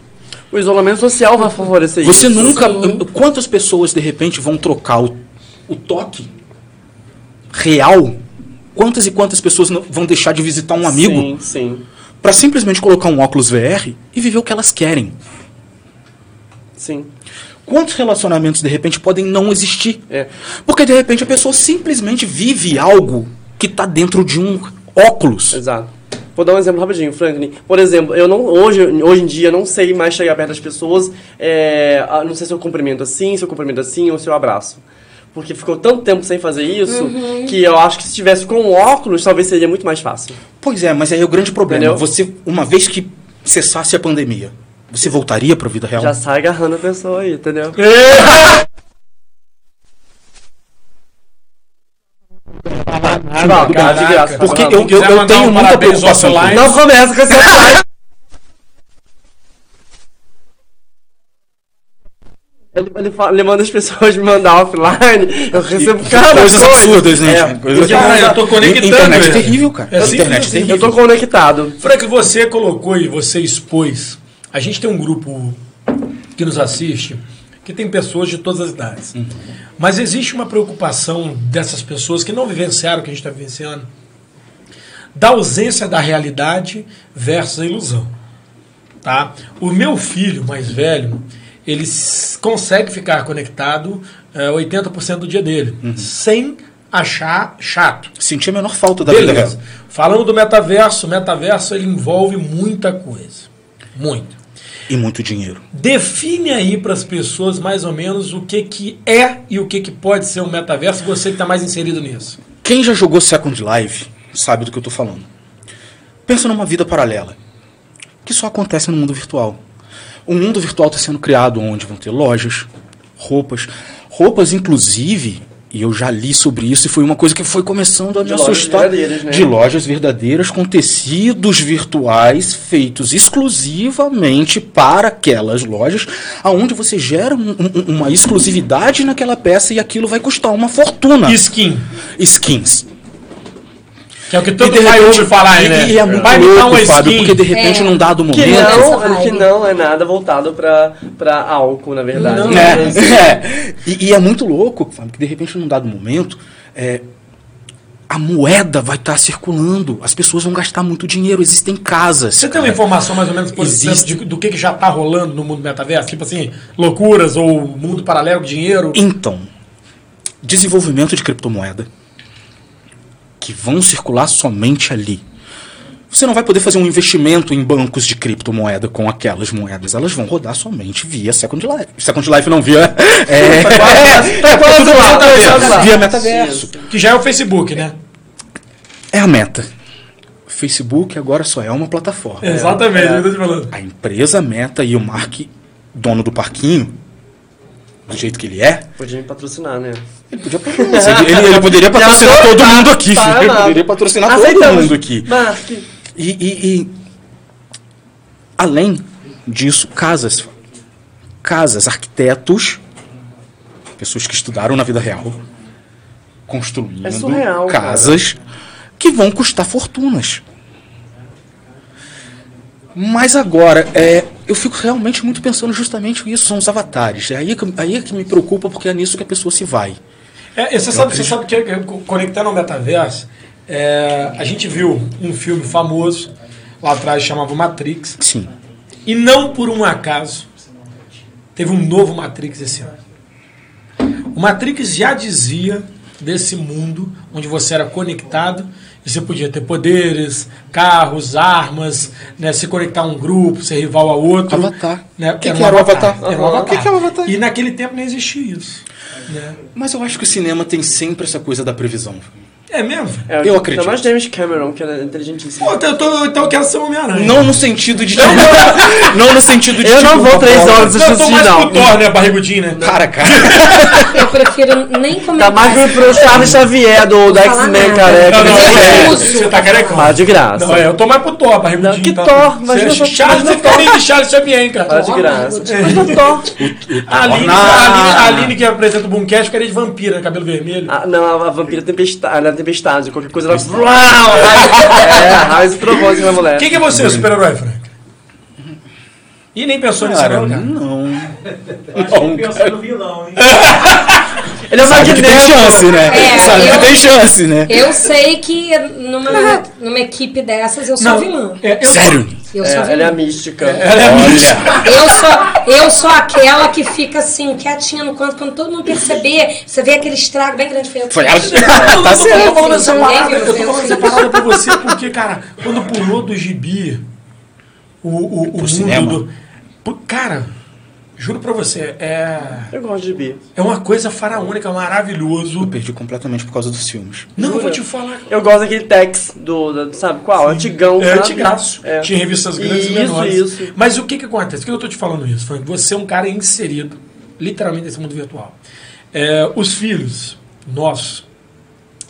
Speaker 3: O isolamento social vai favorecer
Speaker 2: Você
Speaker 3: isso.
Speaker 2: nunca. Quantas pessoas de repente vão trocar o, o toque real? Quantas e quantas pessoas não- vão deixar de visitar
Speaker 3: é
Speaker 2: um amigo
Speaker 3: Sim, sim.
Speaker 2: para simplesmente colocar um óculos VR e viver o que elas querem?
Speaker 3: Sim.
Speaker 2: Quantos relacionamentos de repente podem não existir?
Speaker 3: É.
Speaker 2: Porque de repente a pessoa simplesmente vive algo que está dentro de um óculos.
Speaker 3: Exato. Vou dar um exemplo rapidinho, Franklin. Por exemplo, eu não hoje, hoje em dia eu não sei mais chegar perto das pessoas. é, ah, não sei se eu cumprimento assim, se eu cumprimento assim ou se eu abraço. Porque ficou tanto tempo sem fazer isso
Speaker 2: Uhum.
Speaker 3: que eu acho que se tivesse com um óculos talvez seria muito mais fácil.
Speaker 2: Pois é, mas aí é o grande problema.
Speaker 3: Entendeu?
Speaker 2: Você, uma vez que cessasse a pandemia, você voltaria para a vida real?
Speaker 3: Já sai agarrando a pessoa
Speaker 2: [LAUGHS]
Speaker 3: aí, entendeu? Tipo,
Speaker 1: caraca.
Speaker 3: de graça.
Speaker 1: Porque
Speaker 2: Porque eu,
Speaker 3: tá falando.
Speaker 2: eu, eu
Speaker 1: Quiser mandar
Speaker 2: tenho
Speaker 1: um
Speaker 2: muita
Speaker 1: parabéns
Speaker 2: preocupação. com
Speaker 1: offline?
Speaker 2: isso.
Speaker 3: Não começa com essa. Ele, ele, fala- ele manda as pessoas me mandar offline. Eu recebo cada
Speaker 2: coisas
Speaker 3: coisa.
Speaker 2: absurdas, né?
Speaker 3: É,
Speaker 2: gente? Coisas-
Speaker 1: Cara, eu tô conectando,
Speaker 2: Internet
Speaker 1: velho.
Speaker 2: terrível, cara.
Speaker 1: É simples
Speaker 2: internet
Speaker 1: assim.
Speaker 2: terrível.
Speaker 3: Eu tô conectado.
Speaker 1: Frank, você colocou e você expôs. A gente tem um grupo que nos assiste que tem pessoas de todas as idades. Mas existe uma preocupação dessas pessoas que não vivenciaram o que a gente está vivenciando da ausência da realidade versus a ilusão. Tá? O meu filho mais velho, ele s- consegue ficar conectado eh, 80% do dia dele, sem achar chato.
Speaker 2: Senti a menor falta da vida
Speaker 1: Beleza.
Speaker 2: real.
Speaker 1: Falando do metaverso, o metaverso ele envolve muita coisa. Muito.
Speaker 2: E muito dinheiro.
Speaker 1: Define aí para as pessoas mais ou menos o que, que é e o que, que pode ser um metaverso, você que está mais inserido nisso.
Speaker 2: Quem já jogou Second Life sabe do que eu tô falando. Pensa numa vida paralela. Que só acontece no mundo virtual. O mundo virtual está sendo criado onde vão ter lojas, roupas. Roupas, inclusive, e eu já li sobre isso, e foi uma coisa que foi começando a me
Speaker 3: De lojas
Speaker 2: assustar.
Speaker 3: verdadeiras, né?
Speaker 2: De lojas verdadeiras com tecidos virtuais feitos exclusivamente para aquelas lojas, aonde você gera um- um- uma exclusividade naquela peça e aquilo vai custar uma fortuna.
Speaker 1: Skin,
Speaker 2: Skins.
Speaker 1: que é o que
Speaker 2: E
Speaker 1: todo
Speaker 2: de
Speaker 1: pai
Speaker 2: repente-
Speaker 1: ouve falar,
Speaker 2: e-
Speaker 1: né?
Speaker 2: E é muito
Speaker 1: Vai me dar
Speaker 2: louco,
Speaker 1: uma
Speaker 2: Fábio,
Speaker 1: skin.
Speaker 2: porque de repente
Speaker 4: É.
Speaker 2: não dá do
Speaker 3: Que
Speaker 2: momento.
Speaker 4: Essa
Speaker 3: não, que
Speaker 4: vibe.
Speaker 3: não é nada voltado pra, pra álcool, na verdade.
Speaker 1: Não.
Speaker 2: [LAUGHS]
Speaker 3: Mas-
Speaker 2: Né? É. E, e é muito louco, Fábio, que de repente num dado momento é, a moeda vai estar circulando, as pessoas vão gastar muito dinheiro, existem casas.
Speaker 1: Você tem um uma
Speaker 2: cara.
Speaker 1: informação mais ou menos por cento
Speaker 2: Existe.
Speaker 1: de- do que, que já tá rolando no mundo metaverso? Tipo assim, loucuras ou mundo paralelo, dinheiro?
Speaker 2: Então, desenvolvimento de criptomoeda que vão circular somente ali. Você não vai poder fazer um investimento em bancos de criptomoeda com aquelas moedas. Elas vão rodar somente via Second Life. Second Life não, via. [LAUGHS] É,
Speaker 3: Tá quase- tá quase
Speaker 2: tudo
Speaker 3: lá, tá
Speaker 2: metaverso.
Speaker 3: quase lá.
Speaker 2: Via metaverso.
Speaker 1: Que já é o Facebook, né?
Speaker 2: É a meta. Facebook agora só é uma plataforma.
Speaker 1: Exatamente, é eu tô te falando.
Speaker 2: A empresa meta e o Mark, dono do parquinho, do jeito que ele é,
Speaker 3: Podia me patrocinar, né?
Speaker 2: Ele [LAUGHS] podia patrocinar. Ele, ele poderia patrocinar
Speaker 3: Já tô-
Speaker 2: todo mundo aqui.
Speaker 3: tá
Speaker 2: filho. Ele
Speaker 3: amado.
Speaker 2: poderia patrocinar todo
Speaker 3: Aceitamos.
Speaker 2: mundo aqui.
Speaker 3: Mark. É,
Speaker 2: E, e- e- além disso, casas. Casas, arquitetos, pessoas que estudaram na vida real, construindo
Speaker 3: É surreal, cara.
Speaker 2: casas que vão custar fortunas. Mas agora, é, eu fico realmente muito pensando justamente nisso, são os avatares. É aí que, aí é que me preocupa, porque é nisso que a pessoa se vai.
Speaker 1: É, e você, sabe, você sabe que é, co- conectando ao metaverso, é, a gente viu um filme famoso lá atrás chamava Matrix.
Speaker 2: Sim.
Speaker 1: E não por um acaso, teve um novo Matrix esse ano. O Matrix já dizia desse mundo onde você era conectado e você podia ter poderes, carros, armas, né, se conectar a um grupo, ser rival a outro.
Speaker 2: Avatar.
Speaker 1: Né,
Speaker 2: O que
Speaker 1: era
Speaker 2: que
Speaker 1: um
Speaker 2: era o avatar?
Speaker 1: Era um
Speaker 2: Aham.
Speaker 1: avatar.
Speaker 2: O que que é o avatar?
Speaker 1: E naquele tempo nem existia isso. né?
Speaker 2: Mas eu acho que o cinema tem sempre essa coisa da previsão.
Speaker 1: É mesmo?
Speaker 3: É,
Speaker 2: Eu acredito.
Speaker 3: Ainda mais James Cameron, que era inteligentíssimo.
Speaker 1: Pô, eu tô- então eu quero ser o Homem-Aranha.
Speaker 2: Não no sentido de. tipo, [LAUGHS] não no sentido de.
Speaker 3: Eu não
Speaker 2: tipo,
Speaker 3: vou
Speaker 2: uma
Speaker 3: três
Speaker 2: bola.
Speaker 3: horas
Speaker 1: Então eu tô
Speaker 3: assistir,
Speaker 1: mais pro
Speaker 3: não.
Speaker 1: Thor, né, barrigudinho, né?
Speaker 2: Para, [LAUGHS] cara.
Speaker 4: [LAUGHS] Eu prefiro nem
Speaker 3: Tá
Speaker 4: comentar.
Speaker 3: mais
Speaker 4: essa-
Speaker 3: pro, pro Charles Xavier do, do
Speaker 4: Não fala
Speaker 3: X-Men,
Speaker 4: nada.
Speaker 3: careca.
Speaker 1: Não, não,
Speaker 4: Mas
Speaker 1: é,
Speaker 4: é uso.
Speaker 1: Você tá carecão.
Speaker 3: Mas de graça.
Speaker 1: Não, é, eu tô mais pro Thor, barrigudinho.
Speaker 3: Não, que
Speaker 1: tá?
Speaker 3: Thor? Mas
Speaker 1: Você-
Speaker 3: eu sou-
Speaker 1: Charles,
Speaker 3: mas eu
Speaker 1: você fica meio de Charles Xavier, hein,
Speaker 3: Fala
Speaker 1: cara.
Speaker 3: de graça.
Speaker 4: É.
Speaker 3: Mas eu tô.
Speaker 2: [LAUGHS]
Speaker 1: A Aline,
Speaker 2: Não.
Speaker 1: a, Aline, a Aline que apresenta o Boomcast ficaria de vampira, né, cabelo vermelho.
Speaker 3: Ah, não, a, a vampira tempestade, ela é tempestade, qualquer coisa ela. Uau! é, raios e trovões na mulher.
Speaker 1: Quem que é você, super-herói, Frank? Ih, nem pensou nisso,
Speaker 2: Cara,
Speaker 1: não, cara. É,
Speaker 2: não.
Speaker 5: Acho que pensa no vilão, hein?
Speaker 3: Ele é o
Speaker 2: Sabe que tem
Speaker 3: Magneto.
Speaker 2: chance, né?
Speaker 4: É,
Speaker 2: Sabe
Speaker 4: eu-
Speaker 2: que tem chance, né?
Speaker 4: Eu sei que numa, numa equipe dessas eu sou vilã.
Speaker 1: é, eu-
Speaker 2: Sério?
Speaker 4: Eu sou
Speaker 3: É, ela é
Speaker 4: vilã.
Speaker 3: a mística.
Speaker 2: Olha.
Speaker 4: Eu sou, eu sou aquela que fica assim, quietinha no canto, quando todo mundo perceber, você vê aquele estrago bem grande. Foi eu que
Speaker 2: Foi
Speaker 4: fiz.
Speaker 2: ela.
Speaker 1: Não,
Speaker 2: Tá
Speaker 1: eu tô- eu tô
Speaker 2: certo.
Speaker 1: falando essa
Speaker 4: Ninguém
Speaker 1: parada,
Speaker 4: viu,
Speaker 1: eu tô falando
Speaker 4: eu
Speaker 1: essa
Speaker 4: sei.
Speaker 1: parada pra você, porque, cara, quando pulou do gibi o, o, o mundo
Speaker 2: cinema.
Speaker 1: do. Pô, Cara, juro pra você, é.
Speaker 3: Eu gosto de bi.
Speaker 1: É uma coisa faraônica, maravilhoso.
Speaker 2: Eu perdi completamente por causa dos filmes.
Speaker 1: Não, eu vou te falar.
Speaker 3: Eu gosto daquele Tex do, do- sabe qual? Antigão.
Speaker 2: né?
Speaker 1: É
Speaker 3: sabe?
Speaker 1: antigaço.
Speaker 3: É.
Speaker 1: Tinha revistas grandes
Speaker 3: isso,
Speaker 1: e menores.
Speaker 3: Isso,
Speaker 1: Mas o que, que acontece? Por que eu tô te falando isso, Frank? Você é um cara inserido, literalmente, nesse mundo virtual. É, os filhos nossos,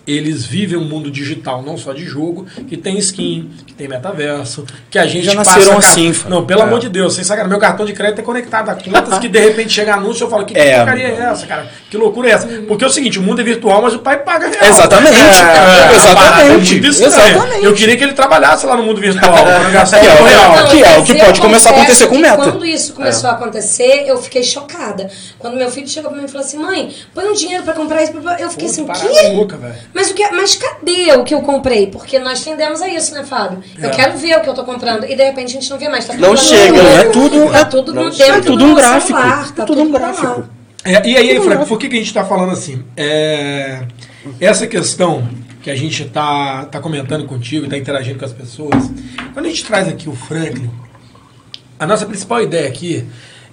Speaker 1: eles vivem um mundo digital, não só de jogo, que tem skin, que tem metaverso, que a gente
Speaker 2: Já
Speaker 1: passa car-
Speaker 2: nasceram assim, Frank.
Speaker 1: Não, pelo
Speaker 2: É.
Speaker 1: amor de Deus, sem sacanagem. Meu cartão de crédito é conectado a contas que de repente chega anúncio, eu falo, que
Speaker 2: É,
Speaker 1: porcaria é
Speaker 2: amigo.
Speaker 1: essa, cara? Que loucura é essa? Porque é o seguinte, o mundo é virtual, mas o pai paga real.
Speaker 2: Exatamente.
Speaker 1: É, parada é
Speaker 2: Exatamente.
Speaker 1: muito estranha.
Speaker 2: Exatamente.
Speaker 1: Eu queria que ele trabalhasse lá no mundo virtual,
Speaker 4: [LAUGHS]
Speaker 1: pra gastar
Speaker 2: É,
Speaker 1: tempo
Speaker 2: é,
Speaker 1: real.
Speaker 2: que é o que
Speaker 4: mas
Speaker 2: pode
Speaker 4: eu
Speaker 2: começar a acontecer
Speaker 4: confesso
Speaker 2: com
Speaker 4: que
Speaker 2: meta. É.
Speaker 4: Quando isso começou a acontecer, eu fiquei chocada. Quando meu filho chegou pra mim e falou assim: mãe, põe um dinheiro pra comprar isso. pra- Eu fiquei assim:
Speaker 1: Puta,
Speaker 4: o
Speaker 1: parada
Speaker 4: quê?
Speaker 1: louca, velho.
Speaker 4: Mas, o que, é, mas cadê o que eu comprei? Porque nós tendemos a isso, né, Fábio? Eu
Speaker 1: É.
Speaker 4: quero ver o que eu tô comprando. E de repente a gente não vê mais. Tá tudo
Speaker 3: Não
Speaker 4: lá no
Speaker 3: chega,
Speaker 4: Google,
Speaker 3: né?
Speaker 2: É tudo-
Speaker 4: tá
Speaker 2: é-
Speaker 4: tudo
Speaker 3: não
Speaker 4: no
Speaker 3: chega.
Speaker 4: tempo,
Speaker 2: É tudo um gráfico.
Speaker 4: Celular, tá
Speaker 2: É tudo um
Speaker 4: pra lá.
Speaker 2: gráfico.
Speaker 1: É, e aí, Frank, por que, que a gente tá falando assim? É, essa questão que a gente tá, tá comentando contigo, tá interagindo com as pessoas, quando a gente traz aqui o Franklin, a nossa principal ideia aqui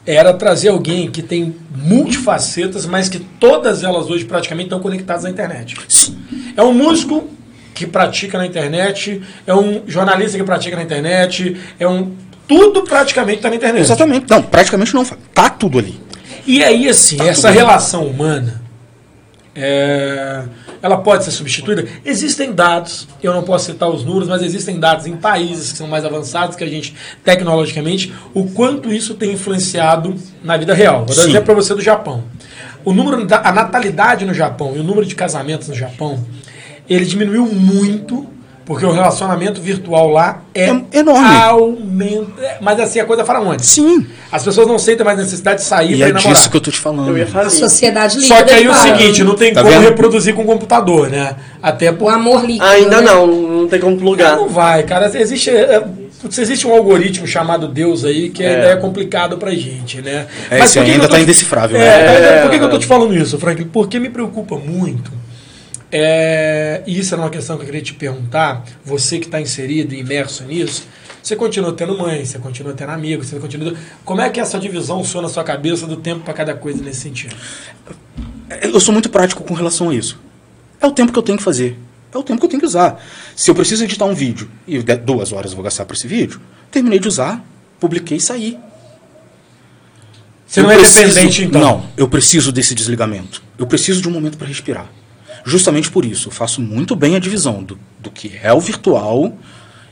Speaker 1: era trazer alguém que tem multifacetas, mas que todas elas hoje praticamente estão conectadas à internet.
Speaker 2: Sim.
Speaker 1: É um músico que pratica na internet, é um jornalista que pratica na internet, é um. Tudo praticamente está na internet.
Speaker 2: Exatamente. Não, praticamente não. Fábio. Tá tudo ali.
Speaker 1: E aí, assim,
Speaker 2: Tá
Speaker 1: essa relação humana, é, ela pode ser substituída? Existem dados, eu não posso citar os números, mas existem dados em países que são mais avançados que a gente tecnologicamente, o quanto isso tem influenciado na vida real. Vou dar um
Speaker 2: Sim.
Speaker 1: exemplo para você do Japão. O número da a natalidade no Japão e o número de casamentos no Japão, ele diminuiu muito Porque o relacionamento virtual lá é,
Speaker 2: É enorme.
Speaker 1: Aumenta. Mas assim, a coisa fala onde?
Speaker 2: Sim.
Speaker 1: As pessoas não sentem mais necessidade de sair
Speaker 2: E
Speaker 1: pra
Speaker 2: é
Speaker 1: ir namorar.
Speaker 2: disso que eu tô te falando.
Speaker 3: Eu ia
Speaker 4: A
Speaker 3: fazer.
Speaker 4: sociedade líquida.
Speaker 1: Só que aí
Speaker 4: ele
Speaker 1: o
Speaker 4: fala.
Speaker 1: seguinte, não tem
Speaker 2: Tá
Speaker 1: como
Speaker 2: vendo?
Speaker 1: reproduzir com computador, né? Até
Speaker 4: O
Speaker 1: porque
Speaker 4: amor líquido.
Speaker 3: Ainda
Speaker 4: né?
Speaker 3: não, não tem como plugar.
Speaker 1: não vai, cara. Existe, é, putz, existe um algoritmo chamado Deus aí que ainda é complicado pra gente, né?
Speaker 2: É, esse
Speaker 1: por que
Speaker 2: ainda
Speaker 1: que eu
Speaker 2: tá indecifrável,
Speaker 1: É,
Speaker 2: né?
Speaker 1: tá- Por que, que eu tô te falando isso, Frank? Porque me preocupa muito. é, e isso era uma questão que eu queria te perguntar. Você que está inserido e imerso nisso, você continua tendo mãe, você continua tendo amigos, você continua. Como é que essa divisão soa na sua cabeça do tempo para cada coisa nesse sentido?
Speaker 2: Eu sou muito prático com relação a isso. É o tempo que eu tenho que fazer. É o tempo que eu tenho que usar. Se eu preciso editar um vídeo e eu der duas horas eu vou gastar para esse vídeo, terminei de usar, publiquei e saí.
Speaker 1: Você
Speaker 2: Eu
Speaker 1: não é
Speaker 2: preciso-
Speaker 1: dependente, então?
Speaker 2: Não, eu preciso desse desligamento. Eu preciso de um momento para respirar. Justamente por isso, eu faço muito bem a divisão do, do que é o virtual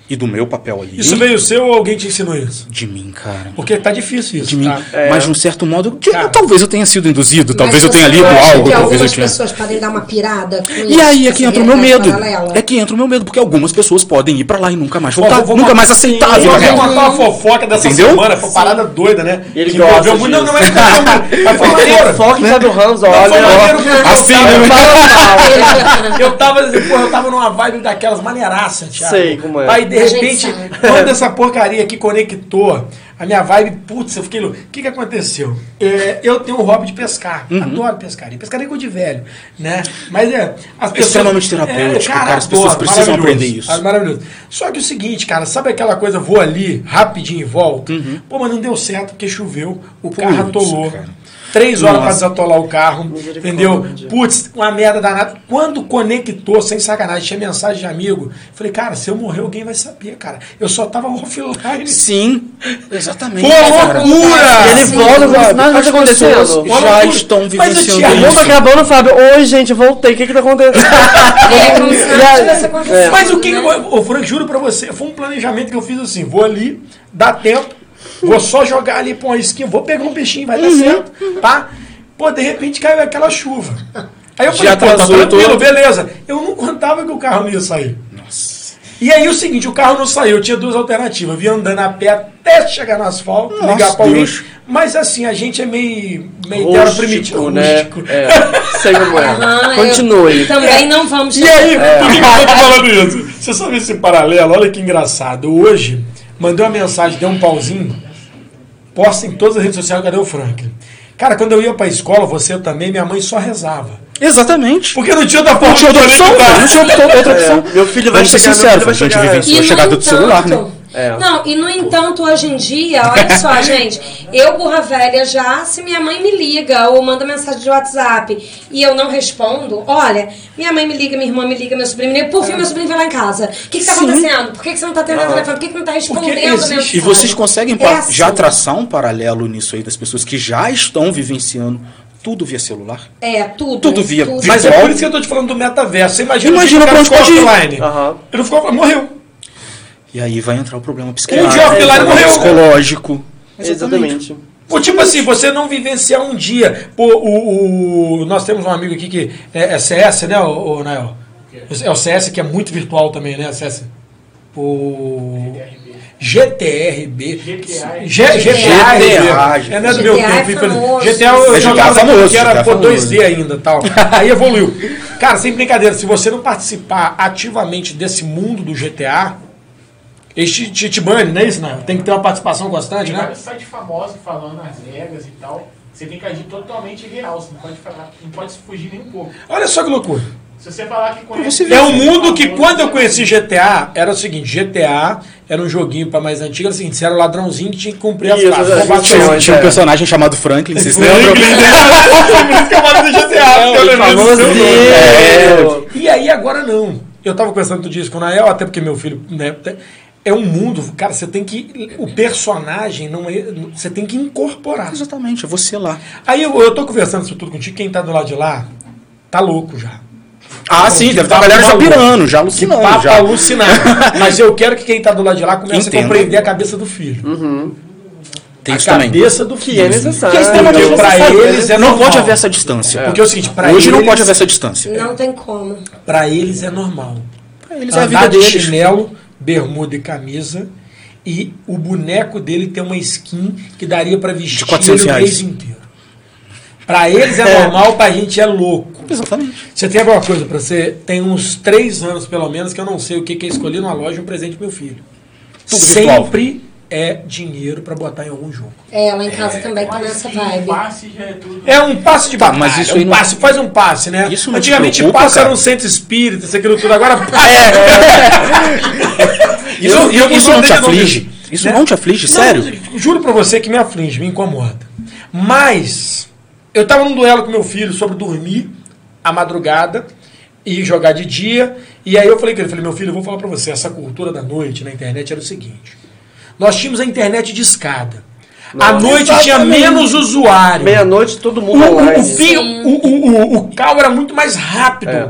Speaker 2: e do meu papel ali.
Speaker 1: Isso veio seu ou alguém te ensinou isso?
Speaker 2: De mim, cara.
Speaker 1: Porque tá difícil isso.
Speaker 2: De mim.
Speaker 1: tá?
Speaker 2: Mas de um certo modo, que-
Speaker 1: Cara.
Speaker 2: talvez eu tenha sido induzido,
Speaker 4: Mas
Speaker 2: talvez eu
Speaker 4: você
Speaker 2: tenha lido
Speaker 4: acha
Speaker 2: algo,
Speaker 4: que
Speaker 2: talvez eu
Speaker 4: algumas
Speaker 2: tenha.
Speaker 4: pessoas podem dar uma pirada com
Speaker 2: E aí é que
Speaker 4: essa
Speaker 2: entra o meu
Speaker 4: realidade
Speaker 2: medo.
Speaker 4: paralela?
Speaker 2: É que entra o meu medo, porque algumas pessoas podem ir pra lá e nunca mais voltar.
Speaker 1: Ó, vou- vou-
Speaker 2: nunca mais
Speaker 1: Eu
Speaker 2: aceitável, né? na
Speaker 1: vou
Speaker 2: real.
Speaker 1: contar uma fofoca dessa
Speaker 2: Entendeu?
Speaker 1: semana, foi uma parada doida, né?
Speaker 3: Ele
Speaker 1: que
Speaker 3: gosta
Speaker 1: envolveu muito. Não, não, mas mas foi
Speaker 3: Olha,
Speaker 1: maneiro.
Speaker 3: foca em Fábio Ramos,
Speaker 1: Foi maneiro
Speaker 3: olha.
Speaker 1: que eu
Speaker 2: Assim,
Speaker 1: gostava. [LAUGHS]
Speaker 2: né?
Speaker 1: Eu tava, assim, porra, eu tava numa vibe daquelas maneiraças, Thiago.
Speaker 3: Sei como é.
Speaker 1: Aí, de
Speaker 4: A gente
Speaker 1: repente,
Speaker 4: sabe.
Speaker 1: quando essa porcaria aqui conectou, a minha vibe, putz, eu fiquei louco. O que que aconteceu? É, eu tenho um hobby de pescar.
Speaker 2: Uhum.
Speaker 1: Adoro pescaria. Pescaria é coisa de velho, né? Mas é... As pessoas, É,
Speaker 2: Extremamente terapêutico, cara, as pessoas precisam
Speaker 1: maravilhoso.
Speaker 2: aprender isso.
Speaker 1: Ah, Maravilhoso. Só que o seguinte, cara, sabe aquela coisa, vou ali, rapidinho e volto? Pô, mas não deu certo porque choveu, o carro atolou.
Speaker 2: Uhum. cara.
Speaker 1: Três horas pra
Speaker 2: Nossa.
Speaker 1: desatolar o carro,
Speaker 3: Misericórdia.
Speaker 1: entendeu? Putz, uma merda danada. Quando conectou, sem sacanagem, tinha mensagem de amigo. Falei, cara, se eu morrer, alguém vai saber, cara. Eu só tava [LAUGHS] offline.
Speaker 2: Sim, exatamente.
Speaker 1: Pô,
Speaker 2: cara.
Speaker 1: loucura!
Speaker 3: Ele
Speaker 4: Sim,
Speaker 3: volta,
Speaker 2: Sabe,
Speaker 3: mas nada
Speaker 2: as
Speaker 3: tá
Speaker 2: pessoas
Speaker 3: acontecendo.
Speaker 1: Olha
Speaker 2: já
Speaker 1: loucura.
Speaker 2: estão
Speaker 1: Mas eu te
Speaker 2: vivenciando
Speaker 1: amo,
Speaker 2: isso.
Speaker 3: Vamos acabando, Fábio. Oi, gente, voltei. O que que tá acontecendo?
Speaker 4: É, como se nada tivesse
Speaker 2: É.
Speaker 4: acontecido,
Speaker 1: Mas o que.
Speaker 4: né?
Speaker 1: que eu- Ô, Frank, juro pra você, foi um planejamento que eu fiz assim: vou ali, dá tempo, vou só jogar ali pra uma esquina, vou pegar um peixinho, vai dar
Speaker 2: Uhum.
Speaker 1: certo, tá? Pô, de repente caiu aquela chuva. Aí eu falei,
Speaker 2: Já
Speaker 1: pô, tá
Speaker 2: atrasou
Speaker 1: tranquilo,
Speaker 2: tudo.
Speaker 1: beleza. Eu não contava que o carro não ia sair. E aí o seguinte, o carro não saiu, eu tinha duas alternativas. Eu vim andando a pé até chegar no asfalto,
Speaker 2: Nossa,
Speaker 1: ligar pra alguém.
Speaker 2: Deus.
Speaker 1: Mas assim, a gente é meio, meio terra primitivo,
Speaker 3: Então Rústico, né?
Speaker 1: rústico.
Speaker 3: É, sei como
Speaker 4: Aham, Então,
Speaker 3: é.
Speaker 4: eu
Speaker 3: Continue.
Speaker 4: Também não vamos
Speaker 1: E aí,
Speaker 2: É.
Speaker 1: por que que eu tô te falando isso? Você sabe esse paralelo? Olha que engraçado. Hoje, mandei uma mensagem, dei um pauzinho, posta em todas as redes sociais, cadê o Frank? Cara, quando eu ia pra escola, você também, minha mãe só rezava.
Speaker 2: é Exatamente.
Speaker 1: Porque não tinha outra forma
Speaker 2: Não tinha outra
Speaker 1: de
Speaker 2: opção,
Speaker 1: conectar.
Speaker 2: cara. Não tinha outra outra opção.
Speaker 3: meu filho vai
Speaker 2: Vamos ser
Speaker 3: chegar, meu
Speaker 2: sinceros,
Speaker 3: filho vai
Speaker 2: a gente
Speaker 3: chegar.
Speaker 2: vivencia
Speaker 4: E
Speaker 2: a
Speaker 4: no
Speaker 2: chegada do
Speaker 4: entanto-
Speaker 2: celular, né?
Speaker 3: É.
Speaker 4: Não, e no entanto, hoje em dia, olha
Speaker 2: [LAUGHS]
Speaker 4: só, gente, eu, burra velha, já, se minha mãe me liga ou manda mensagem de WhatsApp e eu não respondo, olha, minha mãe me liga, minha irmã me liga, meu sobrinho me liga, por fim,
Speaker 2: É.
Speaker 4: meu sobrinho vai lá em casa. O que, que tá acontecendo? Por que, que você não tá atendendo o telefone? Por que, que não tá respondendo
Speaker 1: Porque existe-
Speaker 4: mensagem?
Speaker 2: E vocês conseguem pa-
Speaker 4: É assim.
Speaker 2: já traçar um paralelo nisso aí das pessoas que já estão vivenciando tudo via celular?
Speaker 4: É, tudo.
Speaker 2: Tudo via- via-
Speaker 1: Mas é por isso que eu tô te falando do metaverso. Você imagina,
Speaker 2: Então? Imagina
Speaker 1: o cara
Speaker 2: pra onde
Speaker 1: ficou
Speaker 2: pode ir.
Speaker 1: offline.
Speaker 3: Aham.
Speaker 1: Ele ficou, morreu.
Speaker 2: E aí vai entrar o problema
Speaker 1: Um dia
Speaker 2: psiquiátrico,
Speaker 1: offline morreu.
Speaker 2: psicológico.
Speaker 3: Exatamente.
Speaker 1: Pô, tipo assim, você não vivenciar um dia. Pô, o, o- nós temos um amigo aqui que é, é CS, né, o, Nael? É o CS que é muito virtual também, né, CS? O. GTRB.
Speaker 5: GTA.
Speaker 1: G- GTRB.
Speaker 2: GTRB.
Speaker 1: É, não é do meu
Speaker 4: GTA é
Speaker 1: tempo, infelizmente.
Speaker 4: famoso.
Speaker 1: GTA eu
Speaker 2: É
Speaker 1: jogava
Speaker 2: GTA
Speaker 1: famoso,
Speaker 2: famoso,
Speaker 1: que era
Speaker 2: GTA
Speaker 1: pô,
Speaker 2: famoso.
Speaker 1: 2D ainda e tal. Aí evoluiu. Cara, sem brincadeira, se você não participar ativamente desse mundo do GTA, este te, te bane, não é isso, Nael? Tem que ter uma participação constante,
Speaker 5: Tem
Speaker 1: né?
Speaker 5: vários sites famosos falando as regras e tal. Você tem que agir totalmente real, você não pode falar, não pode fugir nem um pouco.
Speaker 1: Olha só que loucura.
Speaker 5: Se você falar que conhece.
Speaker 2: você ver.
Speaker 1: É um mundo que quando eu conheci GTA, era o seguinte, GTA era um joguinho pra mais antigo, era o seguinte, você era o ladrãozinho que tinha que cumprir as
Speaker 3: Isso,
Speaker 1: fases.
Speaker 3: é,
Speaker 1: Combate
Speaker 3: isso é.
Speaker 1: ao-
Speaker 2: Tinha, tinha um
Speaker 3: é.
Speaker 2: personagem chamado Franklin, vocês
Speaker 1: Franklin,
Speaker 2: lembram?
Speaker 1: né? Por isso que eu falo do GTA,
Speaker 3: um
Speaker 1: porque eu
Speaker 3: Ah,
Speaker 1: lembrei do seu nome.
Speaker 3: Famosinho.
Speaker 1: assim, E aí agora não. Eu tava conversando outro dia isso com o Nael, até porque meu filho, né, te- é um mundo, cara, você tem que o personagem não é, você tem que incorporar.
Speaker 2: Exatamente, é você lá.
Speaker 1: Aí eu, eu tô conversando isso tudo contigo, quem tá do lado de lá tá louco já.
Speaker 2: Ah, sim, deve estar a galera já pirando, já alucinando.
Speaker 1: papo
Speaker 2: Já.
Speaker 3: [LAUGHS]
Speaker 1: alucinado. Mas eu quero que quem tá do lado de lá comece a
Speaker 2: Entendo.
Speaker 1: compreender a cabeça do filho.
Speaker 2: Tem
Speaker 1: a
Speaker 2: isso também.
Speaker 1: cabeça do filho.
Speaker 3: é necessário.
Speaker 1: Que é extremamente
Speaker 3: Porque
Speaker 1: pra
Speaker 2: necessário,
Speaker 1: eles é
Speaker 2: Não
Speaker 1: normal.
Speaker 2: pode haver essa distância.
Speaker 1: Porque é o seguinte, pra
Speaker 2: Hoje
Speaker 1: eles,
Speaker 2: não pode haver essa distância.
Speaker 4: Não tem como.
Speaker 1: Pra eles é normal.
Speaker 2: Pra Eles é a
Speaker 1: andar
Speaker 2: vida
Speaker 1: de
Speaker 2: deles.
Speaker 1: chinelo, bermuda e camisa. E o boneco dele tem uma skin que daria pra vestir
Speaker 2: De 400
Speaker 1: ele o mês
Speaker 2: reais.
Speaker 1: inteiro. Pra eles é normal, pra gente é louco.
Speaker 2: Exatamente.
Speaker 1: Você tem alguma coisa pra você? Tem uns três anos, pelo menos, que eu não sei o que, que é escolher numa loja um presente pro meu filho.
Speaker 2: Tudo
Speaker 1: Sempre é dinheiro pra botar em algum jogo.
Speaker 4: É, lá em casa também tá nessa
Speaker 5: Mas
Speaker 4: vibe.
Speaker 5: passe já é tudo.
Speaker 1: É um passe de
Speaker 2: Tá,
Speaker 1: batalha,
Speaker 2: mas isso aí
Speaker 1: um
Speaker 2: não-
Speaker 1: passe, faz um passe, né?
Speaker 2: Isso não te
Speaker 1: Antigamente
Speaker 2: preocupa,
Speaker 1: passe era
Speaker 2: cara? Ah, é?
Speaker 1: um centro espírita, isso aquilo tudo, agora passe.
Speaker 2: [LAUGHS] Isso,
Speaker 1: Eu- eu-
Speaker 2: isso
Speaker 1: eu
Speaker 2: não te
Speaker 1: tenho dúvida.
Speaker 2: aflige. Isso
Speaker 1: Né?
Speaker 2: não te aflige, sério.
Speaker 1: Não, juro pra você que me aflige, me incomoda. Mas eu tava num duelo com meu filho sobre dormir à madrugada e jogar de dia. E aí eu falei com ele, falei, meu filho, eu vou falar pra você, essa cultura da noite na internet era o seguinte. Nós tínhamos a internet de escada. à noite tinha
Speaker 3: exatamente.
Speaker 1: menos usuário.
Speaker 3: Meia-noite, todo
Speaker 1: O,
Speaker 3: mundo
Speaker 1: o, o,
Speaker 3: online.
Speaker 1: fio- o, o, o, o cal era muito mais rápido.
Speaker 3: É.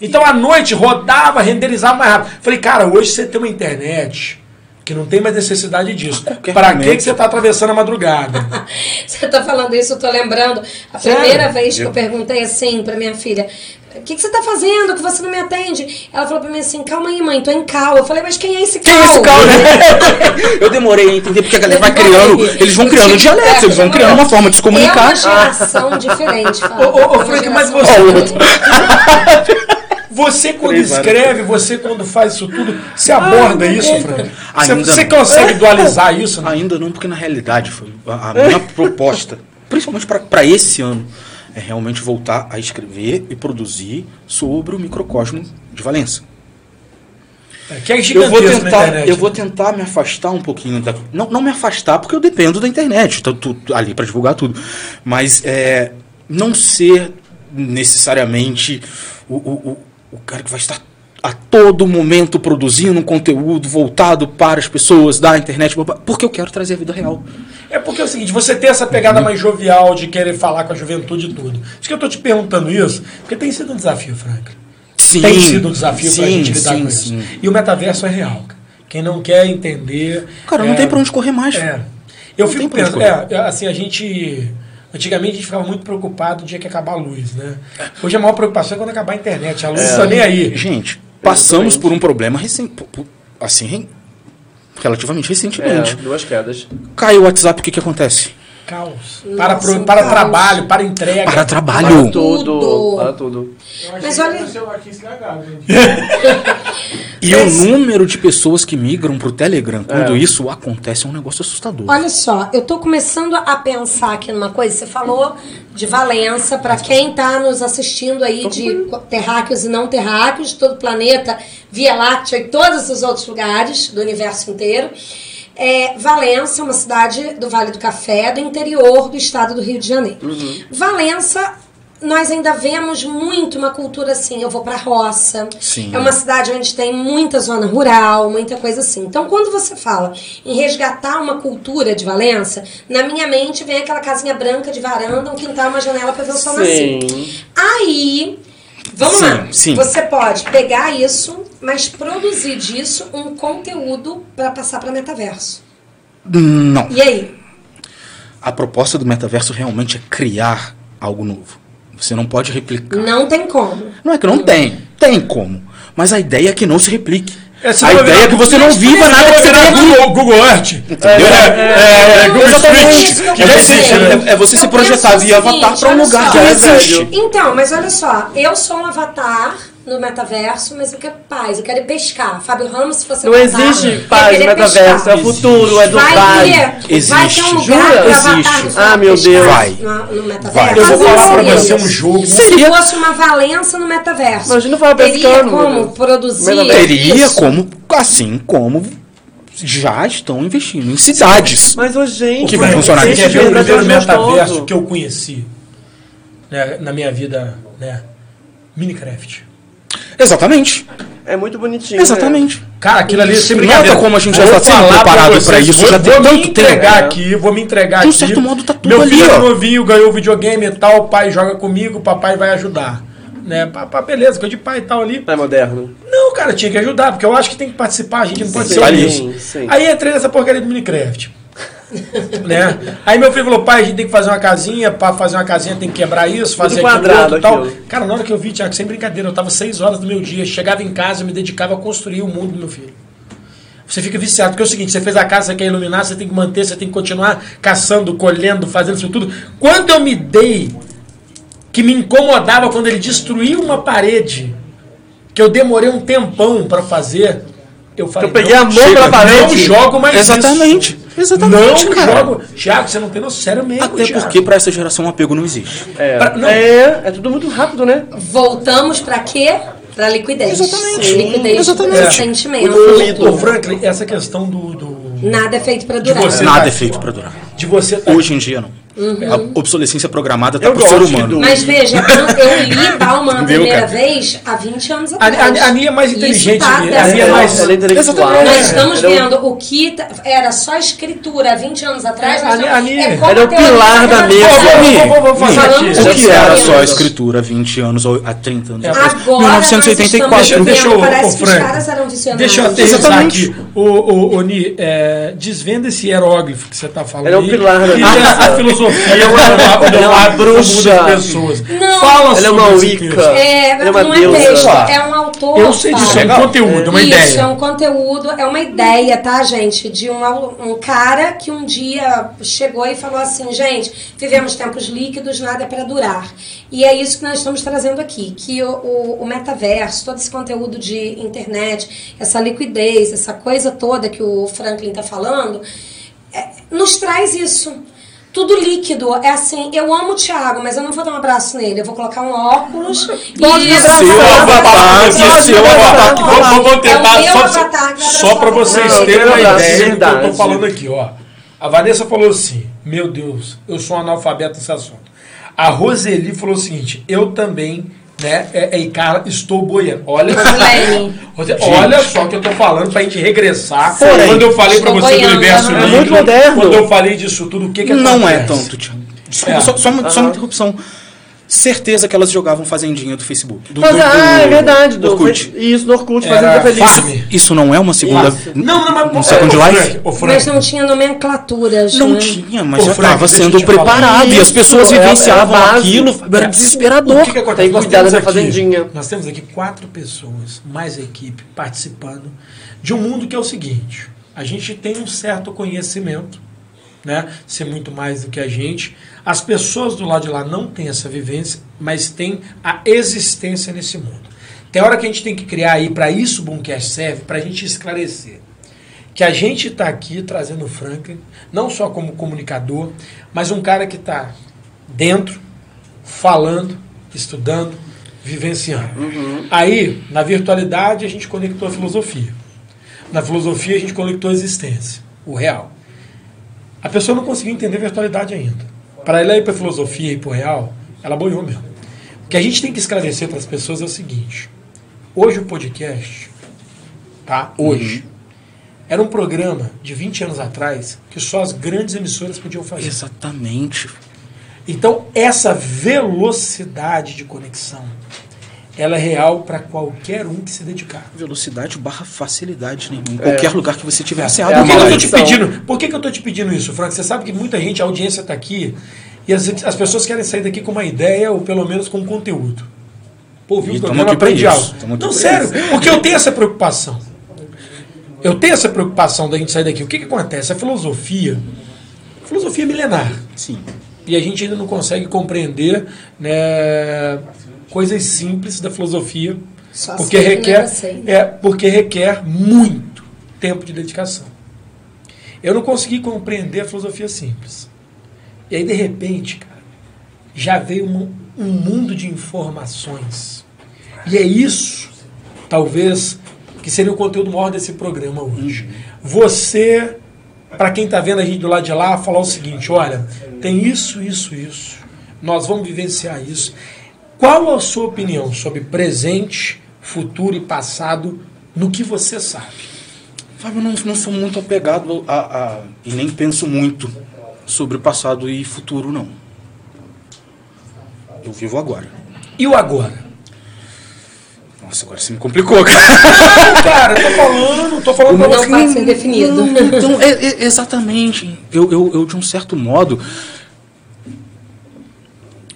Speaker 1: Então à noite rodava, renderizava mais rápido. Falei, cara, hoje você tem uma internet que não tem mais necessidade disso.
Speaker 2: qualquer
Speaker 1: Pra que,
Speaker 2: momento.
Speaker 1: que você tá atravessando a
Speaker 2: [LAUGHS]
Speaker 1: madrugada?
Speaker 4: [LAUGHS] Você tá falando isso, eu tô lembrando. A
Speaker 1: Sério?
Speaker 4: primeira vez que eu perguntei assim pra minha filha, o que, que você tá fazendo? Que você não me atende? Ela falou pra mim assim, calma aí, mãe, tô em cal. Eu falei, mas quem é esse cal?
Speaker 2: é esse
Speaker 4: [LAUGHS]
Speaker 2: cara, né? Eu demorei a entender porque a galera vai criando. Eles vão criando dialetos, eles vão criando uma forma de se
Speaker 4: É
Speaker 2: comunicar. [LAUGHS]
Speaker 4: uma geração diferente.
Speaker 1: ô,
Speaker 4: fala.
Speaker 1: ô, ô,
Speaker 4: É uma
Speaker 1: Frank, mas
Speaker 4: geração
Speaker 1: você-
Speaker 4: diferente.
Speaker 1: Você quando
Speaker 2: Três horas.
Speaker 1: escreve, você quando faz isso tudo, você aborda isso, Frank? Você,
Speaker 2: Ainda
Speaker 1: você
Speaker 2: não. Ah,
Speaker 1: consegue dualizar isso? Não?
Speaker 2: Ainda não, porque na realidade foi a,
Speaker 1: [LAUGHS]
Speaker 2: a minha proposta, principalmente para esse ano, é realmente voltar a escrever e produzir sobre o microcosmo de Valença.
Speaker 1: Que é
Speaker 2: Eu
Speaker 1: gigantesco
Speaker 2: vou
Speaker 1: na
Speaker 2: tentar,
Speaker 1: internet.
Speaker 2: eu vou tentar me afastar um pouquinho da, não, não me afastar porque eu dependo da internet, tô, tô ali para divulgar tudo, mas é, não ser necessariamente o, o, o, o cara que vai estar a todo momento produzindo um conteúdo voltado para as pessoas da internet, babá, porque eu quero trazer a vida real.
Speaker 1: É porque é o seguinte, você tem essa pegada mais jovial de querer falar com a juventude e tudo. Isso que eu tô te perguntando isso, porque tem sido um desafio, Frank.
Speaker 2: Sim,
Speaker 1: tem sido um desafio
Speaker 2: sim,
Speaker 1: pra gente lidar
Speaker 2: sim,
Speaker 1: com isso.
Speaker 2: sim.
Speaker 1: E o metaverso é real. cara. Quem não quer entender.
Speaker 2: Cara,
Speaker 1: é,
Speaker 2: não tem pra onde correr mais.
Speaker 1: É. Eu
Speaker 2: Não
Speaker 1: fico
Speaker 2: tem pra onde
Speaker 1: pensando. É, é, assim, a gente. Antigamente a gente ficava muito preocupado o dia que acabar a luz, né? Hoje a maior preocupação é quando acabar a internet. A luz
Speaker 2: É.
Speaker 1: não tá nem aí.
Speaker 2: Gente, passamos por um problema recente, assim, re- relativamente recentemente.
Speaker 3: É, duas quedas.
Speaker 2: Cai o WhatsApp, o que, que acontece?
Speaker 1: Caos. Para, pro-
Speaker 4: um
Speaker 1: para
Speaker 4: caos.
Speaker 1: trabalho, para entrega.
Speaker 2: Para
Speaker 3: Para
Speaker 2: trabalho.
Speaker 4: Tudo.
Speaker 3: tudo. Para tudo.
Speaker 5: Eu achei
Speaker 4: Mas
Speaker 5: que é
Speaker 4: olha-
Speaker 5: o celular tinha estragado. né?
Speaker 2: E o número de pessoas que migram pro Telegram quando isso acontece é um negócio assustador.
Speaker 4: Olha só, eu tô começando a pensar aqui numa coisa. Você falou de Valença, pra quem tá nos assistindo aí de terráqueos e não terráqueos, de todo o planeta, Via Láctea e todos os outros lugares do universo inteiro. É, Valença é uma cidade do Vale do Café, do interior do estado do Rio de Janeiro. Valença, nós ainda vemos muito uma cultura assim, eu vou pra roça.
Speaker 2: Sim.
Speaker 4: É uma cidade onde tem muita zona rural, muita coisa assim. Então, quando você fala em resgatar uma cultura de Valença, na minha mente vem aquela casinha branca de varanda, um quintal, uma assim. janela pra ver o sol nascer.
Speaker 3: Sim.
Speaker 4: Aí, vamos
Speaker 2: Sim,
Speaker 4: lá.
Speaker 2: sim.
Speaker 4: Você pode pegar isso, mas produzir disso um conteúdo pra passar pra metaverso.
Speaker 2: Não.
Speaker 4: E aí?
Speaker 2: A proposta do metaverso realmente é criar algo novo. Você não pode replicar.
Speaker 4: Não tem como.
Speaker 2: Não é que não tem. Tem como. Mas a ideia é que não se replique.
Speaker 1: É, você
Speaker 2: a
Speaker 1: vai
Speaker 2: ideia
Speaker 1: virar-
Speaker 2: é que você não viva nada que você
Speaker 1: Virar
Speaker 2: tenha visto.
Speaker 1: Google, Google Earth.
Speaker 2: Entendeu? É, é,
Speaker 4: Google Street.
Speaker 2: É você,
Speaker 4: Street.
Speaker 2: é- é você se
Speaker 4: Eu
Speaker 2: projetar
Speaker 4: penso o
Speaker 2: via avatar
Speaker 4: seguinte,
Speaker 2: pra um
Speaker 4: olha
Speaker 2: lugar
Speaker 4: só.
Speaker 2: que não
Speaker 3: É
Speaker 2: existe.
Speaker 3: verdade.
Speaker 4: Então, mas olha só, eu sou um avatar no metaverso, mas eu quero paz, eu quero ir pescar. Fábio Ramos, se você
Speaker 3: Não
Speaker 4: avatar, eu
Speaker 3: existe
Speaker 4: ia
Speaker 3: paz no
Speaker 4: querer
Speaker 3: metaverso, é
Speaker 4: pescar.
Speaker 3: o futuro, é do
Speaker 4: Vai
Speaker 3: vale.
Speaker 4: ter, vai ter um
Speaker 2: Existe.
Speaker 4: lugar
Speaker 3: Jura?
Speaker 4: pra avatar
Speaker 2: Existe.
Speaker 4: do Fábio
Speaker 3: Ah, meu
Speaker 4: pescar
Speaker 3: Deus.
Speaker 2: Vai.
Speaker 4: No, no metaverso.
Speaker 2: Vai.
Speaker 1: Eu vou
Speaker 4: Mas
Speaker 1: falar pra
Speaker 4: seria
Speaker 1: você um
Speaker 4: isso.
Speaker 1: jogo.
Speaker 4: Se
Speaker 2: Seria-
Speaker 4: fosse uma Valença no metaverso,
Speaker 3: Imagina o Fábio
Speaker 4: teria
Speaker 3: pescando, meu
Speaker 4: como
Speaker 3: Deus.
Speaker 4: produzir
Speaker 3: Metaverso.
Speaker 2: Teria
Speaker 4: isso?
Speaker 2: como, assim como já estão investindo em cidades.
Speaker 3: Mas, ô, gente...
Speaker 2: O que vai
Speaker 3: gente,
Speaker 2: funcionar
Speaker 1: Você
Speaker 2: nesse
Speaker 1: quer
Speaker 3: gente,
Speaker 1: ver o
Speaker 2: jogo?
Speaker 3: verdade,
Speaker 1: primeiro
Speaker 3: é gostoso.
Speaker 1: metaverso que eu conheci né, na minha vida, né? Minecraft.
Speaker 2: Exatamente.
Speaker 3: É muito bonitinho, né?
Speaker 2: Exatamente.
Speaker 1: Cara, aquilo ali sem
Speaker 2: Nota
Speaker 1: brincadeira.
Speaker 2: como a gente já
Speaker 1: Vou
Speaker 2: tá sendo
Speaker 1: falar
Speaker 2: preparado
Speaker 1: vocês,
Speaker 2: pra isso,
Speaker 1: vou,
Speaker 2: já tem
Speaker 1: vou me
Speaker 2: tanto tempo,
Speaker 1: entregar
Speaker 2: né?
Speaker 1: aqui, vou me entregar
Speaker 2: De um
Speaker 1: aqui.
Speaker 2: certo modo, tá tudo
Speaker 1: Meu
Speaker 2: ali,
Speaker 1: filho é
Speaker 2: ó.
Speaker 1: novinho ganhou videogame e tal, pai joga comigo, papai vai ajudar. Né? Papá, beleza, coisa de pai e tal ali.
Speaker 3: É moderno.
Speaker 1: Não, cara, tinha que ajudar, porque eu acho que tem que participar, a gente não pode
Speaker 2: Sim,
Speaker 1: ser
Speaker 2: tá
Speaker 1: ali.
Speaker 2: ali.
Speaker 3: sim.
Speaker 1: Aí entrei nessa porcaria do Minecraft. [LAUGHS] né? Aí meu filho falou, pai, a gente tem que fazer uma casinha, para fazer uma casinha tem que quebrar isso, fazer aquilo,
Speaker 3: quadrado,
Speaker 1: outro, tal.
Speaker 3: aquilo.
Speaker 1: Cara, na hora que eu vi, Tiago, sem brincadeira, eu tava seis horas do meu dia, chegava em casa, eu me dedicava a construir o mundo do meu filho. Você fica viciado, porque é o seguinte, você fez a casa, você quer iluminar, você tem que manter, você tem que continuar caçando, colhendo, fazendo isso tudo. Quando eu me dei que me incomodava quando ele destruiu uma parede, que eu demorei um tempão pra fazer, eu falei,
Speaker 3: Eu peguei a mão pra
Speaker 1: não
Speaker 3: parede.
Speaker 1: jogo mais isso.
Speaker 2: Exatamente. Exatamente,
Speaker 1: Não
Speaker 2: cara.
Speaker 1: jogo. Tiago, você não tem noção. Sério mesmo,
Speaker 2: Até
Speaker 1: Thiago.
Speaker 2: porque pra essa geração o apego não existe.
Speaker 3: É,
Speaker 1: Pra- não.
Speaker 3: é, é tudo muito rápido, né?
Speaker 4: Voltamos pra quê? Pra liquidez.
Speaker 2: Exatamente.
Speaker 4: Liquidez
Speaker 2: Exatamente.
Speaker 4: do sentimento.
Speaker 1: Ô, Franklin, essa questão do... do-
Speaker 4: Nada é feito pra durar.
Speaker 1: você-
Speaker 2: Nada é feito pra durar.
Speaker 1: de você... tá-
Speaker 2: Hoje em dia, não. A obsolescência programada tá
Speaker 3: É. Uhum. Eu
Speaker 2: pro ser
Speaker 3: gosto
Speaker 2: humano.
Speaker 3: do-
Speaker 4: Mas veja, eu, eu
Speaker 3: [LAUGHS]
Speaker 4: li Bauman a
Speaker 2: Viu, cara?
Speaker 4: primeira vez há 20 anos
Speaker 1: A,
Speaker 4: atrás.
Speaker 1: a, a Nia é mais
Speaker 4: Isso
Speaker 1: inteligente.
Speaker 4: tá
Speaker 1: Nia. a Nia é
Speaker 4: dessa
Speaker 1: mais...
Speaker 3: Ela é intelectual.
Speaker 1: Exatamente.
Speaker 4: Nós estamos
Speaker 3: Ela é um-
Speaker 4: vendo o que t- era só escritura há 20 anos atrás.
Speaker 1: É,
Speaker 4: nós
Speaker 1: ali-
Speaker 4: estamos-
Speaker 1: ali-
Speaker 4: como
Speaker 3: Ela é o
Speaker 4: a teoria
Speaker 3: pilar da
Speaker 4: relativa-
Speaker 1: Ô,
Speaker 3: mesa.
Speaker 1: vou- vou- vou- vou
Speaker 2: Sim.
Speaker 1: falar
Speaker 4: Falamos
Speaker 1: aqui.
Speaker 4: Já
Speaker 2: O que era só a
Speaker 4: sabemos.
Speaker 2: escritura há 20 anos ou há 30 anos
Speaker 1: É.
Speaker 2: atrás?
Speaker 4: Agora
Speaker 1: Deixa eu-
Speaker 4: nós estamos
Speaker 1: deixa eu-
Speaker 4: vendo,
Speaker 1: ô,
Speaker 4: parece que os
Speaker 1: Frank,
Speaker 4: caras eram visionários.
Speaker 1: Deixa eu aterrissar
Speaker 2: Exatamente.
Speaker 1: aqui. Ô, ô, ô, Ni, é, desvenda esse hieróglifo que você está falando.
Speaker 3: Ela é um
Speaker 1: aí,
Speaker 3: pilar da
Speaker 1: E
Speaker 3: mesa. [LAUGHS]
Speaker 1: essa filosofia do
Speaker 3: Ela é uma
Speaker 1: lado do mundo
Speaker 3: bruxa.
Speaker 1: das pessoas.
Speaker 4: Não.
Speaker 1: Fala
Speaker 3: Ela é
Speaker 1: sobre
Speaker 3: uma
Speaker 1: esse
Speaker 3: Wicca.
Speaker 1: texto.
Speaker 4: É,
Speaker 3: Ela é uma
Speaker 4: não é
Speaker 3: deusa.
Speaker 4: texto, é um autor.
Speaker 1: Eu sei disso, é
Speaker 4: Paulo.
Speaker 1: um conteúdo, uma
Speaker 4: Isso, é
Speaker 1: ideia.
Speaker 4: um conteúdo, é uma ideia, tá, gente? De um, alu- um cara que um dia chegou e falou assim, gente, vivemos tempos líquidos, nada é para durar. E é isso que nós estamos trazendo aqui, que o, o- o metaverso, todo esse conteúdo de internet, essa liquidez, essa coisa toda que o Franklin tá falando, é, nos traz isso. Tudo líquido, é assim, eu amo o Thiago, mas eu não vou dar um abraço nele, eu vou colocar um óculos
Speaker 3: Pode
Speaker 4: e...
Speaker 3: me abraçar, Seu
Speaker 2: avatar,
Speaker 3: que seu avatar que
Speaker 1: Vou, vou- vou
Speaker 4: É
Speaker 1: tentar
Speaker 4: o meu
Speaker 1: só,
Speaker 4: avatar que vai
Speaker 1: só
Speaker 4: abraçar
Speaker 1: para
Speaker 4: o
Speaker 1: vocês
Speaker 4: Ronaldo.
Speaker 1: terem uma
Speaker 3: Verdade,
Speaker 1: ideia do que eu
Speaker 3: verdade.
Speaker 1: tô falando aqui, ó. A Vanessa falou assim: Meu Deus, eu sou um analfabeto nesse assunto. A Roseli falou o seguinte: Eu também, né? É, é, e cara, estou boiando. Olha,
Speaker 4: Rosilene.
Speaker 1: Rose- olha só que eu tô falando pra gente regressar.
Speaker 2: Porém,
Speaker 1: quando eu falei pra
Speaker 4: estou
Speaker 1: você do
Speaker 4: boiando,
Speaker 1: universo
Speaker 4: é
Speaker 1: livre,
Speaker 3: muito moderno.
Speaker 1: quando eu falei disso tudo, o que que
Speaker 2: Não é
Speaker 1: acontece?
Speaker 2: tanto, Tiago. Desculpa,
Speaker 1: É.
Speaker 2: só, só uma, só uma interrupção. Certeza que elas jogavam Fazendinha do Facebook. Do,
Speaker 3: Mas,
Speaker 2: do-
Speaker 3: ah,
Speaker 2: do-
Speaker 3: é verdade.
Speaker 2: do Orkut.
Speaker 3: Isso, do Orkut, fazendo
Speaker 1: Era
Speaker 3: tá feliz.
Speaker 1: farm.
Speaker 2: Isso não é uma segunda.
Speaker 1: Não, não, mas
Speaker 2: Um second
Speaker 1: ô,
Speaker 2: life?
Speaker 1: Frank, ô, Frank,
Speaker 4: Mas não é tinha nomenclaturas,
Speaker 2: Não
Speaker 4: né?
Speaker 2: tinha, mas
Speaker 1: Ô,
Speaker 2: já
Speaker 1: Frank,
Speaker 2: estava
Speaker 1: deixa eu
Speaker 2: sendo
Speaker 1: te falar.
Speaker 2: preparado. e as
Speaker 3: Isso,
Speaker 2: pessoas
Speaker 3: é- é a
Speaker 2: vivenciavam
Speaker 3: base.
Speaker 2: aquilo. Era desesperador.
Speaker 1: O que, que acontece?
Speaker 3: Tem que
Speaker 1: Nós
Speaker 3: cuidar
Speaker 1: temos
Speaker 3: da
Speaker 1: aqui-
Speaker 3: fazendinha.
Speaker 1: Nós temos aqui quatro pessoas, mais a equipe, participando de um mundo que é o seguinte: a gente tem um certo conhecimento, né? Ser muito mais do que a gente. As pessoas do lado de lá não têm essa vivência, mas têm a existência nesse mundo. Tem hora que a gente tem que criar aí, para isso o Boomcast serve, para a gente esclarecer que a gente está aqui trazendo o Franklin, não só como comunicador, mas um cara que está dentro, falando, estudando, vivenciando. Aí, na virtualidade, a gente conectou a filosofia. Na filosofia, a gente conectou a existência, o real. A pessoa não conseguiu entender a virtualidade ainda. Para ela ir para a filosofia e para o real, ela boiou mesmo. O que a gente tem que esclarecer para as pessoas é o seguinte. Hoje o podcast, tá? Hoje. Era um programa de 20 anos atrás que só as grandes emissoras podiam fazer.
Speaker 2: Exatamente.
Speaker 1: Então, essa velocidade de conexão, ela é real para qualquer um que se dedicar.
Speaker 2: Velocidade barra facilidade, né? Em qualquer lugar que você tiver, você
Speaker 1: Por
Speaker 2: abre
Speaker 1: que,
Speaker 2: É uma
Speaker 1: que eu tô
Speaker 2: live.
Speaker 1: te pedindo, por que, que eu tô te pedindo isso, Frank? Você sabe que muita gente, a audiência está aqui, e as, as pessoas querem sair daqui com uma ideia, ou pelo menos com um conteúdo. Pô, ouvi
Speaker 2: E
Speaker 1: um
Speaker 2: tamo
Speaker 1: programa
Speaker 2: aqui pra
Speaker 1: aprende
Speaker 2: isso,
Speaker 1: algo.
Speaker 2: tamo aqui
Speaker 1: Não,
Speaker 2: pra
Speaker 1: sério, porque eu tenho essa preocupação. Eu tenho essa preocupação da gente sair daqui. O que, que acontece? A filosofia, a filosofia é milenar.
Speaker 2: Sim.
Speaker 1: e a gente ainda não consegue compreender né, coisas simples da filosofia
Speaker 4: Só um
Speaker 1: porque
Speaker 4: sei que
Speaker 1: requer
Speaker 4: nada sei.
Speaker 1: é porque requer muito tempo de dedicação eu não consegui compreender a filosofia simples e aí de repente cara já veio um, um mundo de informações e é isso talvez que seria o conteúdo maior desse programa hoje você para quem está vendo a gente do lado de lá, falar o seguinte: olha, tem isso, isso, isso. Nós vamos vivenciar isso. Qual a sua opinião sobre presente, futuro e passado no que você sabe?
Speaker 2: Fábio, eu não, não sou muito apegado a, a- E nem penso muito sobre o passado e futuro, não. Eu vivo agora.
Speaker 1: E o agora?
Speaker 2: Então, Nossa, agora você me complicou, cara.
Speaker 1: Cara, eu tô falando, tô falando pra
Speaker 4: Não
Speaker 1: você.
Speaker 2: um
Speaker 4: pode
Speaker 2: é
Speaker 4: ser definido.
Speaker 2: Então, é- é- exatamente. Eu, eu, eu, de um certo modo,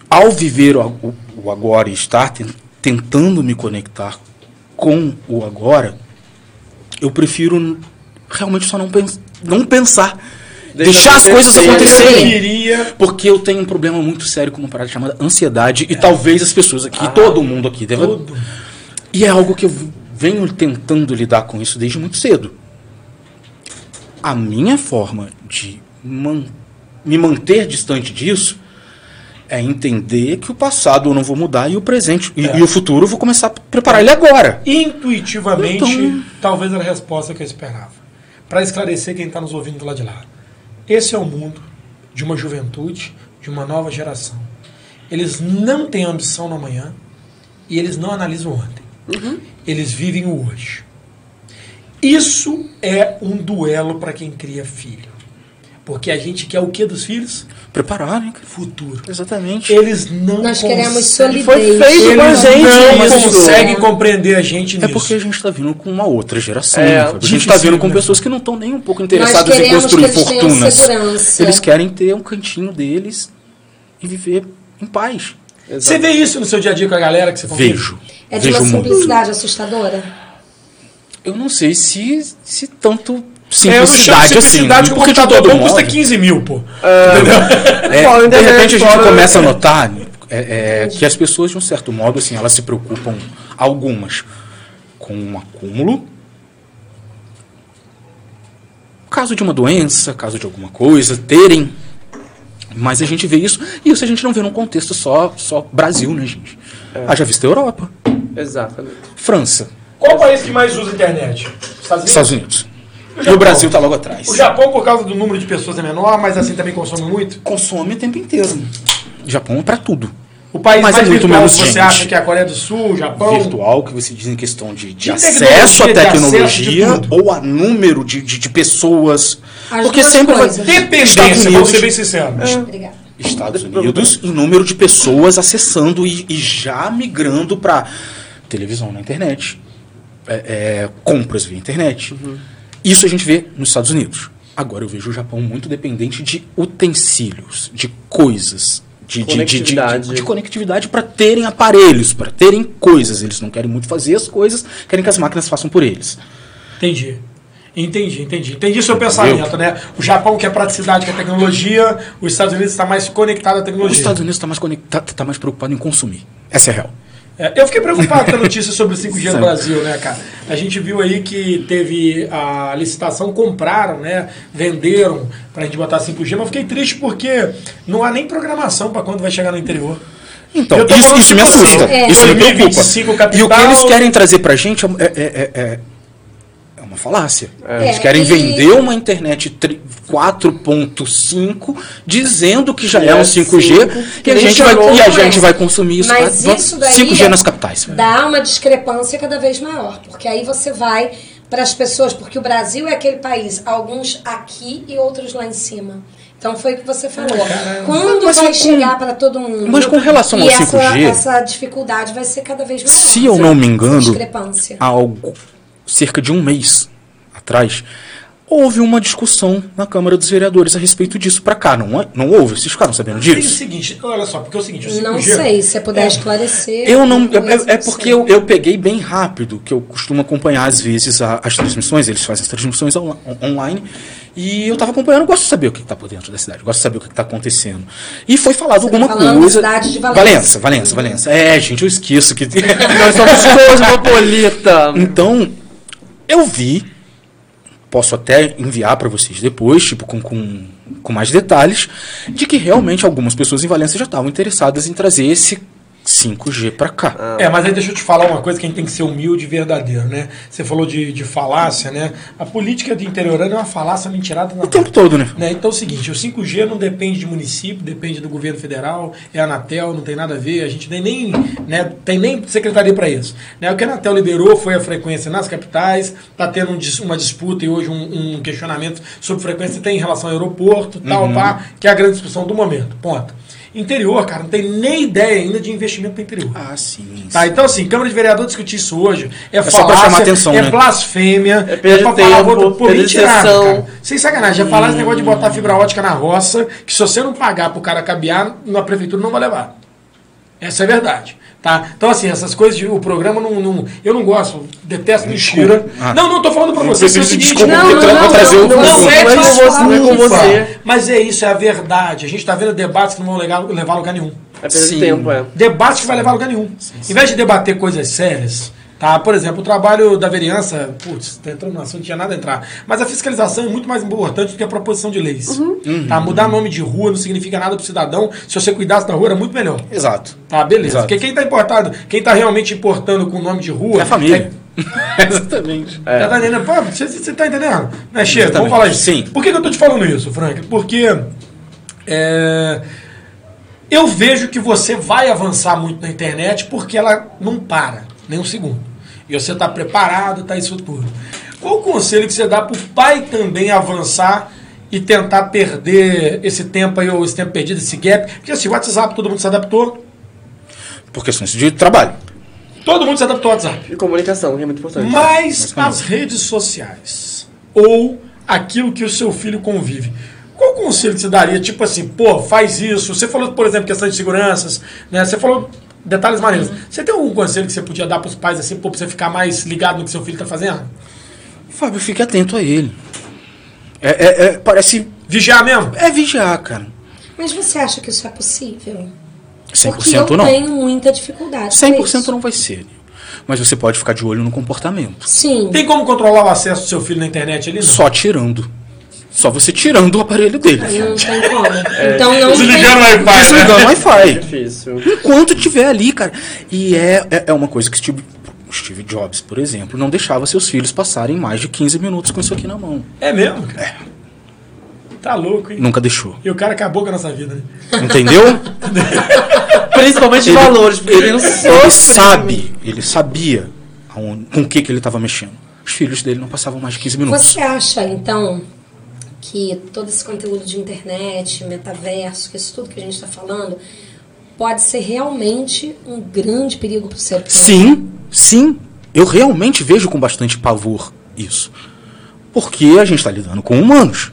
Speaker 2: ao viver o, ag- o- o agora e estar ten- tentando me conectar com o agora, eu prefiro n- realmente só não, pens não pensar. Deixar as coisas
Speaker 1: Eu
Speaker 2: acontecerem.
Speaker 1: queria.
Speaker 2: Porque eu tenho um problema muito sério com uma parada chamada ansiedade. E talvez as pessoas aqui, Ah, todo mundo aqui, deva. E é algo que eu venho tentando lidar com isso desde muito cedo. A minha forma de man- me manter distante disso é entender que o passado eu não vou mudar e o presente. E, e o futuro eu vou começar a preparar ele agora.
Speaker 1: Intuitivamente,
Speaker 2: Então-
Speaker 1: talvez era a resposta que eu esperava. Para esclarecer quem está nos ouvindo do lado de lá. Esse é o mundo de uma juventude, de uma nova geração. Eles não têm ambição no amanhã e eles não analisam o ontem.
Speaker 2: Uhum.
Speaker 1: Eles vivem o hoje. Isso é um duelo para quem cria filho. Porque a gente quer o que dos filhos?
Speaker 2: Preparar, né? cara?
Speaker 1: Futuro.
Speaker 2: Exatamente.
Speaker 1: Eles não
Speaker 4: Nós queremos
Speaker 1: conseguem-
Speaker 4: solidez.
Speaker 3: Foi feito pra
Speaker 1: Eles
Speaker 3: gente
Speaker 1: não
Speaker 3: isso.
Speaker 1: conseguem compreender a gente
Speaker 2: É
Speaker 1: nisso.
Speaker 2: porque a gente está vindo com uma outra geração.
Speaker 3: É,
Speaker 2: Fábio. a gente está
Speaker 1: difícil,
Speaker 2: vindo com
Speaker 1: né?
Speaker 2: pessoas que não estão nem um pouco
Speaker 4: Nós
Speaker 2: interessadas em
Speaker 4: queremos que
Speaker 2: construir
Speaker 4: eles tenham
Speaker 2: fortunas.
Speaker 4: segurança.
Speaker 2: Eles querem ter um cantinho deles e viver em paz.
Speaker 1: Você vê isso no seu dia a dia com a galera que você convive?
Speaker 2: Vejo.
Speaker 4: É de
Speaker 2: vejo
Speaker 4: uma
Speaker 2: muito.
Speaker 4: simplicidade assustadora.
Speaker 2: Eu não sei se, se tanto
Speaker 1: É, eu não chamo
Speaker 2: simplicidade assim.
Speaker 1: simplicidade
Speaker 2: né?
Speaker 1: porque
Speaker 2: Porque
Speaker 1: tá
Speaker 2: tá
Speaker 1: todo
Speaker 2: todo
Speaker 1: bom
Speaker 2: mundo.
Speaker 1: custa 15 mil, pô.
Speaker 2: É,
Speaker 3: Fora a
Speaker 2: de
Speaker 3: internet,
Speaker 2: repente a gente
Speaker 3: fora-
Speaker 2: começa a notar é, é, que as pessoas, de um certo modo, assim, elas se preocupam, algumas, com um acúmulo. Caso de uma doença, caso de alguma coisa, terem. Mas a gente vê isso, e isso a gente não vê num contexto só, só Brasil, né, gente? Haja visto a Europa,
Speaker 3: Exatamente.
Speaker 2: França,
Speaker 1: Qual o país que mais usa internet? Estados Unidos?
Speaker 2: Estados Unidos. E o Brasil tá logo atrás.
Speaker 1: O Japão, por causa do número de pessoas é menor, mas assim também consome muito.
Speaker 2: consome o tempo inteiro. Japão é pra tudo.
Speaker 1: O país
Speaker 2: Mas é
Speaker 1: mais
Speaker 2: muito
Speaker 1: virtuoso
Speaker 2: menos
Speaker 1: você
Speaker 2: gente.
Speaker 1: acha que é a Coreia do Sul, o Japão?
Speaker 2: virtual que você diz em questão de, de
Speaker 1: De
Speaker 2: acesso à
Speaker 1: tecnologia, de
Speaker 2: tecnologia
Speaker 1: acesso de tudo.
Speaker 2: ou a número de, de, de pessoas.
Speaker 4: As
Speaker 2: porque
Speaker 4: duas
Speaker 2: sempre vai-
Speaker 4: coisas.
Speaker 1: Dependência,
Speaker 2: Estados
Speaker 1: vamos ser bem
Speaker 2: Unidos,
Speaker 1: sincero.
Speaker 4: Obrigada.
Speaker 2: Estados Unidos em número de pessoas acessando e, e já migrando para televisão na internet, é, é, compras via internet. Isso a gente vê nos Estados Unidos. Agora eu vejo o Japão muito dependente de utensílios, de coisas. De, de- de- de- de-
Speaker 3: Conectividade.
Speaker 2: de conectividade para terem aparelhos, para terem coisas. Eles não querem muito fazer as coisas, querem que as máquinas façam por eles.
Speaker 1: Entendi. Entendi, entendi. Entendi seu pensamento, né? O Japão quer praticidade, quer tecnologia. Os Estados Unidos está mais conectado à
Speaker 2: Os
Speaker 1: tecnologia.
Speaker 2: Estados Unidos está mais, conecta- tá mais preocupado em consumir. Essa é a real.
Speaker 1: É, eu fiquei preocupado com a notícia sobre o 5G no
Speaker 2: Sim.
Speaker 1: Brasil, né, cara? A gente viu aí que teve a licitação, compraram, né? Venderam pra gente botar 5G, mas fiquei triste porque não há nem programação pra quando vai chegar no interior.
Speaker 2: Então,
Speaker 1: Eu tô
Speaker 2: isso,
Speaker 1: falando
Speaker 2: isso
Speaker 1: de
Speaker 2: me
Speaker 1: você.
Speaker 2: assusta.
Speaker 4: É.
Speaker 2: Isso me preocupa.
Speaker 1: 2025 capital.
Speaker 2: E o que eles querem trazer pra gente é, é- é- é- é uma falácia. Eles
Speaker 4: É,
Speaker 2: querem
Speaker 4: e-
Speaker 2: vender uma internet tri- 4.5 dizendo que já é,
Speaker 3: É,
Speaker 2: um 5G
Speaker 3: cinco.
Speaker 2: e a,
Speaker 3: Nem
Speaker 2: gente vai,
Speaker 3: chegou,
Speaker 2: e a
Speaker 4: mas-
Speaker 2: gente vai consumir isso.
Speaker 4: mas
Speaker 2: tá?
Speaker 4: isso daí
Speaker 2: 5G
Speaker 4: é-
Speaker 2: nas capitais.
Speaker 4: Dá uma discrepância cada vez maior, porque aí você vai para as pessoas, porque o Brasil é aquele país, alguns aqui e outros lá em cima. Então foi o que você falou. Quando
Speaker 2: Mas
Speaker 4: vai
Speaker 2: com-
Speaker 4: chegar para todo mundo?
Speaker 2: mas com relação
Speaker 4: e
Speaker 2: ao
Speaker 4: essa,
Speaker 2: 5G,
Speaker 4: essa dificuldade vai ser cada vez maior.
Speaker 2: se eu não me engano,
Speaker 4: essa discrepância.
Speaker 2: há algo cerca de um mês atrás, houve uma discussão na Câmara dos Vereadores a respeito disso pra cá. Não, é- não houve? Vocês ficaram sabendo
Speaker 1: Tem o
Speaker 2: disso?
Speaker 1: seguinte, olha só, porque é o seguinte, o É. 5G...
Speaker 4: Não sei, se você puder esclarecer.
Speaker 2: É. Eu não.
Speaker 4: alguma coisa,
Speaker 2: É, é
Speaker 4: não
Speaker 2: porque
Speaker 4: sei.
Speaker 2: eu, eu peguei bem rápido, que eu costumo acompanhar às vezes a- as transmissões, eles fazem as transmissões onla- on- online. E eu tava acompanhando, eu gosto de saber o que, que tá por dentro da cidade, eu gosto de saber o que, que tá acontecendo. E foi falado
Speaker 4: Você tá
Speaker 2: alguma
Speaker 4: falando
Speaker 2: coisa.
Speaker 4: cidade de Valença.
Speaker 2: Valença, Valença, Valença. É, gente, eu esqueço que.
Speaker 3: Nós somos cosmopolita.
Speaker 2: [LAUGHS] Então, eu vi, posso até enviar para vocês depois, tipo, com, com, com mais detalhes, de que realmente algumas pessoas em Valença já estavam interessadas em trazer esse 5G para cá.
Speaker 1: É, mas aí deixa eu te falar uma coisa que a gente tem que ser humilde e verdadeiro, né? Você falou de, de falácia, né? A política do interiorano é uma falácia mentirada na
Speaker 2: O tempo todo, né?
Speaker 1: Né? Então é o seguinte, o 5G não depende de município, depende do governo federal, é a Anatel, não tem nada a ver, a gente nem, nem né, tem nem secretaria para isso. Né? O que a Anatel liberou foi a frequência nas capitais, está tendo um dis- uma disputa e hoje um, um questionamento sobre frequência tem em relação ao aeroporto, tal, pá, que é a grande discussão do momento, ponto. Interior, cara, não tem nem ideia ainda de investimento para interior.
Speaker 2: Ah, sim.
Speaker 1: Tá, então assim, Câmara de Vereador discutir isso hoje é,
Speaker 2: só pra
Speaker 1: falácia,
Speaker 2: chamar atenção,
Speaker 1: é
Speaker 2: né?
Speaker 1: blasfêmia, é,
Speaker 3: perda
Speaker 1: pra
Speaker 3: de
Speaker 1: falar
Speaker 3: tempo,
Speaker 1: outro pô,
Speaker 3: perda de
Speaker 1: mentirado,
Speaker 3: atenção.
Speaker 1: cara. Sem sacanagem, já falar esse negócio de botar fibra ótica na roça, que se você não pagar pro cara cabear, na prefeitura não vai levar. Essa é a verdade. Tá? Então, assim, essas coisas, de, o programa não, não- Eu não gosto, detesto mentira.
Speaker 2: Ah.
Speaker 1: Não, não tô falando pra você, isso é o
Speaker 2: precisa de
Speaker 1: seguinte,
Speaker 2: desculpa,
Speaker 1: não,
Speaker 2: porque
Speaker 1: não,
Speaker 2: tu vai
Speaker 1: não,
Speaker 2: trazer
Speaker 1: não,
Speaker 2: o
Speaker 1: não
Speaker 2: conflito.
Speaker 1: é
Speaker 3: Mas
Speaker 1: desculpa,
Speaker 3: eu vou- não é com
Speaker 1: desculpa.
Speaker 3: você.
Speaker 1: Mas é isso, é a verdade. A gente tá vendo debates que não vão legar- levar a lugar nenhum.
Speaker 3: É perda
Speaker 2: Sim.
Speaker 3: de tempo, é.
Speaker 1: Debate que vai levar a lugar nenhum. Em vez de debater coisas sérias, tá? Por exemplo, o trabalho da vereança, putz, tá entrando no assunto, não tinha nada a entrar. Mas a fiscalização é muito mais importante do que a proposição de leis.
Speaker 2: Uhum.
Speaker 1: Tá? Mudar nome de rua não significa nada pro cidadão. Se você cuidasse da rua, era muito melhor.
Speaker 2: Exato.
Speaker 1: Tá, beleza.
Speaker 2: Exato.
Speaker 1: Porque quem tá importado, quem tá realmente importando com o nome de rua.
Speaker 2: É a família. Exatamente.
Speaker 1: É, Tá entendendo? Pô, você, você tá entendendo? Né, Chico? Vamos
Speaker 2: Exatamente.
Speaker 1: falar isso.
Speaker 2: Sim.
Speaker 1: Por que, que eu tô te falando isso, Frank? Porque. é, eu vejo que você vai avançar muito na internet porque ela não para nem um segundo. E você está preparado, está isso tudo. Qual o conselho que você dá para o pai também avançar e tentar perder esse tempo aí, ou esse tempo perdido, esse gap? Porque assim, o WhatsApp, todo mundo se adaptou.
Speaker 2: é Por questões de trabalho.
Speaker 1: Todo mundo se adaptou ao WhatsApp.
Speaker 3: E comunicação, que é muito importante.
Speaker 1: Mas
Speaker 2: como
Speaker 1: as redes sociais ou aquilo que o seu filho convive. Qual conselho que você daria? Tipo assim, pô, faz isso. Você falou, por exemplo, questão de seguranças, né? Você falou detalhes maneiros. Você tem algum conselho que você podia dar pros pais assim, pô, pra você ficar mais ligado no que seu filho tá fazendo?
Speaker 2: Fábio, fique atento a ele. É, é- é- parece.
Speaker 1: Vigiar mesmo?
Speaker 2: É vigiar, cara.
Speaker 4: Mas você acha que isso é possível? Porque
Speaker 2: 100%
Speaker 4: eu
Speaker 2: não.
Speaker 4: tenho muita dificuldade. com
Speaker 2: 100%
Speaker 4: isso.
Speaker 2: não vai ser. Mas você pode ficar de olho no comportamento.
Speaker 4: Sim.
Speaker 1: Tem como controlar o acesso do seu filho na internet ali? Não?
Speaker 2: Só tirando. Só você tirando o aparelho dele.
Speaker 4: Não tem como.
Speaker 2: É,
Speaker 4: Então não
Speaker 1: Desligando o
Speaker 4: tem.
Speaker 1: Wi-Fi, né?
Speaker 2: Desligando o Wi-Fi. [LAUGHS]
Speaker 3: Difícil.
Speaker 2: Enquanto tiver ali, cara. E é, é, é uma coisa que Steve, Steve Jobs, por exemplo, não deixava seus filhos passarem mais de 15 minutos com isso aqui na mão.
Speaker 1: É mesmo, cara? Tá louco, hein?
Speaker 2: Nunca deixou.
Speaker 1: E o cara acabou com a nossa vida, né?
Speaker 2: Entendeu?
Speaker 3: Principalmente
Speaker 1: é
Speaker 2: Ele-
Speaker 3: valores, porque ele não
Speaker 2: ele
Speaker 3: sofre.
Speaker 2: sabe, ele sabia aonde- com o que, que ele estava mexendo. Os filhos dele não passavam mais de 15 minutos.
Speaker 4: Você é acha, então, que todo esse conteúdo de internet, metaverso, que isso tudo que a gente está falando, pode ser realmente um grande perigo para o ser humano?
Speaker 2: Sim, sim. Eu realmente vejo com bastante pavor isso. Porque a gente está lidando com humanos.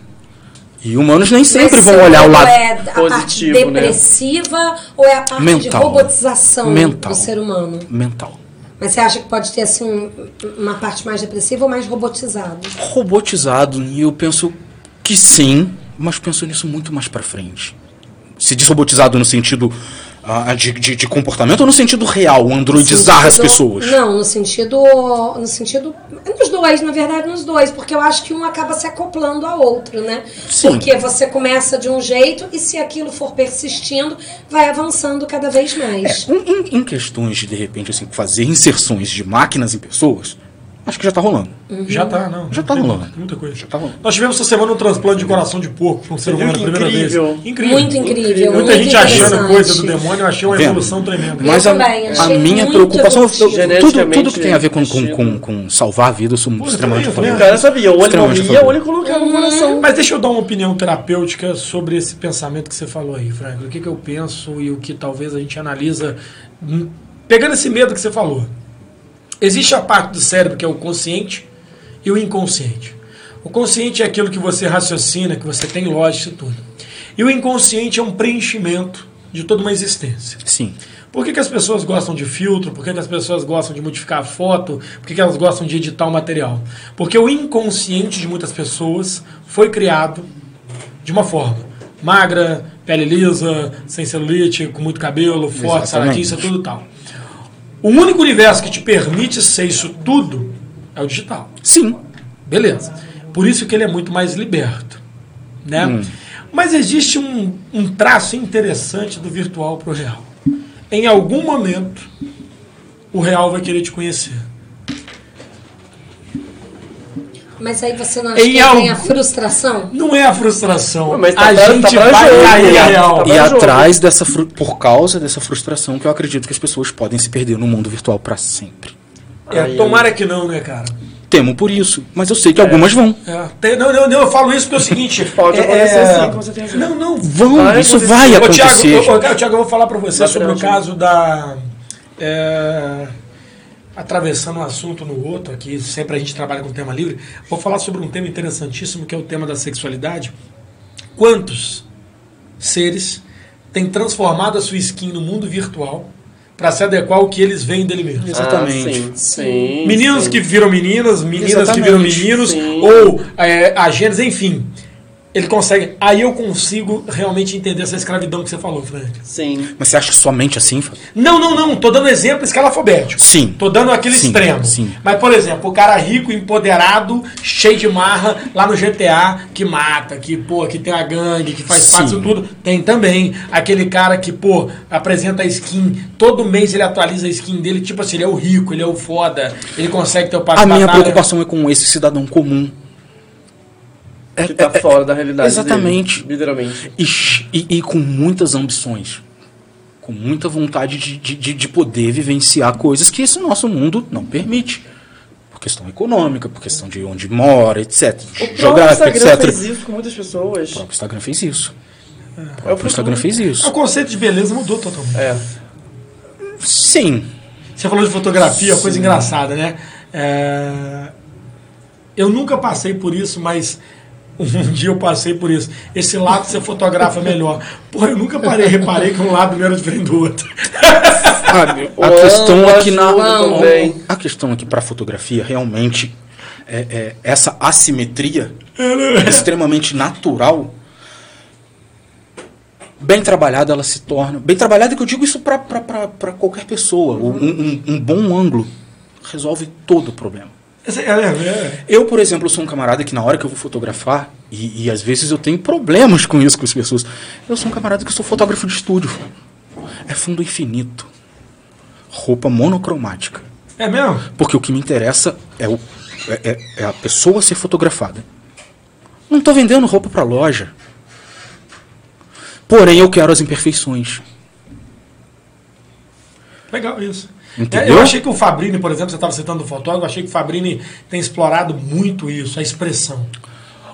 Speaker 2: E humanos nem sempre
Speaker 4: Mas
Speaker 2: vão
Speaker 4: isso
Speaker 2: olhar o lado.
Speaker 4: É a
Speaker 3: positivo,
Speaker 4: parte
Speaker 3: né?
Speaker 4: depressiva ou é a parte
Speaker 2: Mental.
Speaker 4: de robotização
Speaker 2: Mental.
Speaker 4: do ser humano?
Speaker 2: mental.
Speaker 4: Mas você acha que pode ter assim um- uma parte mais depressiva ou mais robotizada?
Speaker 2: robotizado e eu penso que sim, mas penso nisso muito mais pra frente. Se diz robotizado no sentido ah, de, de- de comportamento ou no sentido real, androidizar as
Speaker 4: sentido-
Speaker 2: pessoas?
Speaker 4: Não, no sentido. No sentido. Nos dois, na verdade, nos dois, porque eu acho que um acaba se acoplando ao outro, né?
Speaker 2: Sim.
Speaker 4: Porque você começa de um jeito e se aquilo for persistindo, vai avançando cada vez mais.
Speaker 2: Em, em- em um, questões de, de repente, assim, fazer inserções de máquinas em pessoas, acho que já tá rolando.
Speaker 1: Já tá, não.
Speaker 2: Já tá
Speaker 1: Tem
Speaker 2: rolando.
Speaker 1: Muita coisa. Já
Speaker 2: tá rolando.
Speaker 1: Nós tivemos essa semana um transplante de coração de porco pra um ser
Speaker 3: Você viu
Speaker 1: humano
Speaker 3: que
Speaker 1: pela primeira
Speaker 3: incrível?
Speaker 1: vez. Incrível.
Speaker 4: Muito incrível,
Speaker 1: Muita
Speaker 4: muito
Speaker 1: gente achando
Speaker 4: interessante.
Speaker 1: coisa do demônio, eu achei uma
Speaker 2: Tá Vendo?
Speaker 1: evolução tremenda.
Speaker 2: Mas
Speaker 4: Eu
Speaker 2: a,
Speaker 4: também,
Speaker 2: a
Speaker 4: achei
Speaker 2: minha
Speaker 4: muito
Speaker 2: preocupação, eu- eu- tudo,
Speaker 3: Geneticamente
Speaker 2: tudo que tem a ver com, com,
Speaker 3: mexido.
Speaker 2: com, com salvar a vida, eu sou
Speaker 1: Pô,
Speaker 2: extremamente
Speaker 1: eu
Speaker 2: a favor.
Speaker 1: também,
Speaker 3: O cara sabia, ou ele não
Speaker 2: Extremamente
Speaker 3: via, ou
Speaker 2: favor.
Speaker 3: ele colocava no coração.
Speaker 1: Mas deixa eu dar uma opinião terapêutica sobre esse pensamento que você falou aí, Frank. O que, que eu penso e o que talvez a gente analisa. hum, Pegando esse medo que você falou. Existe a parte do cérebro que é o consciente e o inconsciente. O consciente é aquilo que você raciocina, que você tem lógica e tudo. E o inconsciente é um preenchimento de toda uma existência.
Speaker 2: Sim.
Speaker 1: Por que, que as pessoas gostam de filtro? Por que, que as pessoas gostam de modificar a foto? Por que, que elas gostam de editar o material? Porque o inconsciente de muitas pessoas foi criado de uma forma magra, pele lisa, sem celulite, com muito cabelo, forte,
Speaker 2: Exatamente.
Speaker 1: saradinho, isso é tudo tal. O único universo que te permite ser isso tudo é o digital.
Speaker 2: Sim.
Speaker 1: Beleza. Por isso que ele é muito mais liberto. Né?
Speaker 3: Hum.
Speaker 1: Mas existe um, um traço interessante do virtual para o real. Em algum momento, o real vai querer te conhecer.
Speaker 4: Mas aí você não acha
Speaker 1: Em
Speaker 4: que tem
Speaker 1: algum-
Speaker 4: a frustração?
Speaker 1: Não é a frustração.
Speaker 3: Ué, mas tá
Speaker 1: a
Speaker 3: pra- tá
Speaker 1: gente
Speaker 3: pra
Speaker 1: vai
Speaker 3: jogo,
Speaker 1: cair
Speaker 2: E,
Speaker 3: né?
Speaker 1: a
Speaker 2: a-
Speaker 1: real.
Speaker 2: e
Speaker 3: Tá bom
Speaker 2: atrás dessa fru- por causa dessa frustração que eu acredito que as pessoas podem se perder no mundo virtual pra sempre.
Speaker 1: É, tomara que não, né, cara?
Speaker 2: temo por isso, mas eu sei que algumas vão.
Speaker 1: É, tem- não, não, não, eu falo isso porque é
Speaker 3: [LAUGHS]
Speaker 1: o seguinte.
Speaker 3: Pode
Speaker 1: é,
Speaker 3: acontecer
Speaker 1: é,
Speaker 3: sim, com certeza.
Speaker 1: Não, não.
Speaker 2: Vão,
Speaker 3: Vai
Speaker 2: isso
Speaker 3: acontecer.
Speaker 2: vai
Speaker 1: Ô, Thiago,
Speaker 2: acontecer.
Speaker 1: eu, eu, Thiago, eu vou falar pra você
Speaker 3: Vai
Speaker 1: sobre o
Speaker 3: grande.
Speaker 1: caso da. é, atravessando um assunto no outro, aqui sempre a gente trabalha com tema livre. Vou falar sobre um tema interessantíssimo que é o tema da sexualidade. Quantos seres têm transformado a sua skin no mundo virtual para se adequar ao que eles veem dele mesmo?
Speaker 2: Exatamente.
Speaker 3: Ah, sim, sim,
Speaker 1: Meninos
Speaker 3: sim.
Speaker 1: que viram meninas, meninas
Speaker 2: Exatamente.
Speaker 1: que viram meninos,
Speaker 3: Sim.
Speaker 1: ou é, a gêneros, enfim. Ele consegue. Aí eu consigo realmente entender essa escravidão que você falou, Frank.
Speaker 3: Sim.
Speaker 2: Mas você acha que somente assim? Fábio?
Speaker 1: Não, não, não. Tô dando exemplo escalafobético.
Speaker 2: Sim.
Speaker 1: Tô dando aquele
Speaker 2: Sim,
Speaker 1: extremo.
Speaker 2: sim.
Speaker 1: Mas, por exemplo, o cara rico, empoderado, cheio de marra, lá no GTA, que mata, que, pô, que tem a gangue, que faz
Speaker 2: Sim.
Speaker 1: parte disso tudo. Tem também. Aquele cara que, pô, apresenta a skin. Todo mês ele atualiza a skin dele. Tipo assim, ele é o rico, ele é o foda. Ele consegue ter o
Speaker 3: Tá
Speaker 1: papo
Speaker 2: A minha
Speaker 1: batalha.
Speaker 2: preocupação é com esse cidadão comum. É-
Speaker 3: Que tá
Speaker 2: é- é-
Speaker 3: fora da realidade.
Speaker 2: Exatamente.
Speaker 3: dele, literalmente.
Speaker 2: E, ch- e- e com muitas ambições. Com muita vontade de, de- de- de poder vivenciar coisas que esse nosso mundo não permite. Por questão econômica, por questão de onde mora, etc.
Speaker 3: O próprio
Speaker 2: Geográfica,
Speaker 3: Instagram
Speaker 2: etc.
Speaker 3: fez isso com muitas pessoas. É
Speaker 2: O próprio Instagram fez isso. O
Speaker 3: Eu procuro.
Speaker 2: próprio Instagram fez
Speaker 1: O
Speaker 2: isso.
Speaker 1: conceito de beleza mudou totalmente.
Speaker 3: É.
Speaker 2: Sim.
Speaker 1: Você falou de fotografia, coisa engraçada, né? É, Eu nunca passei por isso, mas um dia eu passei por isso. Esse lado você fotografa melhor. Pô, eu nunca parei, reparei que um lado não era diferente do outro.
Speaker 2: A
Speaker 3: [LAUGHS] O
Speaker 2: questão
Speaker 3: ângulo
Speaker 2: aqui na.
Speaker 3: ajuda também.
Speaker 2: A questão aqui para fotografia realmente é, é essa assimetria é extremamente natural. Bem trabalhada, ela se torna. Bem trabalhada, que eu digo isso para qualquer pessoa. Um, um- um bom ângulo resolve todo o problema.
Speaker 1: Essa- é, é,
Speaker 2: Eu, por exemplo, sou um camarada que na hora que eu vou fotografar, e, e às vezes eu tenho problemas com isso com as pessoas, eu sou um camarada que sou fotógrafo de estúdio. É fundo infinito. Roupa monocromática.
Speaker 1: é. É mesmo?
Speaker 2: Porque o que me interessa é, o, é, é- é a pessoa ser fotografada. Não estou vendendo roupa para loja. Porém, eu quero as imperfeições.
Speaker 1: Legal isso.
Speaker 2: Entendeu?
Speaker 1: É, Eu achei que o Fabrini, por exemplo, você estava citando o fotógrafo, eu achei que o Fabrini tem explorado muito isso, a expressão.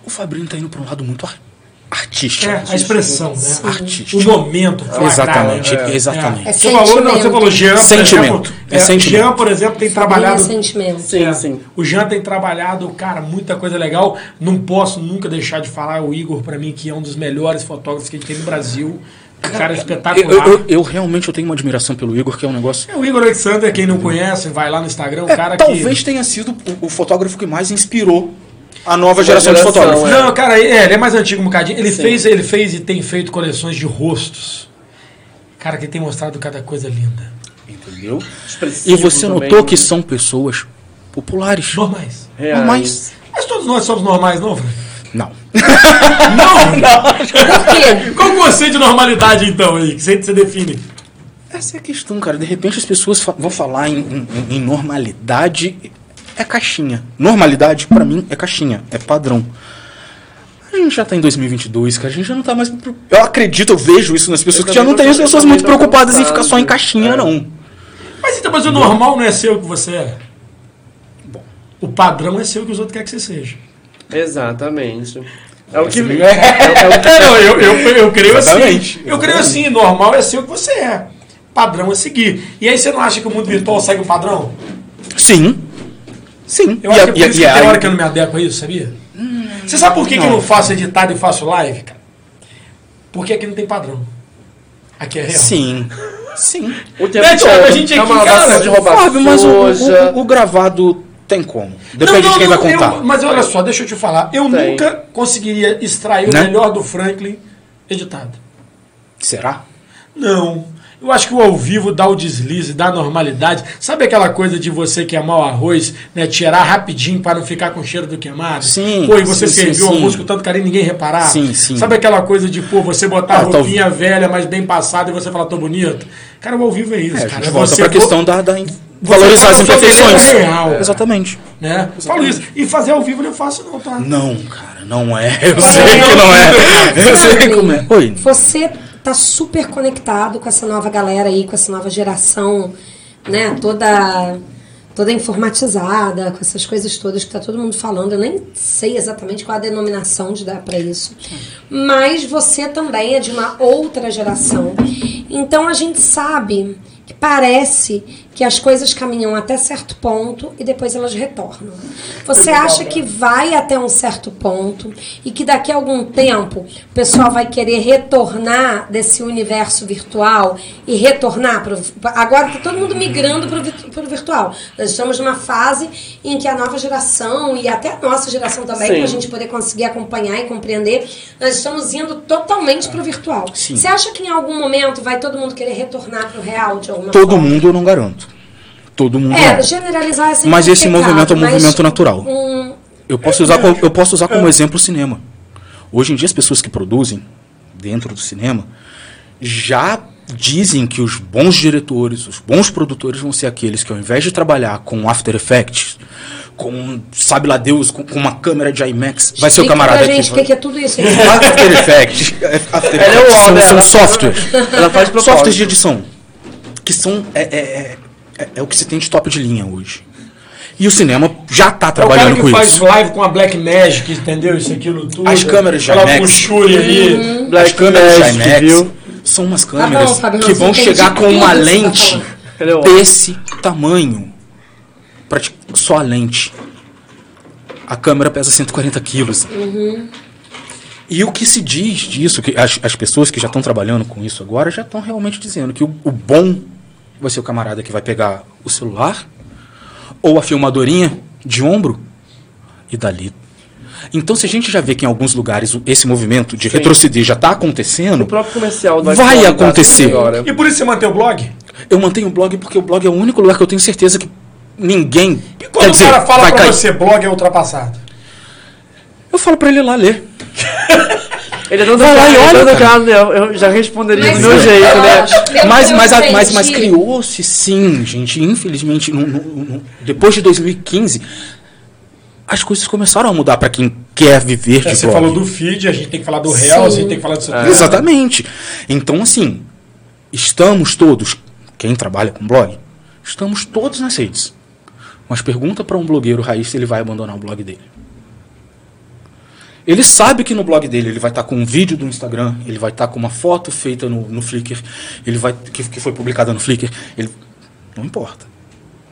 Speaker 2: O Fabrinho está indo para um lado muito ar- artístico.
Speaker 1: É, a expressão, né?
Speaker 2: Artístico.
Speaker 1: O momento. flagrar,
Speaker 2: Exatamente,
Speaker 1: né?
Speaker 2: exatamente.
Speaker 1: É. Você falou, não, você falou Jean, por
Speaker 2: Sentimento.
Speaker 1: exemplo,
Speaker 2: É
Speaker 1: é,
Speaker 2: sentimento.
Speaker 1: Jean, por exemplo, tem trabalhado.
Speaker 4: sentimento.
Speaker 3: Sim,
Speaker 1: É,
Speaker 3: sim.
Speaker 1: O Jean tem trabalhado, cara, muita coisa legal. Não posso nunca deixar de falar o Igor, pra mim, que é um dos melhores fotógrafos que a gente tem no Brasil. Um cara
Speaker 2: Eu,
Speaker 1: espetacular.
Speaker 2: eu- eu- eu realmente eu tenho uma admiração pelo Igor, que é um negócio.
Speaker 1: É o Igor Alexander, quem não conhece, vai lá no Instagram, um
Speaker 2: É,
Speaker 1: cara
Speaker 2: talvez tenha sido o, o fotógrafo que mais inspirou a nova geração,
Speaker 3: geração,
Speaker 2: de fotógrafos.
Speaker 1: que.
Speaker 3: é.
Speaker 1: Não, cara, é, ele é mais antigo um bocadinho. Ele fez, ele fez e tem feito coleções de rostos. Cara, que tem mostrado cada coisa linda.
Speaker 2: Entendeu?
Speaker 3: Expressivo
Speaker 2: é. E você
Speaker 3: também, né?
Speaker 2: notou que são pessoas populares.
Speaker 1: Normais.
Speaker 3: reais.
Speaker 2: Mas-
Speaker 1: Mas todos nós somos normais, não, Fran?
Speaker 2: Não.
Speaker 4: Por
Speaker 2: É.
Speaker 4: quê?
Speaker 1: Qual o conceito de normalidade, então, aí? Que você, você define?
Speaker 2: Essa é a questão, cara. De repente as pessoas fa- vão falar em, em- em normalidade. É caixinha. Normalidade, pra mim, é caixinha. É padrão. A gente já tá em 2022, cara. A gente já não tá mais. pro- Eu acredito, eu vejo isso nas pessoas,
Speaker 3: Eu
Speaker 2: que já
Speaker 3: também
Speaker 2: não tem
Speaker 3: tô-
Speaker 2: as pessoas
Speaker 3: também
Speaker 2: muito
Speaker 3: tô
Speaker 2: preocupadas
Speaker 1: tá,
Speaker 2: em
Speaker 3: cansado.
Speaker 2: ficar
Speaker 1: né?
Speaker 2: só em caixinha,
Speaker 3: É.
Speaker 2: não.
Speaker 1: Mas então, mas o normal não é seu que você é. Bom. O padrão é seu que os outros querem que você seja.
Speaker 3: Exatamente. É o que.
Speaker 2: Mas-
Speaker 3: é o que-
Speaker 1: não, eu, eu, eu creio
Speaker 2: Exatamente.
Speaker 1: Eu creio assim, normal é seu que você é. Padrão é seguir. E aí você não acha que o mundo virtual segue o padrão?
Speaker 2: Sim. Sim.
Speaker 1: Eu acho que é por isso que tem hora que eu não me adequo a isso, sabia? você sabe por que, que eu
Speaker 2: não.
Speaker 1: não faço editado e faço live, cara? Porque aqui não tem padrão. Aqui é real.
Speaker 2: Sim. Sim.
Speaker 3: O tempo
Speaker 1: Né, Thiago,
Speaker 3: todo.
Speaker 1: a gente
Speaker 3: é
Speaker 1: aqui,
Speaker 3: uma
Speaker 1: cara,
Speaker 3: lavação de roubar
Speaker 2: Fábio, mas o,
Speaker 3: suja.
Speaker 2: o- o gravado tem como. Depende de quem vai
Speaker 1: eu-
Speaker 2: contar.
Speaker 1: mas olha só, deixa eu te falar. Eu
Speaker 3: Tem.
Speaker 1: nunca conseguiria extrair
Speaker 2: Né?
Speaker 1: o melhor do Franklin editado.
Speaker 2: Será?
Speaker 1: Não. Eu acho que o ao vivo dá o deslize, dá a normalidade. Sabe aquela coisa de você queimar o arroz, né? Tirar rapidinho para não ficar com cheiro do queimado?
Speaker 2: Sim,
Speaker 1: Pô, e você
Speaker 2: sim,
Speaker 1: serviu
Speaker 2: sim,
Speaker 1: o
Speaker 2: sim.
Speaker 1: almoço com tanto carinho e ninguém reparar?
Speaker 2: Sim, sim.
Speaker 1: Sabe aquela coisa de, pô, você botar a
Speaker 2: Ah, tá-
Speaker 1: roupinha velha, mas bem passada e você falar, tô bonito? Cara, o ao vivo é isso,
Speaker 2: É, a
Speaker 1: cara.
Speaker 2: gente volta
Speaker 1: você
Speaker 2: pra
Speaker 1: vo-
Speaker 2: questão da, da in- valorizar as
Speaker 1: fala sobre
Speaker 2: imperfeições. É.
Speaker 1: o real.
Speaker 2: Exatamente.
Speaker 1: Né? Falo isso. E fazer ao vivo eu não faço, não, tá?
Speaker 2: Não, cara, não é. Eu
Speaker 1: Mas
Speaker 2: sei
Speaker 1: eu-
Speaker 2: que não é. Eu sei
Speaker 4: Franklin,
Speaker 2: como é. Oi.
Speaker 4: Você tá super conectado com essa nova galera aí, com essa nova geração, né? Toda toda informatizada, com essas coisas todas que tá todo mundo falando. Eu nem sei exatamente qual a denominação de dar para isso. Mas você também é de uma outra geração. Então a gente sabe que parece que as coisas caminham até certo ponto e depois elas retornam. Você acha que vai até um certo ponto e que daqui a algum tempo o pessoal vai querer retornar desse universo virtual e retornar para agora está todo mundo migrando para o virtual. Nós estamos numa fase em que a nova geração e até a nossa geração também,
Speaker 3: Sim.
Speaker 4: para a gente poder conseguir acompanhar e compreender, nós estamos indo totalmente para o virtual.
Speaker 2: Sim.
Speaker 4: Você acha que em algum momento vai todo mundo querer retornar para o real de alguma
Speaker 2: Todo
Speaker 4: forma?
Speaker 2: mundo eu não garanto. Todo mundo
Speaker 4: É,
Speaker 2: não.
Speaker 4: generalizar é sempre
Speaker 2: Mas esse
Speaker 4: complicado,
Speaker 2: movimento é um
Speaker 4: mas
Speaker 2: movimento natural.
Speaker 4: um-
Speaker 2: Eu posso usar, co- eu posso usar como exemplo o cinema. Hoje em dia, as pessoas que produzem dentro do cinema já dizem que os bons diretores, os bons produtores vão ser aqueles que, ao invés de trabalhar com After Effects, com sabe lá Deus, com, com uma câmera de IMAX, vai ser o
Speaker 4: explica
Speaker 2: camarada
Speaker 4: pra
Speaker 2: que
Speaker 4: gente o que,
Speaker 2: vai-
Speaker 4: que é tudo
Speaker 2: [LAUGHS]
Speaker 4: isso.
Speaker 3: [LAUGHS]
Speaker 2: After Effects, After
Speaker 3: Ela é
Speaker 2: Effects
Speaker 3: o
Speaker 2: são,
Speaker 3: homem,
Speaker 2: são
Speaker 3: ela-
Speaker 2: softwares
Speaker 3: Ela faz de propósito.
Speaker 2: softwares de edição. Que são. É, é- é- é- é o que se tem de top de linha hoje. E o cinema já está
Speaker 1: É o cara
Speaker 2: trabalhando
Speaker 1: que
Speaker 2: com
Speaker 1: faz
Speaker 2: isso.
Speaker 1: live com a Black Magic, entendeu? Isso, aquilo tudo.
Speaker 2: As câmeras Uhum. já
Speaker 1: Aquela
Speaker 2: Max.
Speaker 1: luxúria ali.
Speaker 2: As
Speaker 3: Black
Speaker 2: câmeras
Speaker 3: Magic,
Speaker 2: Ginex
Speaker 3: viu?
Speaker 2: são umas
Speaker 4: Tá bom,
Speaker 2: câmeras
Speaker 4: Fabiano,
Speaker 2: que vão
Speaker 4: entendi
Speaker 2: chegar com
Speaker 4: tudo
Speaker 2: uma
Speaker 4: que você tá
Speaker 2: lente
Speaker 4: falando.
Speaker 3: Ela é o homem.
Speaker 2: desse tamanho. Prati- Só a lente. A câmera pesa 140 quilos. E o que se diz disso, que as, as pessoas que já estão trabalhando com isso agora já estão realmente dizendo que o, o bom vai ser o camarada que vai pegar o celular ou a filmadorinha de ombro e dali. Então, se a gente já vê que em alguns lugares o- esse movimento de retroceder já está acontecendo,
Speaker 3: O próprio comercial do
Speaker 2: Vai
Speaker 3: iPhone tá
Speaker 2: acontecer.
Speaker 3: assim Agora.
Speaker 1: E por isso você mantém o blog?
Speaker 2: eu mantenho o blog porque o blog é o único lugar que eu tenho certeza que ninguém.
Speaker 1: E quando
Speaker 2: quer
Speaker 1: o
Speaker 2: dizer,
Speaker 1: cara fala
Speaker 2: vai
Speaker 1: pra
Speaker 2: cair.
Speaker 1: você, blog é ultrapassado.
Speaker 2: Eu falo pra ele ir lá ler.
Speaker 3: Ele é todo
Speaker 2: Vai lá
Speaker 3: cara,
Speaker 2: e
Speaker 3: ele é
Speaker 2: olha,
Speaker 3: todo
Speaker 2: cara.
Speaker 3: cara, eu, eu já responderia
Speaker 4: Mas
Speaker 2: é
Speaker 3: do meu
Speaker 4: eu-
Speaker 3: jeito, né?
Speaker 4: pelo
Speaker 2: Mas,
Speaker 4: que eu
Speaker 2: mas, a- mas, mas
Speaker 4: entendi,
Speaker 2: criou-se sim, gente. Infelizmente, no- no- no- depois de 2015, as coisas começaram a mudar pra quem quer viver de
Speaker 1: É, você
Speaker 2: blog.
Speaker 1: falou do feed, a gente tem que falar do real, a
Speaker 4: Sim.
Speaker 1: gente tem que falar disso tudo.
Speaker 2: Exatamente. Então, assim, estamos todos, quem trabalha com blog, estamos todos nas redes. Mas pergunta para um blogueiro raiz se ele vai abandonar o blog dele. Ele sabe que no blog dele ele vai estar com um vídeo do Instagram, ele vai estar com uma foto feita no, no Flickr, ele vai que, que foi publicada no Flickr, ele não importa.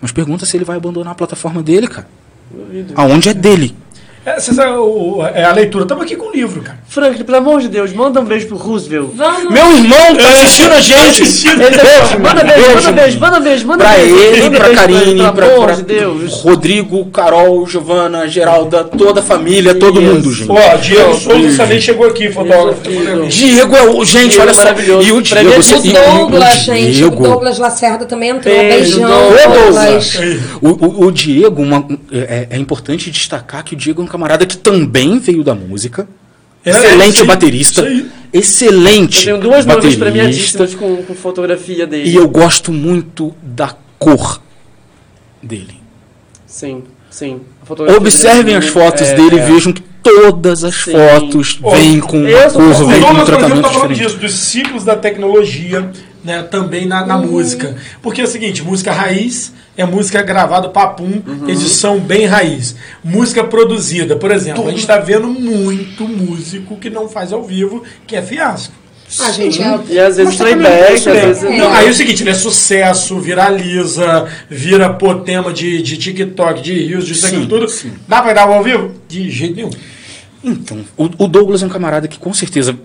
Speaker 2: Mas pergunta se ele vai abandonar a plataforma dele, cara. Aonde é dele?
Speaker 1: É, você sabe, o- o- é a leitura. Estamos aqui com o livro, cara.
Speaker 3: Franklin, pelo amor de Deus, manda um beijo pro Roosevelt.
Speaker 4: Vamos
Speaker 2: Meu irmão tá assistindo a gente.
Speaker 3: Ele tá-
Speaker 2: Beijo,
Speaker 3: manda
Speaker 2: meu.
Speaker 3: beijo,
Speaker 2: Beijo.
Speaker 3: manda beijo, manda beijo, manda
Speaker 2: Pra
Speaker 3: beijo.
Speaker 2: ele,
Speaker 3: manda
Speaker 2: pra
Speaker 3: beijo
Speaker 2: Karine,
Speaker 3: ele,
Speaker 2: pra,
Speaker 3: pelo amor
Speaker 2: pra
Speaker 3: de Deus.
Speaker 2: Rodrigo, Carol, Giovana, Geralda, toda a família, todo
Speaker 3: Isso.
Speaker 2: mundo, gente.
Speaker 1: Ó, Diego Souza também chegou aqui, fotógrafo.
Speaker 3: Isso.
Speaker 2: Diego é o. Gente,
Speaker 3: Diego
Speaker 2: olha
Speaker 3: é
Speaker 2: só.
Speaker 3: maravilhoso.
Speaker 2: E o
Speaker 3: Pra
Speaker 2: Diego.
Speaker 3: mim, é
Speaker 2: você-
Speaker 4: O
Speaker 2: e- e o
Speaker 4: Douglas, gente. O
Speaker 2: Diego-
Speaker 4: Douglas Lacerda também entrou.
Speaker 3: Beijo,
Speaker 4: Beijão,
Speaker 3: Douglas.
Speaker 4: Douglas.
Speaker 2: O, o- o Diego, uma- é, é importante destacar que o Diego é um camarada que também veio da música.
Speaker 1: É,
Speaker 2: excelente
Speaker 1: isso aí,
Speaker 2: baterista.
Speaker 1: isso aí.
Speaker 2: Excelente.
Speaker 3: Eu tenho duas noivas
Speaker 2: baterista,
Speaker 3: premiadíssimas com, com fotografia dele.
Speaker 2: E eu gosto muito da cor dele.
Speaker 3: Sim, sim. A fotografia
Speaker 2: Observem
Speaker 3: dele,
Speaker 2: as fotos
Speaker 3: é,
Speaker 2: dele e
Speaker 3: é.
Speaker 2: vejam que todas as
Speaker 3: Sim.
Speaker 2: fotos
Speaker 1: Ó,
Speaker 2: vêm com uma
Speaker 3: eu sou
Speaker 2: cor,
Speaker 1: O
Speaker 2: vêm com
Speaker 1: Douglas, por
Speaker 2: um
Speaker 1: exemplo,
Speaker 2: tratamento
Speaker 1: tá falando
Speaker 2: diferente.
Speaker 1: disso, dos ciclos da tecnologia, né, também na, na música. Porque é o seguinte, música raiz é música gravada papum,
Speaker 2: Uhum.
Speaker 1: edição bem raiz. Música produzida, por exemplo, a gente está vendo muito músico que não faz ao vivo, que é fiasco.
Speaker 4: Ah, gente,
Speaker 3: E às vezes
Speaker 1: Mas tá
Speaker 4: é
Speaker 1: caminhando
Speaker 3: playback, às
Speaker 1: muito bem.
Speaker 3: vezes...
Speaker 1: Não, aí é o seguinte, ele é sucesso, viraliza, vira pô tema de, de TikTok, de Reels, disso aquilo
Speaker 2: Sim,
Speaker 1: tudo.
Speaker 2: sim.
Speaker 1: Dá pra gravar ao vivo? De jeito nenhum.
Speaker 2: Então, o, o Douglas é um camarada que com certeza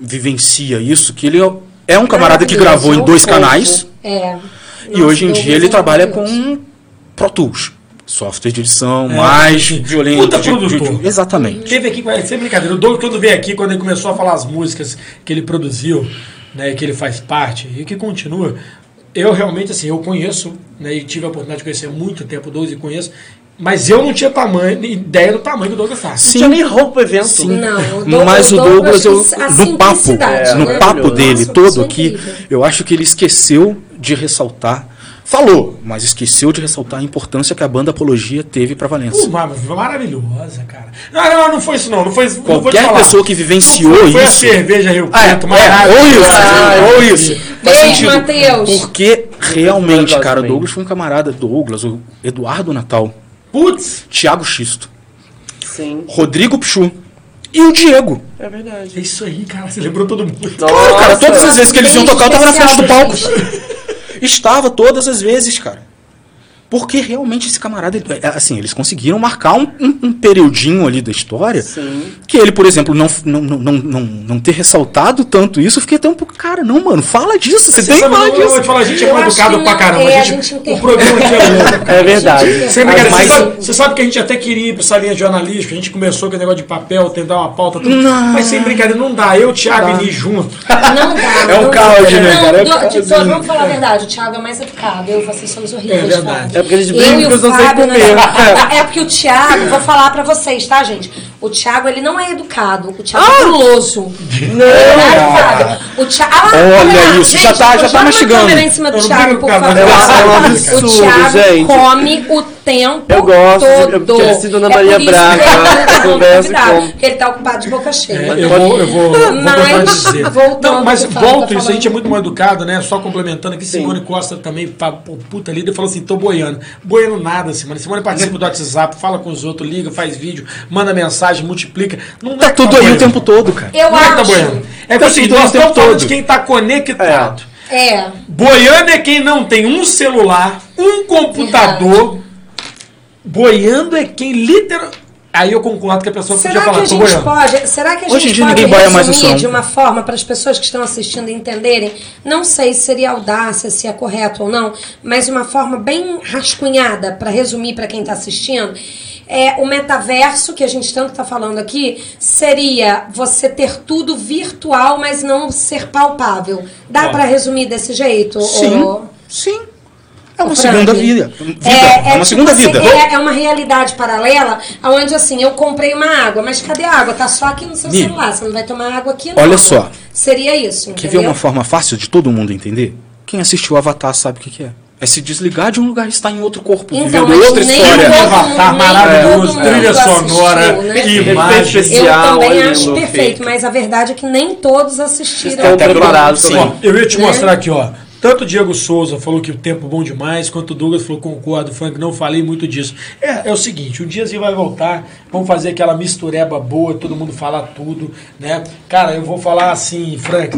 Speaker 2: vivencia isso, que ele é- é um camarada que
Speaker 3: Maravilhoso,
Speaker 2: gravou
Speaker 3: é
Speaker 2: em
Speaker 3: um
Speaker 2: dois
Speaker 3: fofo.
Speaker 2: canais
Speaker 4: É.
Speaker 2: e
Speaker 4: Nossa,
Speaker 2: hoje em
Speaker 4: Douglas
Speaker 2: dia ele
Speaker 4: é
Speaker 2: trabalha
Speaker 4: maravilhoso.
Speaker 2: com Pro Tools. Software de edição mais
Speaker 1: sim.
Speaker 2: violento.
Speaker 1: Puta
Speaker 2: É, de- de-
Speaker 1: produtor.
Speaker 2: de- exatamente.
Speaker 1: Teve aqui, mas sem brincadeira, o Douglas quando veio aqui, quando ele começou a falar as músicas que ele produziu, né, que ele faz parte e que continua, eu realmente, assim, eu conheço, né, e tive a oportunidade de conhecer muito tempo o Douglas e conheço, mas eu não tinha tamanho, ideia do tamanho do Douglas faz.
Speaker 3: Não tinha nem roupa pro evento.
Speaker 2: Sim.
Speaker 4: Não, o Douglas-
Speaker 2: Mas o
Speaker 4: o Douglas,
Speaker 2: Douglas, eu,
Speaker 4: a
Speaker 2: no papo,
Speaker 4: simplicidade,
Speaker 2: no
Speaker 3: né?
Speaker 2: papo dele
Speaker 4: Nossa,
Speaker 2: todo
Speaker 4: isso é
Speaker 2: aqui,
Speaker 4: incrível.
Speaker 2: eu acho que ele esqueceu de ressaltar Falou, mas esqueceu de ressaltar a importância que a banda Apologia teve para Valença.
Speaker 1: Uh, mar- maravilhosa, cara. Não, não, não foi isso não. não foi, isso, não vou te
Speaker 2: Qualquer
Speaker 1: falar.
Speaker 2: pessoa que vivenciou
Speaker 1: foi, foi a
Speaker 2: isso.
Speaker 1: cerveja Rio
Speaker 2: Ah, é,
Speaker 1: Preto,
Speaker 2: é, ou isso,
Speaker 1: maravilhosa.
Speaker 2: ou isso. Faz
Speaker 4: Beijo,
Speaker 2: sentido.
Speaker 4: Matheus.
Speaker 2: Porque realmente,
Speaker 3: Douglas
Speaker 2: cara,
Speaker 3: também.
Speaker 2: Douglas foi um camarada. Douglas, o Eduardo Natal,
Speaker 1: Putz,
Speaker 2: Thiago Xisto,
Speaker 3: Sim.
Speaker 2: Rodrigo Pichu e o Diego.
Speaker 3: É verdade.
Speaker 1: é isso aí, cara. Você lembrou todo mundo.
Speaker 2: Cara, cara, todas as vezes que eles iam tocar, eu tava na frente do
Speaker 4: Especial,
Speaker 2: palco. Estava todas as vezes, cara. Porque realmente esse camarada, ele- é, assim, eles conseguiram marcar um, um- um periodinho ali da história.
Speaker 3: Sim.
Speaker 2: Que ele, por exemplo, não, não, não, não, não, não ter ressaltado tanto isso, eu fiquei até um pouco, cara, não, mano, fala disso, você, tem que
Speaker 1: Sabe,
Speaker 2: falar
Speaker 1: eu, eu vou
Speaker 2: disso.
Speaker 1: te falar, a gente é
Speaker 4: Eu
Speaker 1: mal
Speaker 4: acho
Speaker 1: educado
Speaker 4: que
Speaker 1: pra caramba.
Speaker 4: é,
Speaker 1: a
Speaker 4: a
Speaker 1: gente,
Speaker 4: gente
Speaker 1: o programa aqui é
Speaker 4: [LAUGHS]
Speaker 1: louco.
Speaker 3: É verdade.
Speaker 1: Sem brincadeira,
Speaker 3: Mas-
Speaker 1: você, sabe, você sabe que a gente até queria ir pra essa linha jornalística, a gente começou com o negócio de papel, tentar uma pauta, tudo. Mas sem brincadeira, não dá. Eu, Thiago e Li junto.
Speaker 4: Não dá.
Speaker 2: É um
Speaker 4: não
Speaker 2: caos,
Speaker 4: dá.
Speaker 2: né,
Speaker 4: Não,
Speaker 2: cara? É
Speaker 4: do-
Speaker 2: um
Speaker 4: de-
Speaker 2: caos.
Speaker 4: do- vamos falar a verdade, o Thiago é mais educado. Eu e vocês somos horríveis.
Speaker 1: É verdade.
Speaker 3: É
Speaker 4: Fábio.
Speaker 3: porque eles
Speaker 4: tá? Eu
Speaker 3: brincam
Speaker 4: e o
Speaker 3: que eles não sabem
Speaker 4: Fábio,
Speaker 3: comer.
Speaker 4: né? É porque o Thiago, vou falar pra vocês, tá, gente? O Thiago, ele não é educado. O Thiago é guloso. Não, Fábio. O Thiago. Ah,
Speaker 2: Olha
Speaker 4: olha,
Speaker 2: isso,
Speaker 4: gente,
Speaker 2: já tá- já tá
Speaker 4: joga uma
Speaker 2: mastigando.
Speaker 4: câmera em cima do
Speaker 1: Eu não
Speaker 4: Thiago,
Speaker 1: brigo
Speaker 4: por
Speaker 1: com a
Speaker 4: favor.
Speaker 1: câmera.
Speaker 3: É um absurdo,
Speaker 4: o Thiago
Speaker 3: gente.
Speaker 4: come o tempo
Speaker 3: Eu gosto,
Speaker 4: todo.
Speaker 3: eu quero ser Dona
Speaker 4: É por
Speaker 3: Maria
Speaker 4: isso que ele
Speaker 3: Braga,
Speaker 4: tá todo
Speaker 3: conversa e
Speaker 4: convidado,
Speaker 3: como.
Speaker 4: Porque ele tá ocupado de boca cheia.
Speaker 1: É, Eu vou, eu vou, vou
Speaker 4: Mas,
Speaker 1: tentar dizer.
Speaker 4: voltando
Speaker 1: Não, mas
Speaker 4: ao que o Fábio tá
Speaker 1: volta isso, a
Speaker 4: falando.
Speaker 1: gente é muito mal educado, né? Só complementando aqui,
Speaker 3: Sim.
Speaker 1: Simone Costa também, pa- pô, puta líder, falou assim, tô boiando. Boiando nada, Simone. Simone participa do WhatsApp, fala com os outros, liga, faz vídio, manda mensagem, multiplica. Não é
Speaker 2: Tá
Speaker 1: que
Speaker 2: tudo aí o
Speaker 1: boiando.
Speaker 2: tempo todo, cara.
Speaker 4: Eu
Speaker 1: Não é que tá
Speaker 4: acho.
Speaker 1: boiando. É que
Speaker 2: Tá
Speaker 1: é o seguinte,
Speaker 2: tudo aí o
Speaker 1: nós estamos
Speaker 2: tempo
Speaker 1: falando
Speaker 2: todo.
Speaker 1: de quem tá conectado.
Speaker 4: É.
Speaker 1: Boiando é quem não tem um celular, um computador. Boiando é quem literal. Aí eu concordo que a pessoa
Speaker 4: Será
Speaker 1: podia
Speaker 4: que
Speaker 1: falar,
Speaker 4: a
Speaker 1: tô
Speaker 4: gente
Speaker 1: boiando.
Speaker 4: pode, será que a
Speaker 2: Hoje em
Speaker 4: gente
Speaker 2: dia
Speaker 4: pode
Speaker 2: ninguém boia mais o
Speaker 4: resumir
Speaker 2: som.
Speaker 4: de uma forma para as pessoas que estão assistindo entenderem? Não sei se seria audácia, se é correto ou não, mas uma forma bem rascunhada para resumir para quem está assistindo. É, o metaverso que a gente tanto está falando aqui seria você ter tudo virtual, mas não ser palpável. Dá para resumir desse jeito?
Speaker 2: Sim,
Speaker 4: ô-
Speaker 2: sim. É uma
Speaker 4: Frank?
Speaker 2: segunda vida. Vida, É uma
Speaker 4: tipo
Speaker 2: segunda
Speaker 4: assim,
Speaker 2: vida.
Speaker 4: É, é uma realidade paralela, onde assim, eu comprei uma água, mas cadê a água? Tá só aqui no seu
Speaker 2: Mi,
Speaker 4: celular, você não vai tomar água aqui não. né?
Speaker 2: olha só.
Speaker 4: Seria isso,
Speaker 2: Quer ver
Speaker 4: entendeu?
Speaker 2: uma forma fácil de todo mundo entender? Quem assistiu Avatar sabe o que, que é. É se desligar de um lugar e estar em outro corpo,
Speaker 4: Então,
Speaker 2: vivendo
Speaker 4: mas
Speaker 2: outra
Speaker 4: nem
Speaker 2: história.
Speaker 4: todo mundo-
Speaker 1: Avatar
Speaker 4: nem
Speaker 1: maravilhoso,
Speaker 4: todo um mundo
Speaker 1: trilha
Speaker 4: assistiu,
Speaker 1: sonora,
Speaker 4: né?
Speaker 1: que
Speaker 4: Eu
Speaker 1: imagem.
Speaker 4: Eu
Speaker 3: Especial,
Speaker 4: também
Speaker 3: olha,
Speaker 4: acho
Speaker 3: lindo,
Speaker 4: perfeito,
Speaker 3: feito.
Speaker 4: mas a verdade é que nem todos assistiram.
Speaker 3: Estão
Speaker 2: Até pelo-
Speaker 3: preparados
Speaker 2: tá sim.
Speaker 3: também.
Speaker 1: Ó, eu ia te mostrar aqui, ó. Tanto o Diego Souza falou que o tempo é bom demais, quanto o Douglas falou concordo, Frank, não falei muito disso. É, é o seguinte, o Diazinho vai voltar, vamos fazer aquela mistureba boa, todo mundo falar tudo, né? Cara, eu vou falar assim, Frank,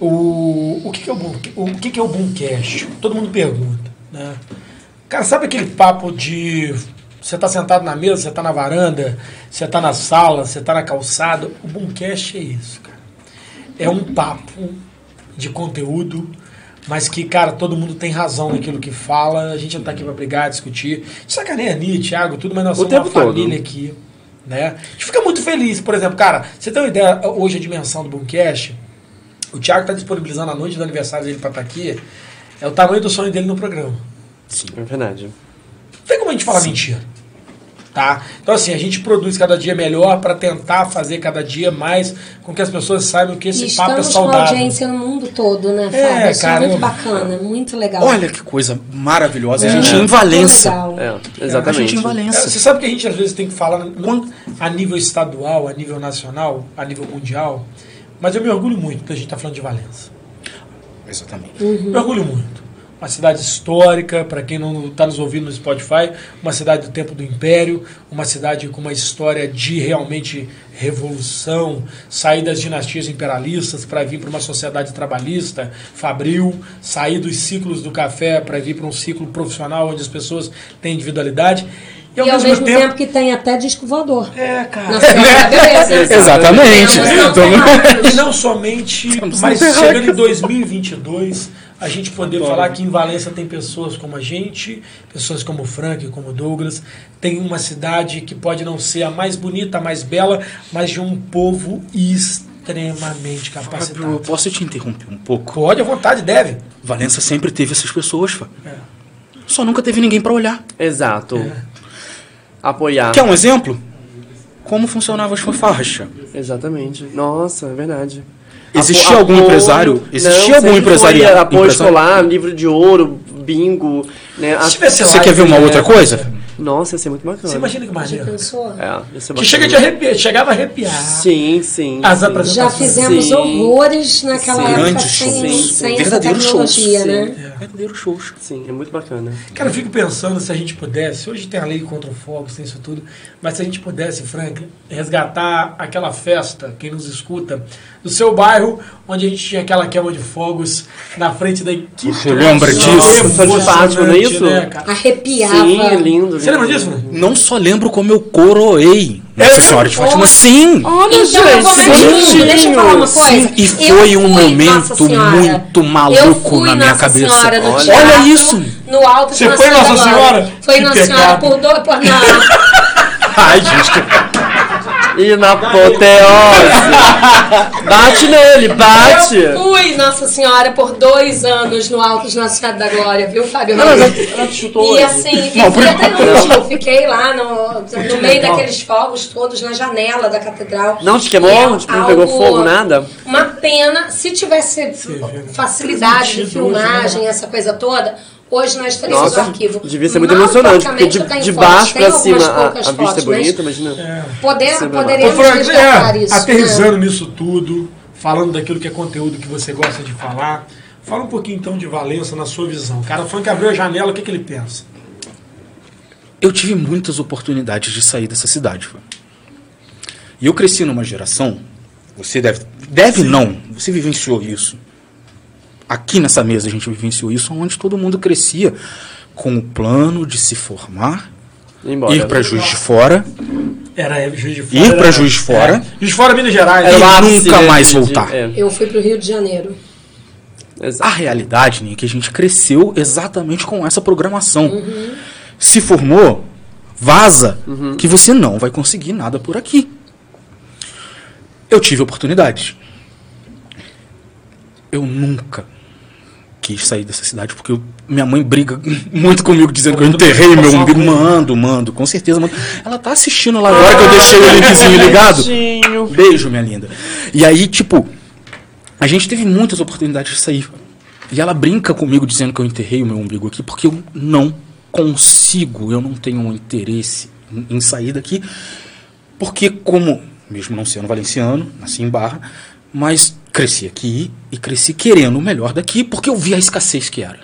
Speaker 1: o, o, que, que é o, Boom- o que, que é o Boomcast? Todo mundo pergunta, né? Cara, sabe aquele papo de você tá sentado na mesa, você tá na varanda, você tá na sala, você tá na calçada? O Boomcast é isso, cara é um papo de conteúdo, mas que, cara, todo mundo tem razão naquilo que fala. A gente não tá aqui pra brigar, discutir. Sacaneia ali, Thiago, tudo, mas nós
Speaker 3: O
Speaker 1: somos uma
Speaker 3: tempo todo.
Speaker 1: família aqui. Né? A gente fica muito feliz, por exemplo, cara, você tem uma ideia hoje a dimensão do Boomcast? O Thiago tá disponibilizando a noite do aniversário dele pra estar aqui. É o tamanho do sonho dele no programa.
Speaker 3: É verdade.
Speaker 1: Não tem como a gente falar mentira. Tá? Então, assim, a gente produz cada dia melhor pra tentar fazer cada dia mais com que as pessoas saibam que esse
Speaker 4: E
Speaker 1: papo é
Speaker 4: estamos com
Speaker 1: saudável.
Speaker 4: audiência no mundo todo, né,
Speaker 1: É,
Speaker 4: Fábio? Isso é
Speaker 1: cara,
Speaker 4: muito
Speaker 1: eu-
Speaker 4: bacana, muito legal.
Speaker 2: Olha que coisa maravilhosa. a gente
Speaker 4: Muito
Speaker 2: em Valença.
Speaker 4: legal.
Speaker 3: É,
Speaker 2: A gente
Speaker 3: exatamente.
Speaker 2: em
Speaker 1: É,
Speaker 2: Valença.
Speaker 1: Você sabe que a gente às vezes tem que falar no- a nível estadual, a nível nacional, a nível mundial, mas eu me orgulho muito da gente estar falando de Valença.
Speaker 2: Exatamente.
Speaker 1: Me orgulho muito. Uma cidade histórica, para quem não está nos ouvindo no Spotify, uma cidade do tempo do Império, uma cidade com uma história de realmente revolução, sair das dinastias imperialistas para vir para uma sociedade trabalhista, fabril, sair dos ciclos do café para vir para um ciclo profissional onde as pessoas têm individualidade. E ao, mesmo, tempo,
Speaker 4: que tem até disco voador.
Speaker 1: É, cara.
Speaker 2: [LAUGHS]
Speaker 4: Na Semana da Beleza.
Speaker 2: [LAUGHS] Exatamente.
Speaker 4: Temos, não,
Speaker 2: Então-
Speaker 4: Fernando.
Speaker 1: E não somente,
Speaker 2: Estamos
Speaker 1: mas
Speaker 2: no terráqueo.
Speaker 1: chegando em 2022, a gente poder falar que em Valença tem pessoas como a gente, pessoas como o Frank, como o Douglas, tem uma cidade que pode não ser a mais bonita, a mais bela, mas de um povo extremamente
Speaker 2: Fábio, eu
Speaker 1: capacitado.
Speaker 2: posso te interromper um pouco?
Speaker 1: Pode à vontade, deve.
Speaker 2: Valença sempre teve essas pessoas, Fá. Só nunca teve ninguém pra olhar.
Speaker 3: Exato.
Speaker 2: É.
Speaker 3: Apoiar.
Speaker 2: Quer um exemplo? Como funcionava as fanfarras?
Speaker 3: Exatamente. Nossa, é verdade.
Speaker 2: Existia algum empresário? Existia algum
Speaker 3: sempre foi
Speaker 2: empresaria-
Speaker 3: Apoio
Speaker 2: empresário?
Speaker 3: escolar, livro de ouro, bingo, né?
Speaker 1: Se tivesse
Speaker 2: Você quer ver uma outra coisa?
Speaker 3: Nossa, ia ser muito bacana.
Speaker 1: Você imagina que
Speaker 4: Já
Speaker 1: maneiro.
Speaker 4: pensou?
Speaker 3: É, ia ser
Speaker 1: Que
Speaker 3: bacana.
Speaker 1: chega de arrepiar, chegava a arrepiar.
Speaker 3: Sim, sim.
Speaker 1: As
Speaker 3: sim.
Speaker 1: apresentações.
Speaker 4: Já fizemos
Speaker 3: Sim.
Speaker 4: horrores naquela
Speaker 3: Sim.
Speaker 4: época
Speaker 2: Grandes
Speaker 4: sem,
Speaker 2: shows.
Speaker 3: sim,
Speaker 4: sem essa
Speaker 2: Verdadeiros shows.
Speaker 4: tecnologia,
Speaker 2: Sim.
Speaker 4: né?
Speaker 2: Verdadeiros shows.
Speaker 3: Sim, é muito bacana.
Speaker 1: Cara, eu fico pensando se a gente pudesse, hoje tem a lei contra o fogo, tem isso tudo, mas se a gente pudesse, Frank, resgatar aquela festa, quem nos escuta, do seu bairro, onde a gente tinha aquela queima de fogos na frente da equipe. né,
Speaker 2: Você
Speaker 3: um
Speaker 2: lembra disso?
Speaker 3: Foi de Fátima, não é isso?
Speaker 1: cara?
Speaker 4: Arrepiava.
Speaker 3: Sim, é lindo.
Speaker 1: Você lembra
Speaker 3: lindo.
Speaker 1: disso? Fran?
Speaker 2: Não só lembro como eu coroei Nossa Senhora de Fátima. Sim!
Speaker 3: Olha,
Speaker 4: Então, eu vou mais fundo, deixa eu falar uma coisa.
Speaker 2: Sim, e
Speaker 4: Eu
Speaker 2: foi um
Speaker 4: fui,
Speaker 2: momento
Speaker 4: Nossa Senhora.
Speaker 2: muito maluco
Speaker 4: Eu fui
Speaker 2: na minha
Speaker 4: Nossa
Speaker 2: cabeça.
Speaker 4: Senhora no
Speaker 2: Olha.
Speaker 4: teatro,
Speaker 2: Olha isso.
Speaker 4: No alto de
Speaker 1: Você foi
Speaker 4: Santa
Speaker 1: Nossa
Speaker 4: Glória.
Speaker 1: Senhora?
Speaker 4: Foi
Speaker 1: Que
Speaker 4: Nossa Senhora
Speaker 1: pecado.
Speaker 4: por dois. Por...
Speaker 2: [LAUGHS]
Speaker 4: Não.
Speaker 2: Ai, gente, que
Speaker 3: E na apoteose. bate nele,
Speaker 4: Eu
Speaker 3: bate.
Speaker 4: fui Nossa Senhora por dois anos no alto de Nossa Senhora da Glória, viu, Fábio?
Speaker 3: Ela já ela te chutou
Speaker 4: E
Speaker 3: hoje.
Speaker 4: assim,
Speaker 2: Não,
Speaker 4: fui
Speaker 2: por-
Speaker 4: até no último, fiquei lá no, no meio daqueles fogos todos, na janela da catedral.
Speaker 3: Não te
Speaker 4: E
Speaker 3: queimou?
Speaker 4: é
Speaker 3: Tipo, não pegou
Speaker 4: algo-
Speaker 3: fogo, nada?
Speaker 4: Uma pena, se tivesse facilidade de
Speaker 1: né?
Speaker 4: filmagem, essa coisa toda, hoje nós teríamos
Speaker 3: Nossa,
Speaker 4: o arquivo.
Speaker 3: devia ser muito
Speaker 4: Mal
Speaker 3: emocionante, porque de,
Speaker 4: praticamente eu tenho
Speaker 3: de
Speaker 4: fotos,
Speaker 3: baixo
Speaker 4: tenho
Speaker 3: pra cima
Speaker 4: algumas
Speaker 3: a,
Speaker 4: poucas
Speaker 3: a vista é
Speaker 4: fotos, mas
Speaker 3: bonita, imagina.
Speaker 4: Poder,
Speaker 3: Sim, é
Speaker 1: Ô,
Speaker 4: poderíamos
Speaker 1: Frank,
Speaker 4: resgatar
Speaker 1: é,
Speaker 4: isso. né?
Speaker 1: aterrissando nisso tudo, falando daquilo que é conteúdo que você gosta de falar, fala um pouquinho então de Valença na sua visão. Cara, o Frank abriu a janela, o que, que ele pensa?
Speaker 2: eu tive muitas oportunidades de sair dessa cidade. pô. E eu cresci numa geração, você deve, deve não, você vivenciou isso. Aqui nessa mesa a gente vivenciou isso, onde todo mundo crescia com o plano de se formar,
Speaker 3: E Embora.
Speaker 2: ir para Juiz de Fora,
Speaker 1: Era é, Juiz de Fora.
Speaker 2: ir
Speaker 1: era-
Speaker 2: para Juiz de Fora.
Speaker 1: É, Juiz de Fora, Minas Gerais.
Speaker 2: Era
Speaker 1: né?
Speaker 2: o ar-
Speaker 3: ápice,
Speaker 2: nunca
Speaker 3: né,
Speaker 2: mais
Speaker 3: de- de-
Speaker 2: voltar.
Speaker 3: é,
Speaker 4: Eu fui pro Rio de Janeiro.
Speaker 3: exato.
Speaker 2: A realidade, Nick, é que a gente cresceu exatamente com essa programação. Se formou, vaza, que você não vai conseguir nada por aqui. Eu tive oportunidade. Eu nunca quis sair dessa cidade porque eu- minha mãe briga [LAUGHS] muito comigo dizendo que eu enterrei meu umbigo. Mando, mando, com certeza mando. Ela tá assistindo lá agora que eu deixei o linkzinho ligado.
Speaker 3: Bonitinho.
Speaker 2: Beijo, minha linda. E aí, tipo, a gente teve muitas oportunidades de sair. E ela brinca comigo dizendo que eu enterrei o meu umbigo aqui porque eu não consigo, eu não tenho um interesse em- em sair daqui. Porque como, mesmo não sendo valenciano, nasci em Barra, mas cresci aqui e cresci querendo o melhor daqui porque eu vi a escassez que era.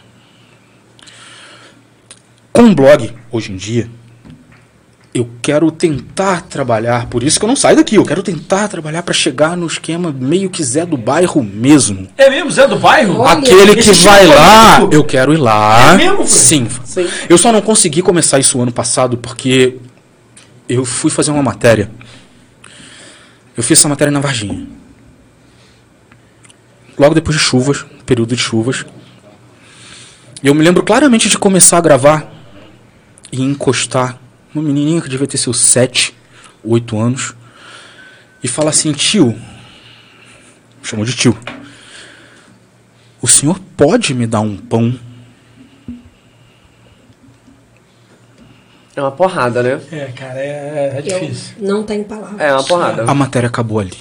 Speaker 2: Com o blog, hoje em dia, eu quero tentar trabalhar, por isso que eu não saio daqui, eu quero tentar trabalhar para chegar no esquema meio que Zé do bairro mesmo.
Speaker 1: É mesmo, Zé do Bairro?
Speaker 4: Olha,
Speaker 2: Aquele que
Speaker 1: esse
Speaker 2: vai
Speaker 1: tipo de
Speaker 2: lá,
Speaker 1: político.
Speaker 2: eu quero ir lá.
Speaker 1: É mesmo, Fred?
Speaker 2: Sim.
Speaker 3: Sim.
Speaker 2: Eu só não consegui começar isso ano passado porque eu fui fazer uma matéria. Eu fiz essa matéria na Varginha. Logo depois de chuvas, período de chuvas. E eu me lembro claramente de começar a gravar e encostar uma menininha que devia ter seus 7, 8 anos e falar assim: tio, chamou de tio, o senhor pode me dar um pão?
Speaker 3: É uma porrada, né?
Speaker 1: É, cara, é, é
Speaker 4: Eu
Speaker 1: difícil.
Speaker 4: não tenho palavras.
Speaker 3: É uma porrada.
Speaker 2: A matéria acabou ali.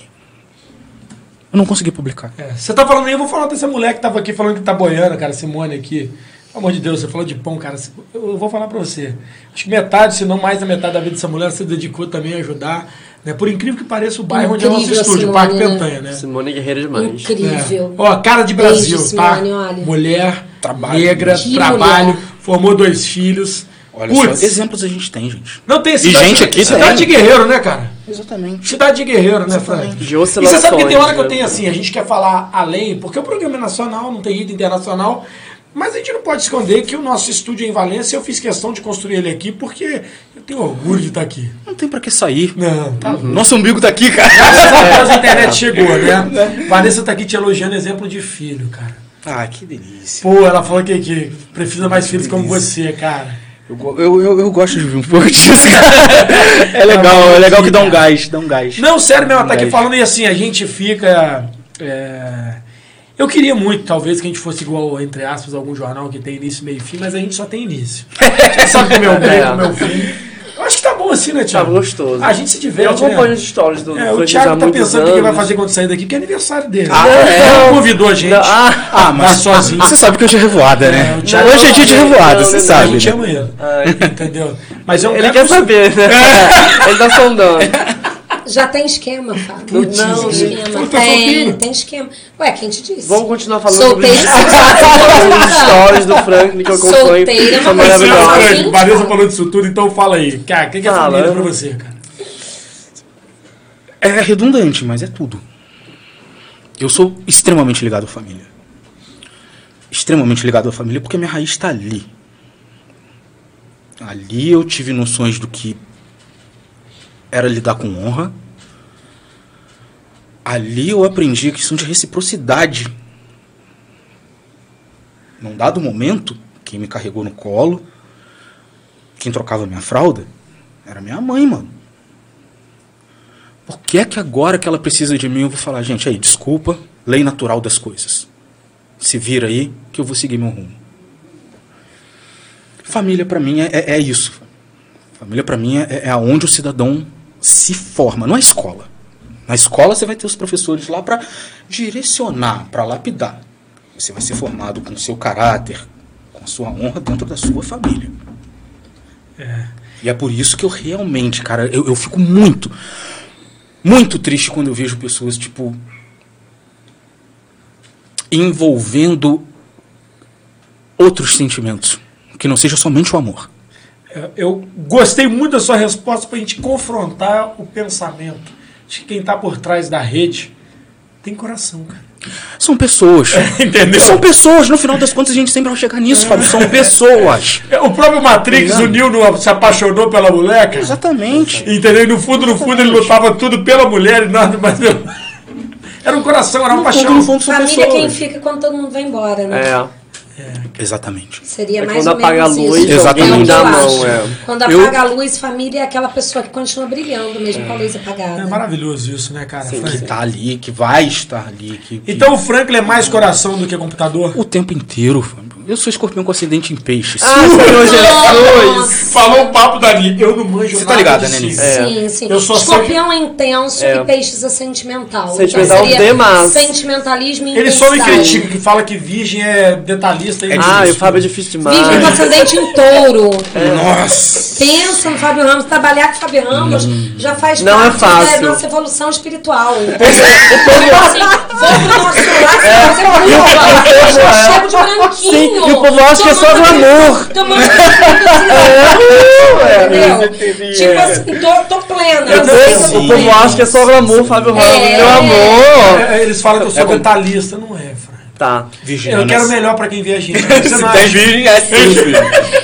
Speaker 2: Eu não consegui publicar.
Speaker 1: É, Você tá falando aí, eu vou falar dessa mulher que tava aqui falando que tá boiando, cara, Simone aqui. Pelo amor de Deus, você falou de pão, cara. Eu eu vou falar pra você. Acho que metade, se não mais da metade da vida dessa mulher se dedicou também a ajudar. Né? Por incrível que pareça, o bairro onde é o
Speaker 4: Incrível,
Speaker 1: nosso estúdio, o
Speaker 4: Simone,
Speaker 1: Parque
Speaker 4: né?
Speaker 1: Pentanha, né?
Speaker 3: Simone Guerreiro demais.
Speaker 4: Incrível.
Speaker 1: É. Ó, cara de
Speaker 4: Beijo,
Speaker 1: Brasil, tá?
Speaker 4: Simone, olha.
Speaker 1: Mulher, negra,
Speaker 4: Que
Speaker 1: trabalho,
Speaker 4: mulher.
Speaker 1: formou dois filhos. Putz,
Speaker 2: exemplos a gente tem, gente.
Speaker 1: não tem
Speaker 2: gente aqui
Speaker 1: cidade de
Speaker 2: também.
Speaker 1: guerreiro, né, cara?
Speaker 2: Exatamente.
Speaker 1: Cidade de guerreiro, né, Frank?
Speaker 3: De
Speaker 1: E você
Speaker 3: oscilações.
Speaker 1: sabe que tem hora que eu
Speaker 3: né?
Speaker 1: tenho assim, a gente quer falar além, porque o programa é nacional, não tem ida internacional, mas a gente não pode esconder que o nosso estúdio é em Valência, eu fiz questão de construir ele aqui porque eu tenho orgulho de estar aqui.
Speaker 2: Não tem pra que sair.
Speaker 1: Não, tá
Speaker 2: Nosso umbigo tá aqui, cara.
Speaker 1: Graças a internet chegou, né? Valência tá aqui te elogiando exemplo de filho, cara.
Speaker 2: [LAUGHS] Ah, que delícia.
Speaker 1: Pô, ela falou que, que precisa mais filhos como você, cara.
Speaker 2: Eu, go- eu, eu, eu gosto de ouvir um pouco disso, cara. [LAUGHS] É legal, é legal que dá um gás, dá um gás.
Speaker 1: Não, sério mesmo, ela tá aqui
Speaker 2: Verdade.
Speaker 1: falando e assim, a gente fica. é, Eu queria muito, talvez, que a gente fosse igual, entre aspas, algum jornal que tem início, meio e fim, mas a gente só tem início. A gente só sabe como é o meio, como é o fim. Eu acho que tá bom assim, né, Thiago?
Speaker 3: Tava gostoso.
Speaker 1: A gente se
Speaker 3: Eu
Speaker 1: diverte,
Speaker 3: acompanho
Speaker 1: né?
Speaker 3: os stories do
Speaker 1: É, o
Speaker 3: Francis há
Speaker 1: Thiago tá
Speaker 3: muitos
Speaker 1: pensando o que ele vai
Speaker 3: anos.
Speaker 1: fazer quando sair daqui, que é aniversário dele.
Speaker 3: Ah, é?
Speaker 1: Ele convidou a gente.
Speaker 3: Não, ah,
Speaker 1: Ah, mas sozinho.
Speaker 2: Você sabe que hoje é revoada, né?
Speaker 1: É, o Thiago-
Speaker 2: hoje é dia de revoada,
Speaker 3: Não,
Speaker 2: você
Speaker 3: não,
Speaker 1: a
Speaker 2: sabe.
Speaker 1: gente
Speaker 2: né?
Speaker 1: ama ele. [LAUGHS] Entendeu? Mas é um
Speaker 3: Ah, ele
Speaker 1: cara
Speaker 3: quer
Speaker 1: que- [LAUGHS]
Speaker 3: saber, né? ele tá sondando.
Speaker 4: Já tem esquema, Fábio.
Speaker 1: Putz,
Speaker 4: não,
Speaker 1: gente.
Speaker 4: esquema.
Speaker 1: Tu tá
Speaker 4: Tem,
Speaker 1: solteiro.
Speaker 4: tem esquema. Ué, quem te disse?
Speaker 3: Vamos continuar falando
Speaker 4: Solteira
Speaker 3: sobre [LAUGHS]
Speaker 4: sem
Speaker 3: os stories do Franklin que eu acompanho.
Speaker 4: Solteira, é
Speaker 3: são
Speaker 4: mas
Speaker 1: Marcelo,
Speaker 4: maravilhosa.
Speaker 1: cara,
Speaker 4: Sim.
Speaker 1: Vanessa falou disso tudo, então fala aí. Cara, o que, que é
Speaker 3: Fala.
Speaker 1: família pra você, cara?
Speaker 2: É redundante, mas é tudo. Eu sou extremamente ligado à família. Extremamente ligado à família porque minha raiz está ali. Ali eu tive noções do que era lidar com honra. Ali eu aprendi a questão de reciprocidade. Num dado momento, quem me carregou no colo, quem trocava minha fralda, era minha mãe, mano. Por que é que agora que ela precisa de mim eu vou falar, gente, aí, desculpa, lei natural das coisas. Se vira aí que eu vou seguir meu rumo. Família pra mim é, é- é isso. Família pra mim é, é aonde o cidadão se forma, não é escola. Na escola você vai ter os professores lá pra direcionar, pra lapidar. Você vai ser formado com seu caráter, com sua honra dentro da sua família. E é por isso que eu realmente, cara, eu- eu fico muito, muito triste quando eu vejo pessoas, tipo, envolvendo outros sentimentos, que não seja somente o amor.
Speaker 1: É, Eu gostei muito da sua resposta para a gente confrontar o pensamento de que quem está por trás da rede tem coração, cara.
Speaker 2: São pessoas.
Speaker 1: Entendeu?
Speaker 2: São pessoas, no final das contas a gente sempre vai chegar nisso, Fábio. São pessoas.
Speaker 1: É, O próprio Matrix, o Neo não se apaixonou pela mulher, cara.
Speaker 2: Exatamente.
Speaker 1: Entendeu? E no fundo, no fundo, ele lutava tudo pela mulher e nada, mas eu- [LAUGHS] era um coração, era uma
Speaker 2: No fundo,
Speaker 1: paixão.
Speaker 2: no fundo são
Speaker 4: Família é quem
Speaker 2: pessoas.
Speaker 4: fica quando todo mundo vai embora, né?
Speaker 3: É.
Speaker 2: Exatamente.
Speaker 4: Seria
Speaker 3: É
Speaker 4: mais
Speaker 3: quando
Speaker 4: ou menos
Speaker 3: apaga a luz,
Speaker 4: isso.
Speaker 2: alguém
Speaker 4: É o que
Speaker 2: dá
Speaker 4: eu
Speaker 2: a
Speaker 4: acho.
Speaker 3: mão, é.
Speaker 4: Quando
Speaker 2: Eu-
Speaker 4: apaga a luz, família é aquela pessoa que continua brilhando, mesmo com a luz apagada.
Speaker 1: É maravilhoso isso, né, cara?
Speaker 2: Que
Speaker 1: Franklin?
Speaker 2: tá ali, que vai estar ali. Que, que-
Speaker 1: Então o Franklin é mais coração do que computador?
Speaker 2: O tempo inteiro, Fábio. Eu sou escorpião com acidente em peixes.
Speaker 3: Ah, Senhor Jesus!
Speaker 1: Falou o papo da Nini. Eu não manjo
Speaker 2: Você tá
Speaker 1: nada
Speaker 2: ligada,
Speaker 1: disso.
Speaker 2: né, Nini?
Speaker 4: Sim, sim.
Speaker 1: Eu só sei
Speaker 4: Escorpião é intenso
Speaker 3: É.
Speaker 4: e peixes é sentimental.
Speaker 3: Sentimental
Speaker 4: então seria
Speaker 3: demais.
Speaker 4: Sentimentalismo e
Speaker 1: Ele só me
Speaker 4: intensidade.
Speaker 1: critica, que fala que virgem é detalhista. e
Speaker 3: Ah, e o
Speaker 1: isso.
Speaker 3: Fábio é difícil demais.
Speaker 4: Virgem com ascendente em touro.
Speaker 2: né? Nossa!
Speaker 4: Pensa no Fábio Ramos. Trabalhar com o Fábio Ramos
Speaker 1: Uhum.
Speaker 4: já faz
Speaker 3: Não é
Speaker 4: parte
Speaker 3: fácil.
Speaker 4: da nossa evolução espiritual.
Speaker 1: [LAUGHS] É,
Speaker 4: assim, vou pro nosso lado, você vai pro nosso lado. Eu
Speaker 1: é
Speaker 4: já chego de branquinho.
Speaker 3: Sim, e o povo acha que é só do
Speaker 4: tomando-
Speaker 3: amor.
Speaker 4: Tomando um entendeu?
Speaker 1: É,
Speaker 3: entendi,
Speaker 4: Tipo
Speaker 3: é.
Speaker 4: assim, tô, tô plena.
Speaker 3: Eu
Speaker 4: não sei se
Speaker 3: também,
Speaker 4: eu tô
Speaker 3: o povo
Speaker 4: plena.
Speaker 3: acha que é só o amor, Fábio Ramos.
Speaker 4: É.
Speaker 3: Meu amor!
Speaker 1: É, Eles falam que eu sou
Speaker 2: É com-
Speaker 1: detalhista, não é, Fran.
Speaker 3: Tá.
Speaker 1: Eu quero o melhor pra quem
Speaker 2: [LAUGHS]
Speaker 1: vê a gente. Você não acha?
Speaker 2: virgem, é sim, filho.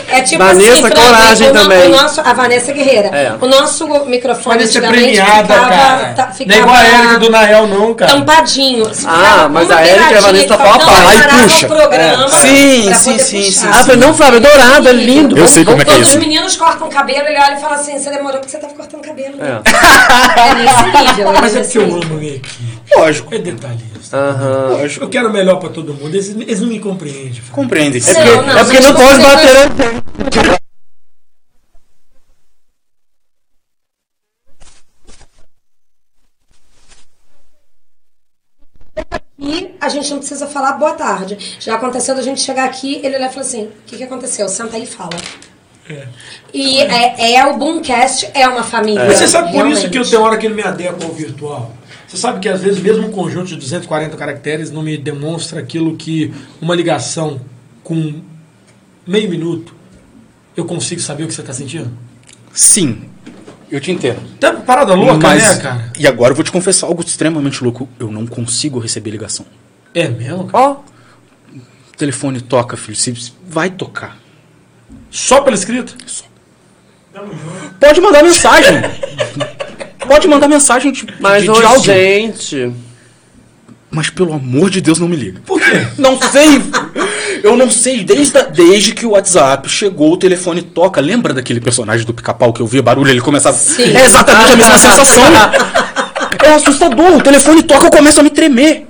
Speaker 4: É tipo
Speaker 3: Vanessa,
Speaker 4: assim, Franklin,
Speaker 3: coragem
Speaker 4: o no-
Speaker 3: também.
Speaker 4: o nosso, a Vanessa Guerreira.
Speaker 3: É.
Speaker 4: O nosso microfone
Speaker 1: Pode ser
Speaker 4: antigamente
Speaker 1: é premiada,
Speaker 4: ficava,
Speaker 1: cara.
Speaker 4: ta-
Speaker 1: Não é igual a Erika do
Speaker 4: tá- ficava Então
Speaker 1: Nael, não, cara.
Speaker 4: tampadinho.
Speaker 3: Ah, mas a Erika e a Vanessa falam,
Speaker 4: falam
Speaker 3: "Pá,
Speaker 2: aí puxa."
Speaker 4: então, O programa
Speaker 2: Sim,
Speaker 4: pra
Speaker 2: sim,
Speaker 4: poder
Speaker 2: sim,
Speaker 4: puxar.
Speaker 2: sim.
Speaker 3: Ah, falei, não, Fábio, é dourado, é lindo.
Speaker 6: Eu sei como é que é
Speaker 4: Quando
Speaker 6: isso.
Speaker 4: os meninos cortam o cabelo, ele olha e fala assim, você demorou porque você tava cortando o cabelo. né?"
Speaker 3: É.
Speaker 4: É nesse nível. é
Speaker 1: Mas é
Speaker 4: nesse
Speaker 1: porque eu
Speaker 4: nível.
Speaker 1: amo a minha equipe.
Speaker 2: Lógico,
Speaker 1: É detalhista.
Speaker 3: Aham.
Speaker 1: Eu quero o melhor pra todo mundo. Eles, eles não me compreendem. Fran.
Speaker 2: compreende.
Speaker 4: É porque- Não, não,
Speaker 3: É porque
Speaker 4: mas
Speaker 3: não
Speaker 4: você
Speaker 3: pode
Speaker 4: não-
Speaker 3: bater né?
Speaker 4: E a gente não precisa falar boa tarde. Já aconteceu da gente chegar aqui, ele olha e fala assim: o que, que aconteceu? Senta aí e fala.
Speaker 2: É.
Speaker 4: E é, é o Boomcast, é uma família.
Speaker 1: Mas Você sabe por isso
Speaker 4: realmente.
Speaker 1: que eu tenho hora que ele me adequa ao virtual? Você sabe que às vezes mesmo um conjunto de 240 caracteres não me demonstra aquilo que uma ligação com meio minuto eu consigo saber o que você está sentindo?
Speaker 2: Sim, eu te entendo.
Speaker 1: Tá parada louca,
Speaker 2: Mas-
Speaker 1: né, cara?
Speaker 2: E agora eu vou te confessar algo extremamente louco. Eu não consigo receber ligação.
Speaker 1: É mesmo, cara?
Speaker 3: Ó,
Speaker 2: O telefone toca, filho. Se- se- Vai tocar.
Speaker 1: Só pelo escrito?
Speaker 2: Pode
Speaker 1: [LAUGHS]
Speaker 2: mandar mensagem. Pode mandar mensagem de,
Speaker 3: mas
Speaker 2: de, de áudio.
Speaker 3: urgente.
Speaker 2: Mas pelo amor de Deus, não me liga.
Speaker 1: Por quê?
Speaker 2: Não sei. Eu não sei. Desde, a- desde que o WhatsApp chegou, o telefone toca. Lembra daquele personagem do pica-pau que eu via barulho? Ele começava.
Speaker 4: Sim.
Speaker 2: É exatamente a mesma sensação. É assustador. O telefone toca, eu começo a me tremer.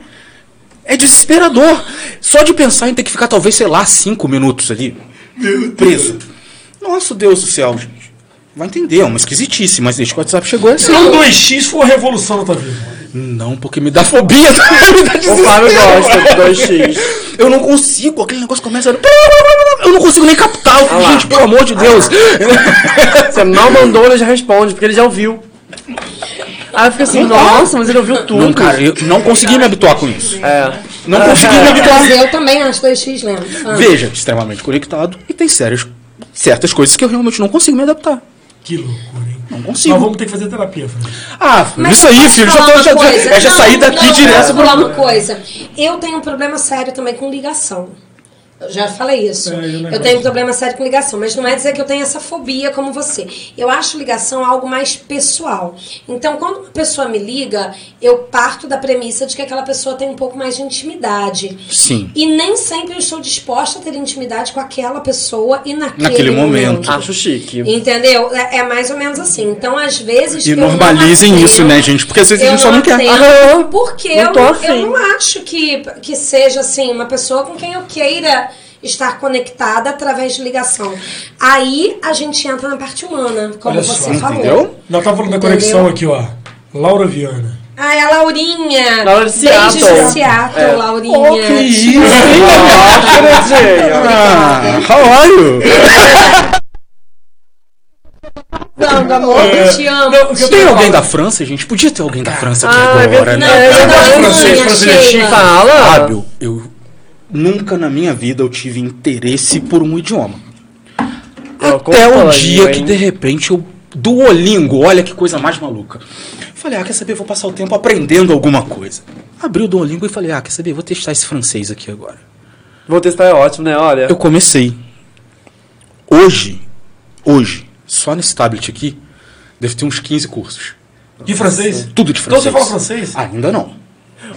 Speaker 2: É desesperador. Só de pensar em ter que ficar, talvez, sei lá, cinco minutos ali. Preso. Nossa, Deus do céu, gente. vai entender, é uma esquisitice, mas desde que o WhatsApp chegou é assim.
Speaker 1: Se não 2x foi uma revolução na tua vida.
Speaker 2: Não, porque me dá fobia, [LAUGHS] me dá
Speaker 3: O Fábio
Speaker 2: desespero.
Speaker 3: gosta do 2x.
Speaker 2: Eu não consigo, aquele negócio começa. Eu não consigo nem captar, eu fico,
Speaker 3: Ah lá.
Speaker 2: gente, pelo amor de Deus.
Speaker 3: Você mal mandou, ele já responde, porque ele já ouviu. Aí eu fico assim, nossa, mas ele ouviu tudo.
Speaker 2: Não, Ah. cara, eu não consegui me habituar com isso.
Speaker 3: É.
Speaker 2: Não consegui me habituar.
Speaker 4: Mas eu também acho 2x lento. Ah.
Speaker 2: Veja, extremamente conectado e tem sérias, certas coisas que eu realmente não consigo me adaptar.
Speaker 1: Que loucura, hein?
Speaker 2: Não
Speaker 1: Nós
Speaker 2: consigo.
Speaker 1: vamos ter que fazer terapia, Fran.
Speaker 2: Ah,
Speaker 4: Mas
Speaker 2: isso aí,
Speaker 4: posso
Speaker 2: filho, já,
Speaker 4: falar
Speaker 2: tô,
Speaker 4: uma
Speaker 2: já,
Speaker 4: coisa?
Speaker 2: é já
Speaker 4: Não,
Speaker 2: saí daqui
Speaker 4: não,
Speaker 2: direto
Speaker 4: Posso falar
Speaker 2: pro.
Speaker 4: uma coisa? Eu tenho um problema sério também com ligação. Eu já falei isso.
Speaker 1: É, eu
Speaker 4: eu,
Speaker 1: não gosto.
Speaker 4: tenho um problema sério com ligação, mas não é dizer que eu tenho essa fobia como você. Eu acho ligação algo mais pessoal. Então, quando uma pessoa me liga, eu parto da premissa de que aquela pessoa tem um pouco mais de intimidade.
Speaker 2: Sim.
Speaker 4: E nem sempre eu estou disposta a ter intimidade com aquela pessoa e naquele,
Speaker 2: Naquele momento.
Speaker 4: momento.
Speaker 3: Acho chique.
Speaker 4: Entendeu? É, é mais ou menos assim. Então, às vezes.
Speaker 2: E
Speaker 4: eu não
Speaker 2: normalizem
Speaker 4: atendo,
Speaker 2: isso, né, gente? Porque às vezes a
Speaker 4: eu
Speaker 2: gente só não Ah, quer.
Speaker 4: atendo,
Speaker 3: Aham.
Speaker 4: Porque
Speaker 3: Não
Speaker 4: eu,
Speaker 3: tô
Speaker 4: não,
Speaker 3: afim.
Speaker 4: eu não acho que, que seja assim, uma pessoa com quem eu queira estar conectada através de ligação. Aí a gente entra na parte humana, como
Speaker 1: Olha
Speaker 4: você
Speaker 1: só,
Speaker 4: falou.
Speaker 2: Entendeu?
Speaker 1: Nós tava falando da
Speaker 4: Entendeu?
Speaker 1: conexão aqui, ó. Laura Viana.
Speaker 4: Ah, é a Laurinha.
Speaker 3: Laura de
Speaker 4: Beijos
Speaker 3: Seattle.
Speaker 4: de
Speaker 1: É.
Speaker 4: Seattle, Laurinha.
Speaker 1: Oh,
Speaker 3: Nossa,
Speaker 2: Ah, how are you?
Speaker 4: Não, amor, eu te amo.
Speaker 1: É. Não,
Speaker 4: te
Speaker 2: Tem
Speaker 4: amo.
Speaker 2: alguém da França, gente? Podia ter alguém da França aqui
Speaker 3: Ah, é
Speaker 2: agora,
Speaker 4: Não,
Speaker 2: né?
Speaker 3: verdade.
Speaker 4: é da
Speaker 1: Francês,
Speaker 4: Laurinha,
Speaker 1: francês,
Speaker 4: Sheila.
Speaker 3: Fala!
Speaker 2: Fábio, eu nunca na minha vida eu tive interesse por um idioma.
Speaker 3: Eu
Speaker 2: Até o
Speaker 3: acompanho,
Speaker 2: dia que
Speaker 3: hein?
Speaker 2: de repente eu Duolingo, olha que coisa mais maluca. Falei, ah, quer saber, vou passar o tempo aprendendo alguma coisa. Abri o Duolingo e falei, ah, quer saber, vou testar esse francês aqui agora.
Speaker 3: Vou testar, é ótimo, né? Olha.
Speaker 2: Eu comecei. Hoje, hoje, só nesse tablet aqui, deve ter uns 15 cursos.
Speaker 1: De francês?
Speaker 2: Tudo de
Speaker 1: Então
Speaker 2: francês.
Speaker 1: você fala francês?
Speaker 2: Ainda não,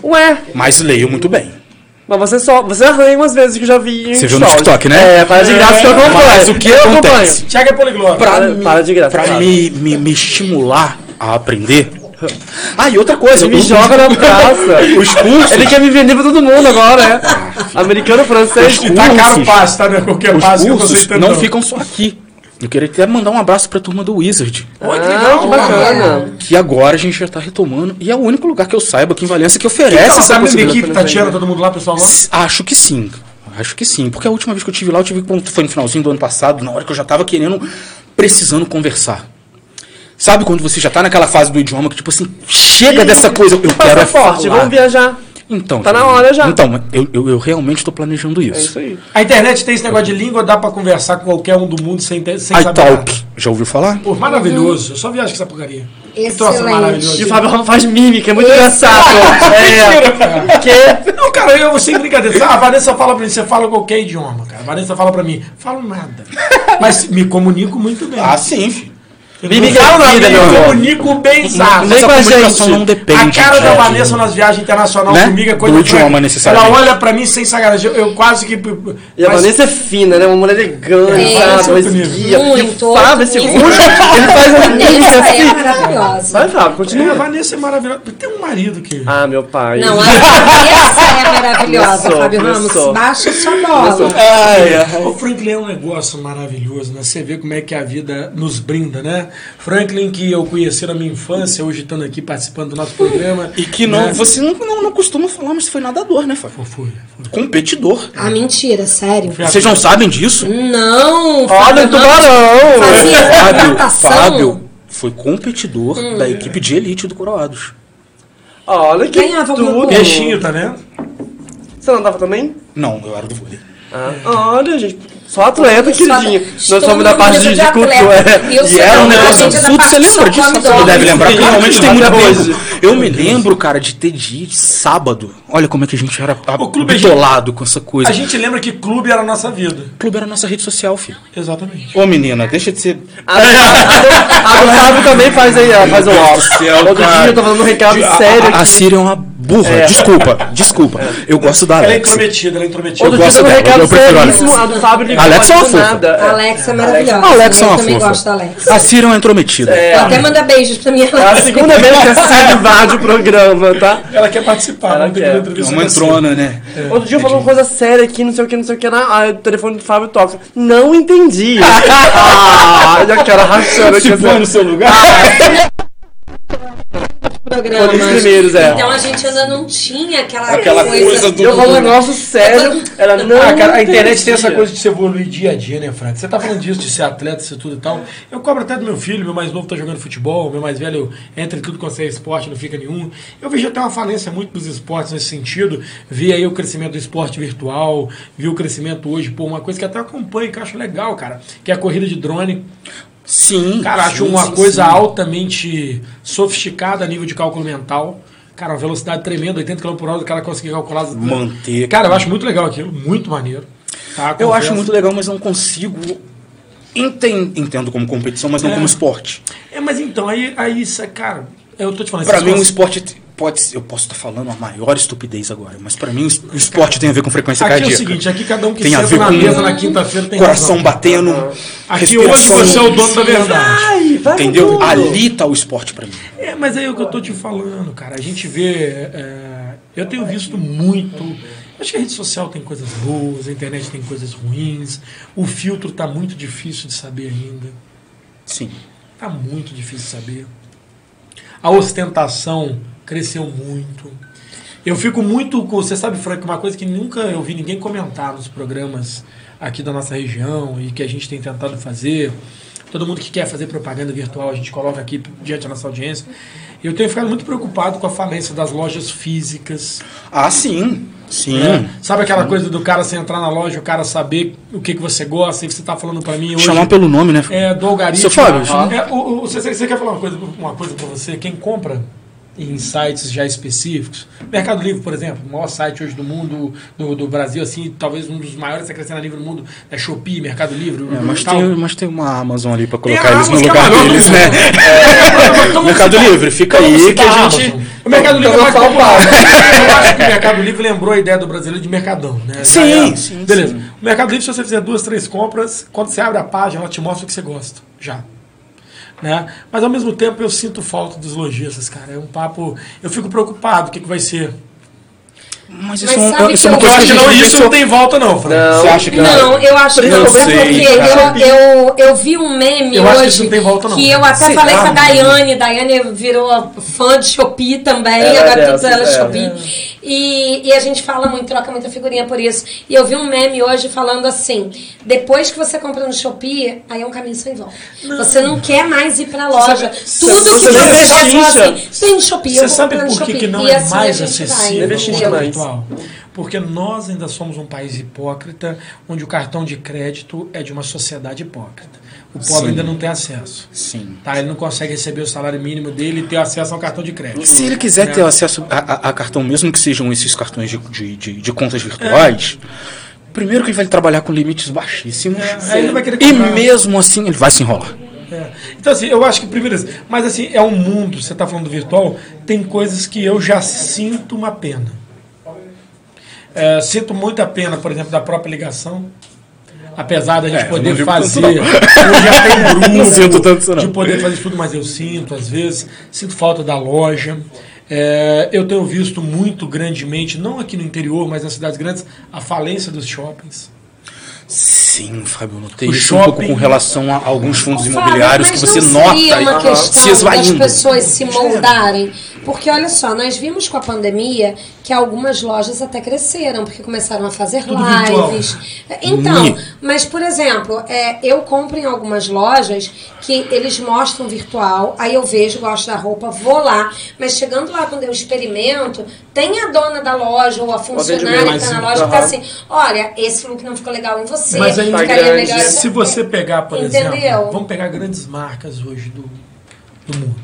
Speaker 3: Ué,
Speaker 2: mas leio muito bem.
Speaker 3: mas você só. Você arranha umas vezes que eu já vi. em
Speaker 2: Você viu no
Speaker 3: stories.
Speaker 2: TikTok, né?
Speaker 3: É, para de graça que eu acompanho.
Speaker 2: Mas o que
Speaker 3: eu
Speaker 2: acontece?
Speaker 3: acompanho.
Speaker 1: Tiago é poliglota.
Speaker 2: Pra
Speaker 3: Para-
Speaker 2: me-
Speaker 3: para de graça,
Speaker 2: pra
Speaker 3: para.
Speaker 2: me, me, me estimular a aprender. Ah, e outra coisa,
Speaker 3: Ele me
Speaker 2: o-
Speaker 3: joga na praça.
Speaker 2: Os cursos,
Speaker 3: Ele quer me vender pra todo mundo agora, né? Americano, francês.
Speaker 2: Os cu-
Speaker 1: Tá caro
Speaker 2: cursos.
Speaker 1: passe, tá? Não é qualquer
Speaker 2: os
Speaker 1: passe que eu tô
Speaker 2: cursos
Speaker 1: aceitando.
Speaker 2: não ficam só aqui. Eu queria até mandar um abraço pra turma do Wizard,
Speaker 1: Olha que
Speaker 3: Ah, que
Speaker 1: legal, cara.
Speaker 3: bacana.
Speaker 2: que agora a gente já tá retomando e é o único lugar que eu saiba aqui em Valença que oferece
Speaker 1: Então,
Speaker 2: essa
Speaker 1: tá a mesma
Speaker 2: possibilidade.
Speaker 1: equipe, tá tirando todo mundo lá, pessoal? lá?
Speaker 2: S- Acho que sim. Acho que sim. Porque a última vez que eu tive lá, eu tive quando foi no finalzinho do ano passado, na hora que eu já tava querendo, precisando conversar. Sabe quando você já tá naquela fase do idioma que, tipo assim, chega dessa coisa, eu quero é falar.
Speaker 3: Passaporte, tá vamos viajar.
Speaker 2: Então,
Speaker 3: Tá na
Speaker 2: gente,
Speaker 3: hora já.
Speaker 2: Então, eu, eu, eu realmente tô planejando isso.
Speaker 3: É isso aí.
Speaker 1: A internet tem esse negócio de língua, dá pra conversar com qualquer um do mundo sem, ter, sem saber nada.
Speaker 2: iTalk, já ouviu falar?
Speaker 1: Pô, maravilhoso. Eu só viajo com essa porcaria. Que troço
Speaker 4: Excelente.
Speaker 1: maravilhoso.
Speaker 3: E o Fábio faz mímica, é muito engraçado.
Speaker 1: [LAUGHS]
Speaker 3: [LAUGHS] É. Que
Speaker 1: Não, cara, eu vou sem brincadeira. Ah, a Vanessa fala pra mim, você fala qualquer idioma, cara. A Vanessa fala pra mim, falo nada. Mas me comunico muito bem.
Speaker 2: Ah, sim, filho.
Speaker 1: Eu
Speaker 3: me
Speaker 1: não
Speaker 3: liga
Speaker 1: falo
Speaker 3: na
Speaker 1: nada,
Speaker 3: vida, meu
Speaker 1: me
Speaker 3: amor.
Speaker 1: comunico bem sabe?
Speaker 2: Mas
Speaker 3: com
Speaker 2: a
Speaker 3: a
Speaker 2: comunicação
Speaker 3: gente.
Speaker 2: não depende.
Speaker 1: a cara da
Speaker 2: de-
Speaker 1: Vanessa nas viagens internacionais
Speaker 2: Né?
Speaker 1: comigo é coisa
Speaker 2: Do
Speaker 1: de-
Speaker 2: idioma, necessariamente.
Speaker 1: Ela olha pra mim sem sacanagem. Eu, eu quase que.
Speaker 3: E a
Speaker 1: mas-
Speaker 3: Vanessa é fina, né? Uma mulher elegante,
Speaker 1: É,
Speaker 3: sabe?
Speaker 1: Vanessa é
Speaker 3: Uma
Speaker 1: outro nível.
Speaker 3: esguia. E
Speaker 4: tipo, Muito,
Speaker 3: o Fábio, esse
Speaker 4: muito.
Speaker 3: rosto, ele
Speaker 4: [LAUGHS]
Speaker 3: faz uma
Speaker 4: Isso
Speaker 3: mímica
Speaker 4: aí é
Speaker 3: assim.
Speaker 4: maravilhosa.
Speaker 3: Vai,
Speaker 1: É,
Speaker 3: Fábio,
Speaker 1: a
Speaker 3: continua.
Speaker 1: Vanessa é maravilhosa. Tem um marido que.
Speaker 3: Ah, meu pai.
Speaker 4: Não, a essa é maravilhosa,
Speaker 3: Começou,
Speaker 4: Fábio Ramos.
Speaker 3: começou.
Speaker 4: Baixa sua bola.
Speaker 2: Ai, ai.
Speaker 1: O Franklin é um negócio maravilhoso, né? Você vê como é que a vida nos brinda, né? Franklin, que eu conheci na minha infância, hoje estando aqui participando do nosso programa.
Speaker 2: E que não,
Speaker 1: Né?
Speaker 2: você não, não, não costuma falar, mas foi nadador, né, Fábio?
Speaker 1: Foi, foi.
Speaker 2: Competidor.
Speaker 4: Ah, mentira, sério.
Speaker 2: Vocês não sabem disso?
Speaker 3: Olha
Speaker 4: Não,
Speaker 3: o
Speaker 4: Fábio Ramos
Speaker 3: tubarão!
Speaker 4: Fazia
Speaker 1: [LAUGHS]
Speaker 2: Fábio,
Speaker 4: natação.
Speaker 2: Fábio foi competidor
Speaker 1: Hum.
Speaker 2: da equipe de elite do Coroados.
Speaker 3: Olha que
Speaker 4: Ganhava alguma
Speaker 3: tudo.
Speaker 4: coisa.
Speaker 1: Peixinho, tá vendo?
Speaker 3: Você não dava também?
Speaker 2: Não, eu era do vôlei.
Speaker 3: Ah, olha, gente. Só
Speaker 4: É
Speaker 3: atleta, queridinha. Nós
Speaker 4: Todo
Speaker 3: somos da
Speaker 4: mundo
Speaker 3: parte de,
Speaker 4: precisa
Speaker 3: de
Speaker 4: de
Speaker 3: cultura.
Speaker 4: atleta.
Speaker 3: é. [LAUGHS]
Speaker 4: E eu
Speaker 2: E era um
Speaker 4: Não,
Speaker 2: negócio
Speaker 4: a gente é
Speaker 2: absurdo.
Speaker 4: da
Speaker 2: Você
Speaker 4: parte que
Speaker 2: lembra
Speaker 4: só
Speaker 2: disso?
Speaker 4: come
Speaker 2: Você
Speaker 4: dólar.
Speaker 2: deve lembrar. porque
Speaker 3: Sim,
Speaker 2: Realmente tem
Speaker 3: até
Speaker 2: muito
Speaker 3: hoje.
Speaker 2: tempo. Eu me lembro, cara, de ter dia de sábado. Olha como é que a gente era
Speaker 1: O clube é
Speaker 2: bitolado com essa coisa.
Speaker 1: A gente lembra que clube era a nossa vida.
Speaker 2: O clube era a nossa rede social, filho.
Speaker 1: Exatamente.
Speaker 2: Ô, menina, deixa de ser...
Speaker 3: A do Fábio também faz aí, ó, faz um
Speaker 2: Meu Deus
Speaker 3: óculos.
Speaker 2: do céu,
Speaker 3: Outro
Speaker 2: cara.
Speaker 3: dia eu tô falando um recado
Speaker 2: A-
Speaker 3: sério
Speaker 2: A, a
Speaker 3: aqui.
Speaker 2: Síria é uma burra. Desculpa, desculpa. Eu gosto da
Speaker 1: Ela é
Speaker 2: Alexa.
Speaker 1: intrometida, ela é intrometida.
Speaker 2: ah, Eu
Speaker 3: Outro dia
Speaker 2: gosto
Speaker 3: teve um
Speaker 2: dela,
Speaker 3: recado
Speaker 2: eu prefiro a
Speaker 3: seríssimo
Speaker 2: Alexa.
Speaker 3: a do Fábio ligou
Speaker 2: Alexa é uma
Speaker 3: do
Speaker 2: fofa.
Speaker 4: A
Speaker 3: nada.
Speaker 4: Alexa é maravilhosa.
Speaker 2: A Alexa é
Speaker 4: eu
Speaker 2: uma
Speaker 4: também gosto da
Speaker 2: fofa.
Speaker 4: Alexa.
Speaker 2: A Cira é uma intrometida.
Speaker 4: Ela até manda beijos pra mim.
Speaker 3: É
Speaker 4: Ela
Speaker 3: a segunda vez
Speaker 4: [LAUGHS]
Speaker 3: que a Cid invade o programa, tá?
Speaker 1: Ela quer participar,
Speaker 3: Ela
Speaker 1: não tem
Speaker 3: quer.
Speaker 1: que
Speaker 2: É
Speaker 1: entrevista.
Speaker 2: uma
Speaker 1: dessa.
Speaker 2: entrona, né?
Speaker 3: Outro dia eu falei uma coisa séria aqui, não sei o que, não sei o que, na, ah, o telefone do Fábio toca.
Speaker 1: [LAUGHS]
Speaker 3: Não entendi. ah, já quero rachando
Speaker 1: Tipo,
Speaker 3: aqui. né? essa-
Speaker 2: seu lugar?
Speaker 4: programa.
Speaker 3: Foram os primeiros, é.
Speaker 4: Então a gente ainda não tinha aquela,
Speaker 2: Aquela coisa do-
Speaker 3: Eu falo um negócio sério, ela não.
Speaker 1: Ah, cara, a internet
Speaker 3: entendi.
Speaker 1: tem essa coisa de se evoluir dia a dia, né, Frank? Você tá falando disso, de ser atleta, isso tudo e tal. Eu cobro até do meu filho, meu mais novo tá jogando futebol, meu mais velho entra em tudo quanto é esporte, não fica nenhum. Eu vejo até uma falência muito dos esportes nesse sentido. Vi aí o crescimento do esporte virtual, vi o crescimento hoje, pô, uma coisa que até acompanho, que eu acho legal, cara, que é a corrida de drone.
Speaker 2: Sim.
Speaker 1: Cara,
Speaker 2: sim,
Speaker 1: acho uma
Speaker 2: sim,
Speaker 1: coisa
Speaker 2: sim.
Speaker 1: altamente sofisticada a nível de cálculo mental. Cara, uma velocidade tremenda, 80 km por hora, o cara conseguir calcular. as-
Speaker 2: Manter.
Speaker 1: Cara, eu acho muito legal aquilo, muito maneiro. Tá,
Speaker 2: Eu
Speaker 1: confesso.
Speaker 2: acho muito legal, mas não consigo. enten- Entendo como competição, mas não
Speaker 1: É.
Speaker 2: como esporte.
Speaker 1: É, mas então, aí, aí isso é, cara, eu tô te falando.
Speaker 2: Pra
Speaker 1: essas
Speaker 2: mim, um
Speaker 1: coisas-
Speaker 2: esporte t- pode ser. Eu posso estar falando a maior estupidez agora, mas pra mim, o es- o esporte tem a ver com frequência
Speaker 1: Aqui é
Speaker 2: cardíaca.
Speaker 1: o seguinte, aqui cada um que
Speaker 2: Tem a
Speaker 1: senta
Speaker 2: ver
Speaker 1: na
Speaker 2: com
Speaker 1: mesa na quinta-feira tem
Speaker 2: Coração
Speaker 1: razão.
Speaker 2: batendo.
Speaker 1: Aqui hoje
Speaker 2: respiração,
Speaker 1: você é o dono da verdade.
Speaker 3: Ai, vai com
Speaker 2: Entendeu?
Speaker 3: tudo.
Speaker 2: Ali tá o esporte pra mim.
Speaker 1: É, mas é o que eu tô te falando, cara. A gente vê. é, eu tenho visto muito. Acho que a rede social tem coisas boas, a internet tem coisas ruins. O filtro tá muito difícil de saber ainda.
Speaker 2: Sim.
Speaker 1: Tá muito difícil saber. A ostentação cresceu muito. Eu fico muito com. Você sabe, Frank, uma coisa que nunca eu vi ninguém comentar nos programas aqui da nossa região e que a gente tem tentado fazer. Todo mundo que quer fazer propaganda virtual, a gente coloca aqui diante da nossa audiência. Eu tenho ficado muito preocupado com a falência das lojas físicas.
Speaker 2: Ah, sim. Sim.
Speaker 1: né? Sabe aquela coisa do cara, você entrar na loja, o cara saber o que, que você gosta e você tá falando para mim hoje.
Speaker 2: Chamar pelo nome, né?
Speaker 1: É, do algarismo.
Speaker 2: Seu Fábio,
Speaker 1: Aham. É, o- o- você, você quer falar uma coisa, uma coisa para você? Quem compra em sites já específicos, Mercado Livre, por exemplo, o maior site hoje do mundo, do, do Brasil, assim, talvez um dos maiores a crescer na livre do mundo, é Shopee, Mercado Livre.
Speaker 2: É, mas,
Speaker 1: tal.
Speaker 2: tem, mas tem uma Amazon ali pra
Speaker 1: Tem a
Speaker 2: colocar eles no
Speaker 1: Amazon, que é
Speaker 2: lugar
Speaker 1: maior do
Speaker 2: deles,
Speaker 1: mundo.
Speaker 2: né?
Speaker 1: É, todo mundo
Speaker 2: Mercado
Speaker 1: se dá-
Speaker 2: Livre, fica
Speaker 1: todo mundo
Speaker 2: aí
Speaker 1: se
Speaker 2: que
Speaker 1: dá
Speaker 2: a
Speaker 1: a
Speaker 2: gente-
Speaker 1: Amazon. O Mercado Livre é mais
Speaker 2: [LAUGHS]
Speaker 1: popular. Eu acho que o Mercado Livre lembrou a ideia do brasileiro de mercadão, né?
Speaker 2: Sim,
Speaker 1: Já era.
Speaker 2: sim,
Speaker 1: Beleza.
Speaker 2: sim.
Speaker 1: O Mercado Livre, se você fizer duas, três compras, quando você abre a página, ela te mostra o que você gosta. Já. Né? Mas ao mesmo tempo eu sinto falta dos lojistas, cara. É um papo. Eu fico preocupado, o que, que vai ser?
Speaker 2: Mas
Speaker 4: Mas
Speaker 2: isso, é um-
Speaker 4: sabe
Speaker 2: isso é
Speaker 4: que
Speaker 2: uma
Speaker 4: eu
Speaker 1: Eu
Speaker 2: coisa
Speaker 1: acho que não,
Speaker 2: a gente
Speaker 1: isso
Speaker 2: só-
Speaker 1: não tem volta, não, Fran.
Speaker 2: Você acha que
Speaker 4: Não, eu acho que
Speaker 2: Não
Speaker 4: não,
Speaker 2: sei,
Speaker 4: porque eu, eu, eu vi um meme
Speaker 1: Eu acho
Speaker 4: hoje
Speaker 1: que isso não tem volta, não.
Speaker 4: que eu até
Speaker 2: Será,
Speaker 4: falei com a
Speaker 2: mano?
Speaker 4: Daiane, Daiane virou fã de Shopee também,
Speaker 3: Ela é
Speaker 4: agora tudo
Speaker 3: dessas,
Speaker 4: ela é
Speaker 3: é.
Speaker 4: Shopee. E, e a gente fala muito, troca muita figurinha por isso. E eu vi um meme hoje falando assim: depois que você compra no Shopee, aí é um caminho sem volta. Você não quer mais ir pra loja. Tudo que
Speaker 3: você
Speaker 4: você
Speaker 3: não
Speaker 4: faz, você
Speaker 3: pechincha.
Speaker 4: fala assim, tem no Shopee, eu
Speaker 1: Você
Speaker 4: vou
Speaker 1: sabe
Speaker 4: comprar no
Speaker 1: por que, que
Speaker 4: Shopee.
Speaker 1: não
Speaker 4: E
Speaker 1: é
Speaker 4: assim a
Speaker 1: mais
Speaker 4: gente vai,
Speaker 1: acessível
Speaker 3: Investir
Speaker 1: o
Speaker 4: entendeu?
Speaker 3: mais.
Speaker 1: virtual? Porque nós ainda somos um país hipócrita, onde o cartão de crédito é de uma sociedade hipócrita. O pobre
Speaker 2: Sim.
Speaker 1: ainda não tem acesso.
Speaker 2: Sim.
Speaker 1: Tá? Ele não consegue receber o salário mínimo dele e ter acesso ao cartão de crédito.
Speaker 2: Se ele quiser ter acesso a, a- a cartão, mesmo que sejam esses cartões de, de- de- de contas virtuais, primeiro que ele vai trabalhar com limites baixíssimos.
Speaker 1: É, aí ele vai querer
Speaker 2: e
Speaker 1: comprar.
Speaker 2: mesmo assim ele vai se enrolar.
Speaker 1: É. Então, assim, eu acho que primeiro. isso. Mas, assim, é um mundo. Você está falando do virtual, tem coisas que eu já sinto uma pena. É, sinto muita pena, por exemplo, da própria ligação. Apesar da gente
Speaker 2: É, eu não
Speaker 1: poder
Speaker 2: ligo
Speaker 1: fazer.
Speaker 2: tanto, não.
Speaker 1: [LAUGHS] Eu já
Speaker 2: [LAUGHS]
Speaker 1: tenho grupo.
Speaker 2: Não sinto tanto isso, não.
Speaker 1: De poder fazer isso tudo, mas eu sinto, às vezes. Sinto falta da loja. É, eu tenho visto muito grandemente, não aqui no interior, mas nas cidades grandes, a falência dos shoppings.
Speaker 2: Sim, Fábio, eu notei
Speaker 1: O
Speaker 2: isso um pouco
Speaker 1: shopping-
Speaker 2: com relação a alguns fundos
Speaker 4: Fábio,
Speaker 2: imobiliários que
Speaker 4: mas
Speaker 2: você
Speaker 4: não
Speaker 2: nota
Speaker 4: seria uma
Speaker 2: e se
Speaker 4: questão das
Speaker 2: esvaindo.
Speaker 4: pessoas se moldarem. Porque olha só, nós vimos com a pandemia que algumas lojas até cresceram, porque começaram a fazer
Speaker 1: virtual.
Speaker 4: lives. Então,
Speaker 2: Ni.
Speaker 4: mas por exemplo, é, eu compro em algumas lojas que eles mostram virtual, aí eu vejo, gosto da roupa, vou lá. Mas chegando lá, quando eu experimento, tem a dona da loja ou a funcionária que
Speaker 3: mais
Speaker 4: está na
Speaker 3: um.
Speaker 4: loja que está
Speaker 3: Aham.
Speaker 4: assim: olha, esse look não ficou legal em você,
Speaker 1: Mas aí-
Speaker 4: ficaria
Speaker 3: Tá
Speaker 4: melhor.
Speaker 3: grande.
Speaker 4: em
Speaker 1: Se você pegar, por
Speaker 4: Entendeu?
Speaker 1: exemplo, vamos pegar grandes marcas hoje do, do mundo.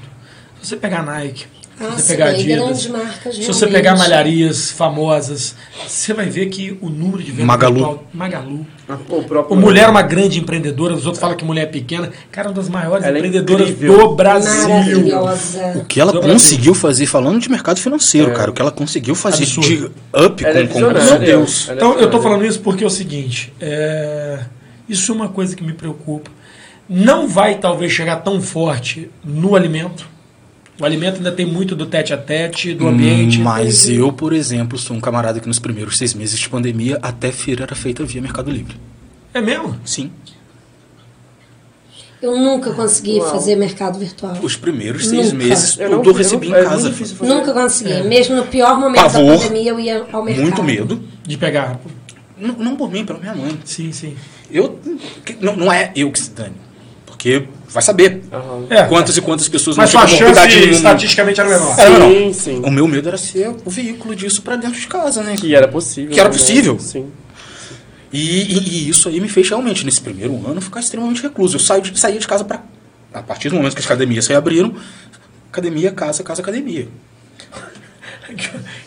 Speaker 1: Se você pegar a Nike,
Speaker 4: Ah,
Speaker 1: você
Speaker 4: sim,
Speaker 1: pegar
Speaker 4: tem
Speaker 1: Adidas,
Speaker 4: grandes marcas,
Speaker 1: se você
Speaker 4: realmente.
Speaker 1: pegar malharias famosas, você vai ver que o número de vendas
Speaker 2: Magalu.
Speaker 1: virtual- Magalu.
Speaker 3: Ah, O próprio.
Speaker 1: O mulher é uma grande empreendedora, os outros falam que mulher é pequena. Cara, é uma das maiores
Speaker 3: Ela é
Speaker 1: empreendedoras
Speaker 3: incrível.
Speaker 1: do Brasil.
Speaker 4: Maravilhosa.
Speaker 2: O que ela
Speaker 1: Do
Speaker 4: é-
Speaker 2: conseguiu fazer, falando de mercado financeiro, cara, o que ela conseguiu fazer
Speaker 1: Absurdo.
Speaker 2: de up
Speaker 3: Ela é
Speaker 2: com, com Meu
Speaker 3: visionária.
Speaker 2: Deus.
Speaker 3: Ela é
Speaker 1: Então, eu tô
Speaker 3: visionária.
Speaker 1: falando isso porque é o seguinte, é, isso é uma coisa que me preocupa. Não vai talvez chegar tão forte no alimento. O alimento ainda tem muito do tete a tete, do ambiente.
Speaker 2: Hum,
Speaker 1: assim.
Speaker 2: Mas eu, por exemplo, sou um camarada que nos primeiros seis meses de pandemia, até feira era feita via Mercado Livre.
Speaker 1: É mesmo?
Speaker 2: Sim.
Speaker 4: Eu nunca consegui
Speaker 3: Uau.
Speaker 4: fazer mercado virtual.
Speaker 2: Os primeiros seis
Speaker 4: Nunca.
Speaker 2: meses,
Speaker 3: Eu
Speaker 2: eu
Speaker 3: não-
Speaker 2: tudo
Speaker 3: eu não-
Speaker 2: recebi
Speaker 3: é
Speaker 2: em casa.
Speaker 3: muito difícil fazer.
Speaker 4: Nunca consegui.
Speaker 1: É.
Speaker 4: Mesmo no pior momento da
Speaker 2: Pavor.
Speaker 4: pandemia, eu ia ao mercado.
Speaker 2: Muito medo.
Speaker 1: De pegar.
Speaker 2: Não, não por mim, pela minha mãe.
Speaker 1: Sim, sim.
Speaker 2: Eu, que- não, não é eu que se dane. Porque vai saber
Speaker 3: Aham.
Speaker 1: É.
Speaker 2: quantas e quantas pessoas
Speaker 1: Mas
Speaker 2: não
Speaker 1: sua
Speaker 2: tinham
Speaker 1: chance
Speaker 2: comorbidade nenhuma.
Speaker 1: estatisticamente era menor.
Speaker 2: Era menor.
Speaker 3: Sim, sim.
Speaker 2: O meu medo era ser o veículo disso pra dentro de casa, né?
Speaker 3: Que era possível.
Speaker 2: Que era
Speaker 3: né?
Speaker 2: possível.
Speaker 3: Sim.
Speaker 2: E, e- e isso aí me fez realmente, nesse primeiro ano, ficar extremamente recluso. Eu saio de- saía de casa para A partir do momento que as academias se abriram, academia, casa, casa, academia.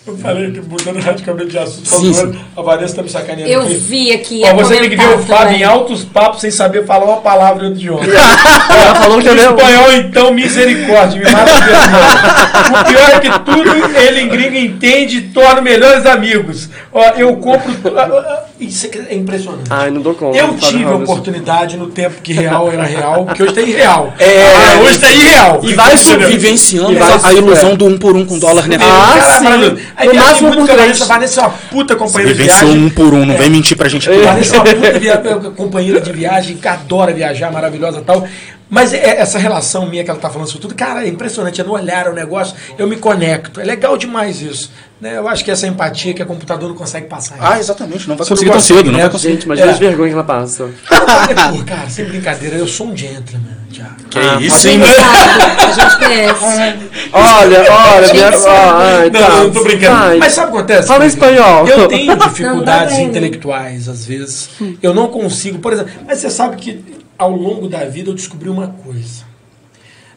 Speaker 1: Eu falei que mudando radicalmente de assunto,
Speaker 2: Sim,
Speaker 1: falando,
Speaker 2: sim.
Speaker 1: a Vanessa tá me sacaneando.
Speaker 4: Eu
Speaker 1: aqui.
Speaker 4: vi aqui.
Speaker 1: Ó,
Speaker 4: ia
Speaker 1: você tem que ver
Speaker 4: comentar
Speaker 1: o Fábio
Speaker 4: também.
Speaker 1: em altos papos sem saber falar uma palavra em outro idioma.
Speaker 3: Ela
Speaker 1: [LAUGHS]
Speaker 3: falou que
Speaker 1: Em
Speaker 3: eu
Speaker 1: espanhol, então, misericórdia, me mata mesmo, não. O pior é que tudo ele em gringo entende e torna melhores amigos. Ó, eu compro. tu- ah, ah, ah, Isso é impressionante.
Speaker 3: Ai, Ah, não dou conta.
Speaker 1: Eu
Speaker 3: Fábio
Speaker 1: tive a
Speaker 3: Robson.
Speaker 1: oportunidade no tempo que real era real, porque hoje tem real.
Speaker 2: É.
Speaker 1: Ah, hoje tem irreal.
Speaker 2: E vai
Speaker 1: Entendeu?
Speaker 2: vivenciando
Speaker 3: E vai
Speaker 2: a, a
Speaker 3: super.
Speaker 2: ilusão do um por um com dólar, né?
Speaker 3: Ah,
Speaker 1: Caralho,
Speaker 3: sim.
Speaker 1: maravilhoso. Aí
Speaker 3: No
Speaker 1: tem
Speaker 3: máximo
Speaker 1: muito
Speaker 3: por
Speaker 1: que a
Speaker 3: três.
Speaker 1: Vanessa, a Vanessa é uma puta companheira de
Speaker 2: Vivenciou
Speaker 1: viagem.
Speaker 2: um por um, não vem mentir pra gente aqui.
Speaker 1: A
Speaker 2: não.
Speaker 1: Vanessa é uma puta via- companheira de viagem, que adora viajar, maravilhosa e tal. Mas é- essa relação minha que ela tá falando sobre tudo, cara, é impressionante. É no olhar, é o negócio, eu me conecto. É legal demais isso. Né? Eu acho que essa empatia que o computador não consegue passar.
Speaker 2: Ah, exatamente, não vai
Speaker 1: Só
Speaker 2: conseguir tão
Speaker 1: consegue,
Speaker 2: cedo, não
Speaker 1: né?
Speaker 2: vai conseguir.
Speaker 3: Gente, imagina
Speaker 1: É.
Speaker 3: as vergonhas que ela passa.
Speaker 1: Pô, cara, sem brincadeira, eu sou um gentleman, Thiago.
Speaker 2: Que
Speaker 3: Ah,
Speaker 2: isso,
Speaker 3: pode-
Speaker 2: hein?
Speaker 4: Sabe, a
Speaker 1: [LAUGHS]
Speaker 4: gente conhece.
Speaker 3: Olha, olha, minha... ah, ai,
Speaker 1: Não,
Speaker 3: tá.
Speaker 1: eu não tô brincando.
Speaker 3: Ai,
Speaker 1: Mas sabe o que acontece?
Speaker 3: Fala em espanhol.
Speaker 1: Eu tenho
Speaker 4: Não, dá
Speaker 1: dificuldades
Speaker 4: pra ele.
Speaker 1: intelectuais, às vezes. Eu não consigo, por exemplo. Mas você sabe que ao longo da vida eu descobri uma coisa.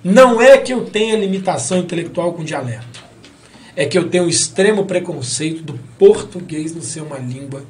Speaker 1: Não é que eu tenha limitação intelectual com dialeto. É que eu tenho um extremo preconceito do português não ser uma língua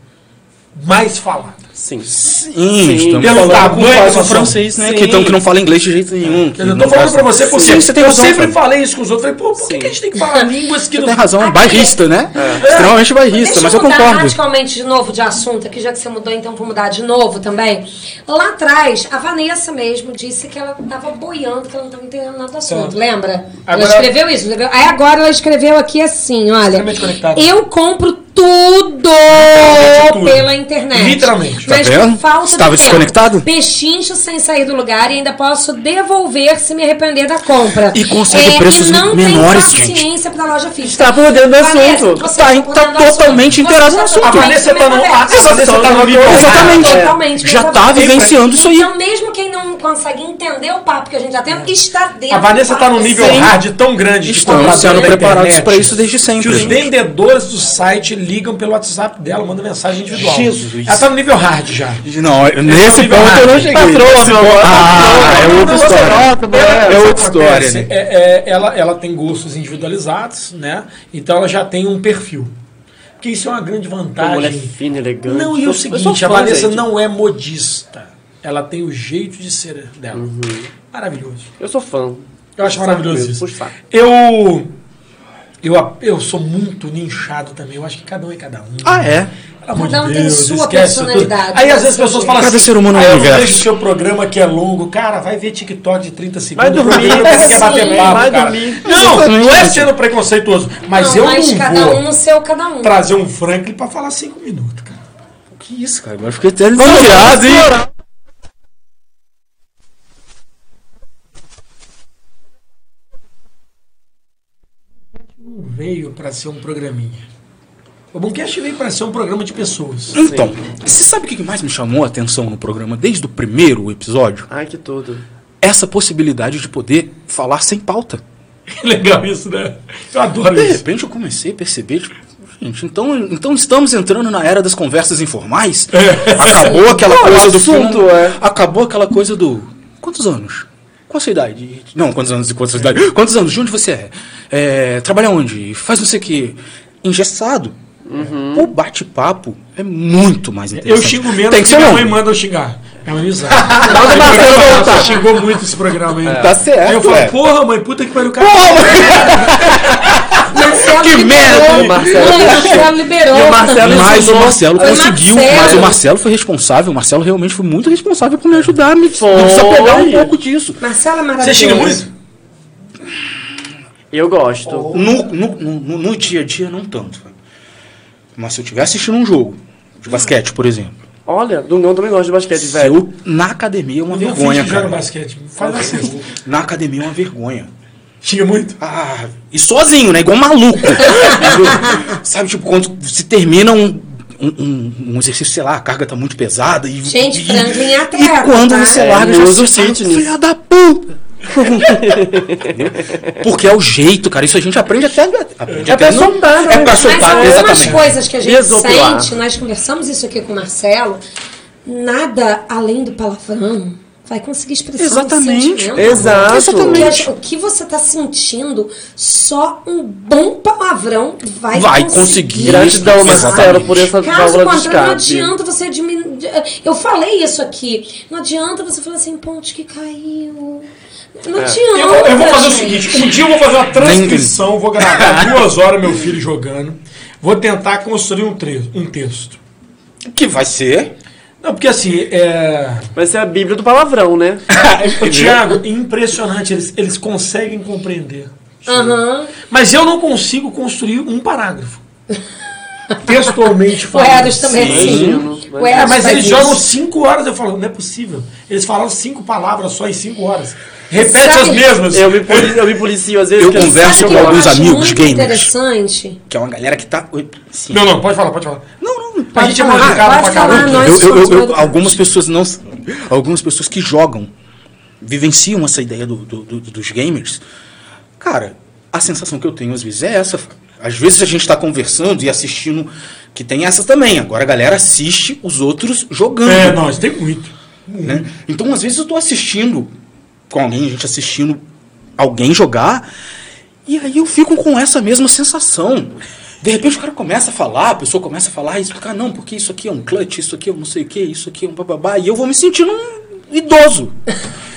Speaker 1: mais falada.
Speaker 3: Sim.
Speaker 2: Sim, estamos
Speaker 1: Pelo
Speaker 2: falando
Speaker 1: tamanho
Speaker 2: com
Speaker 1: da
Speaker 2: quase
Speaker 1: nossa-
Speaker 2: francês, né?
Speaker 1: Sim.
Speaker 2: Que, tão, que não fala inglês de jeito nenhum. que
Speaker 1: Eu
Speaker 2: não
Speaker 1: tô falando
Speaker 2: faz-
Speaker 1: pra você porque
Speaker 2: Sim, você tem
Speaker 1: eu
Speaker 2: razão,
Speaker 1: sempre
Speaker 2: cara.
Speaker 1: falei isso com os outros. Falei, pô, por que,
Speaker 3: Sim.
Speaker 1: que a gente tem que falar línguas que
Speaker 2: Você
Speaker 1: não.
Speaker 2: tem razão,
Speaker 4: Aqui-
Speaker 2: bairrista, né? Extremamente bairrista,
Speaker 4: Ah, é. Deixa
Speaker 2: é mas eu
Speaker 4: eu mudar
Speaker 2: concordo.
Speaker 4: radicalmente de novo de assunto aqui, já que você mudou, então vou mudar de novo também. Lá atrás, a Vanessa mesmo disse que ela tava boiando, que ela não tava entendendo nada do assunto, lembra?
Speaker 1: Tá. Agora-
Speaker 4: Ela escreveu isso, escreveu... aí agora ela escreveu aqui assim, olha,
Speaker 1: Extremamente conectada.
Speaker 4: eu compro tudo,
Speaker 1: tudo.
Speaker 4: pela internet.
Speaker 1: Literalmente.
Speaker 2: Tá
Speaker 4: Mas
Speaker 2: vendo?
Speaker 4: por falta
Speaker 2: Você tava
Speaker 4: do tempo.
Speaker 2: desconectado?
Speaker 4: Pechincho sem sair do lugar e ainda posso devolver se me arrepender da compra. É,
Speaker 2: E consegue preços
Speaker 4: e não
Speaker 2: menores,
Speaker 4: tem
Speaker 2: gente.
Speaker 4: paciência pra loja física.
Speaker 3: Está por dentro do
Speaker 4: Vanessa,
Speaker 3: assunto.
Speaker 4: você
Speaker 2: Tá,
Speaker 4: está
Speaker 2: então,
Speaker 4: por dentro do
Speaker 2: totalmente
Speaker 4: assunto.
Speaker 2: inteirado no
Speaker 4: Você
Speaker 2: assunto.
Speaker 1: A
Speaker 4: totalmente
Speaker 1: Vanessa tá no. A
Speaker 4: metaverso.
Speaker 1: Vanessa tá no
Speaker 2: Exatamente.
Speaker 4: Totalmente.
Speaker 2: Já
Speaker 4: metaverso.
Speaker 2: tá vivenciando isso aí.
Speaker 4: É. Então, mesmo quem não consegue entender o papo que a gente já tem, está dentro.
Speaker 1: A Vanessa
Speaker 4: do
Speaker 1: tá
Speaker 4: papo.
Speaker 1: num nível
Speaker 4: Sim.
Speaker 1: hard tão grande. de
Speaker 2: Estamos
Speaker 1: contratação
Speaker 2: sendo
Speaker 1: da
Speaker 2: preparados
Speaker 1: internet,
Speaker 2: pra isso desde
Speaker 1: Que
Speaker 2: sempre,
Speaker 1: os
Speaker 2: gente.
Speaker 1: vendedores do site ligam pelo WhatsApp dela, mandam mensagem individual.
Speaker 2: Jesus.
Speaker 1: Ela tá no nível hard já.
Speaker 2: Não, eu- nesse
Speaker 1: nível
Speaker 2: ponto eu não
Speaker 1: rápido.
Speaker 2: cheguei.
Speaker 3: Patroa, meu amor.
Speaker 2: Ah, é outra história. É
Speaker 1: Sabe o que
Speaker 2: outra história,
Speaker 1: acontece?
Speaker 2: né?
Speaker 1: É, é, ela, ela tem gostos individualizados, né? Então ela já tem um perfil. Porque isso é uma grande
Speaker 3: Uma mulher
Speaker 1: vantagem.
Speaker 3: fina, um elegante.
Speaker 1: Não, e é
Speaker 3: Eu
Speaker 1: o
Speaker 3: sou- eu sou
Speaker 1: seguinte, a
Speaker 3: fã,
Speaker 1: Vanessa
Speaker 3: gente.
Speaker 1: não é modista. Ela tem o jeito de ser dela.
Speaker 3: Uhum.
Speaker 1: Maravilhoso.
Speaker 3: Eu sou fã.
Speaker 1: Eu acho maravilhoso
Speaker 3: mesmo,
Speaker 1: isso.
Speaker 3: puxa o saco.
Speaker 1: Eu, eu, eu sou muito ninchado também. Eu acho que cada um é cada um.
Speaker 2: Ah, é?
Speaker 1: Pelo amor
Speaker 4: Cada
Speaker 1: de
Speaker 4: um tem
Speaker 1: Deus,
Speaker 4: sua
Speaker 1: esquece isso
Speaker 4: personalidade,
Speaker 1: tudo. Aí
Speaker 4: né,
Speaker 1: às vezes as
Speaker 4: seu
Speaker 1: pessoas
Speaker 4: jeito.
Speaker 1: falam
Speaker 2: Cada
Speaker 1: assim,
Speaker 2: ser humano é um
Speaker 1: "Ah, eu
Speaker 2: universo."
Speaker 1: vejo o seu programa que é longo. Cara, vai ver TikTok de 30 segundos.
Speaker 3: Vai dormir,
Speaker 1: programa que você quer
Speaker 4: sim,
Speaker 1: bater papo,
Speaker 3: vai
Speaker 1: cara.
Speaker 3: dormir.
Speaker 1: Não, não é sendo preconceituoso. Mas eu
Speaker 4: mas
Speaker 1: não
Speaker 4: cada
Speaker 1: vou
Speaker 4: um no seu, cada um.
Speaker 1: trazer um Franklin pra falar 5 minutos, cara.
Speaker 2: Que isso, cara? Agora eu fiquei até desviado, hein?
Speaker 1: Não veio pra ser um programinha. O Boomcast veio pra ser um programa de pessoas. [LAUGHS]
Speaker 2: Então, você sabe o que mais me chamou a atenção no programa desde o primeiro episódio?
Speaker 3: Ai, que tudo.
Speaker 2: Essa possibilidade de poder falar sem pauta.
Speaker 1: Que legal isso, né? Eu adoro
Speaker 2: De
Speaker 1: isso.
Speaker 2: repente eu comecei a perceber, tipo, gente, então, então estamos entrando na era das conversas informais?
Speaker 1: É.
Speaker 2: Acabou aquela
Speaker 3: Não,
Speaker 1: [LAUGHS]
Speaker 2: coisa do
Speaker 3: assunto,
Speaker 2: filme.
Speaker 3: é.
Speaker 2: Acabou aquela coisa do. Quantos anos? Qual a sua idade? Não, quantos anos e quantos sua idade? Quantos anos? De onde você é? é trabalha onde? Faz não sei o quê. Engessado. O bate-papo é muito mais
Speaker 1: Uhum. Eu
Speaker 2: interessante.
Speaker 1: xingo menos
Speaker 2: Tem
Speaker 1: porque
Speaker 2: que ser um Então
Speaker 1: minha
Speaker 2: não.
Speaker 1: mãe manda eu xingar. É uma
Speaker 2: [LAUGHS]
Speaker 1: amizade.
Speaker 3: Manda o Marcelo
Speaker 1: Você
Speaker 3: voltar.
Speaker 1: xingou muito esse programa, hein?
Speaker 2: Tá certo,
Speaker 1: Aí eu falo,
Speaker 2: é.
Speaker 1: porra, mãe, puta que pariu, cara.
Speaker 2: Porra,
Speaker 4: Marcelo
Speaker 2: Que merda,
Speaker 3: O Marcelo.
Speaker 4: O Marcelo liberou.
Speaker 3: E o Marcelo
Speaker 2: Mas o
Speaker 3: ensinou.
Speaker 2: Marcelo
Speaker 4: Foi
Speaker 2: conseguiu,
Speaker 4: Marcelo.
Speaker 2: mas o Marcelo foi responsável, o Marcelo realmente foi muito responsável por me ajudar a me
Speaker 3: Foi.
Speaker 2: desapegar um pouco disso.
Speaker 4: Marcelo é
Speaker 1: Você
Speaker 4: maravilhoso.
Speaker 1: xinga muito?
Speaker 3: Eu gosto.
Speaker 2: No, no, no, no dia a dia, não tanto. velho. Mas se eu estiver assistindo um jogo de basquete, por exemplo,
Speaker 3: Olha, Dungão também gosta de basquete,
Speaker 2: se
Speaker 3: velho.
Speaker 2: eu, na academia é uma
Speaker 1: Eu finge
Speaker 2: vergonha,
Speaker 1: que joga
Speaker 2: cara.
Speaker 1: basquete. Fala assim.
Speaker 2: Na academia é uma vergonha.
Speaker 1: Xinga muito?
Speaker 2: Ah, e sozinho, né? Igual
Speaker 1: [LAUGHS]
Speaker 2: um maluco. Sabe, tipo, quando se termina um, um, um- um exercício, sei lá, a carga tá muito pesada. E,
Speaker 4: Gente,
Speaker 2: e,
Speaker 4: Franklin é
Speaker 2: E
Speaker 4: atleta,
Speaker 2: quando
Speaker 4: tá?
Speaker 2: você
Speaker 4: É,
Speaker 2: larga,
Speaker 3: ele
Speaker 2: já
Speaker 3: usa o
Speaker 2: se-
Speaker 3: cheat
Speaker 2: ah,
Speaker 3: nisso.
Speaker 2: Filha da puta! Entendeu? Porque é o jeito, cara. Isso a gente aprende até. Aprende
Speaker 3: É
Speaker 2: até
Speaker 3: pra
Speaker 2: no-
Speaker 3: soltar, né?
Speaker 2: É pra
Speaker 3: Mas
Speaker 4: Mas
Speaker 2: soltar,
Speaker 4: algumas
Speaker 2: exatamente.
Speaker 4: coisas que a gente
Speaker 3: Desopilar.
Speaker 4: sente, nós conversamos isso aqui com o Marcelo, nada além do palavrão vai conseguir expressar
Speaker 2: Exatamente.
Speaker 4: um sentimento.
Speaker 3: Exato.
Speaker 4: Porque
Speaker 2: Exatamente.
Speaker 4: o que você tá sentindo, só um bom palavrão vai,
Speaker 2: Vai conseguir.
Speaker 4: conseguir.
Speaker 3: Gratidão, Marcelo,
Speaker 2: Exatamente.
Speaker 3: por essa
Speaker 4: Caso
Speaker 3: válvula de
Speaker 4: contrário, não
Speaker 3: escape.
Speaker 4: adianta você diminuir. Eu falei isso aqui. Não adianta você falar assim, ponte que caiu. Não adianta.
Speaker 1: É. Eu, vou- eu vou fazer o
Speaker 4: gente.
Speaker 1: seguinte: um dia eu vou fazer uma transcrição, vou gravar duas horas meu filho jogando, vou tentar construir um, tre- um texto.
Speaker 2: Que vai ser.
Speaker 1: Não, porque assim, é.
Speaker 3: Vai ser a Bíblia do palavrão, né?
Speaker 1: Ô, Thiago, é impressionante, eles, eles conseguem compreender.
Speaker 4: Aham.
Speaker 1: Mas eu não consigo construir um parágrafo. [LAUGHS] Textualmente
Speaker 4: O
Speaker 1: falando.
Speaker 4: Eros também é
Speaker 2: Sim.
Speaker 4: assim. O
Speaker 1: É,
Speaker 4: Eros
Speaker 1: mas
Speaker 4: faz
Speaker 1: eles
Speaker 4: isso.
Speaker 1: jogam cinco horas, eu falo, não é possível. Eles falaram cinco palavras só em cinco horas. Repete
Speaker 4: Sabe-
Speaker 1: as mesmas.
Speaker 3: Eu me, policio, eu me policio às vezes.
Speaker 2: Eu
Speaker 3: que
Speaker 2: converso
Speaker 4: Sabe o que
Speaker 2: com
Speaker 4: eu
Speaker 2: alguns
Speaker 4: acho
Speaker 2: amigos
Speaker 4: muito
Speaker 2: gamers.
Speaker 4: interessante.
Speaker 2: Que é uma galera que tá. Oi, Sim.
Speaker 1: Não, não, pode falar, pode falar.
Speaker 2: Não, não.
Speaker 1: A gente é
Speaker 4: falar,
Speaker 1: modificado pra
Speaker 4: pode falar,
Speaker 1: caramba.
Speaker 4: Tá nós-
Speaker 2: Eu- eu- eu-
Speaker 4: somos
Speaker 2: eu-
Speaker 4: educados.
Speaker 2: algumas pessoas não. Algumas pessoas que jogam, vivenciam essa ideia do- do- do- dos gamers. Cara, a sensação que eu tenho às vezes é essa. Às vezes a gente está conversando e assistindo. Que tem essa também. Agora a galera assiste os outros jogando.
Speaker 1: É, nós tem muito.
Speaker 2: né? Então, às vezes, eu tô assistindo com alguém, a gente assistindo alguém jogar, e aí eu fico com essa mesma sensação. De repente o cara começa a falar, a pessoa começa a falar e explicar, não, porque isso aqui é um clutch, isso aqui é um não sei o que, isso aqui é um bababá, e eu vou me sentindo um idoso. [LAUGHS]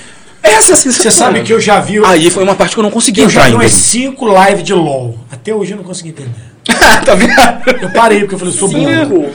Speaker 2: Essa é a sensação.
Speaker 1: Você sabe que eu já vi.
Speaker 2: Aí foi uma parte que eu não consegui
Speaker 1: Eu
Speaker 2: entrar
Speaker 1: já vi
Speaker 2: ainda.
Speaker 1: umas cinco lives de LOL. Até hoje eu não consegui entender.
Speaker 2: tá vendo?
Speaker 1: Eu parei, porque eu falei, eu sou burro.
Speaker 3: Cinco.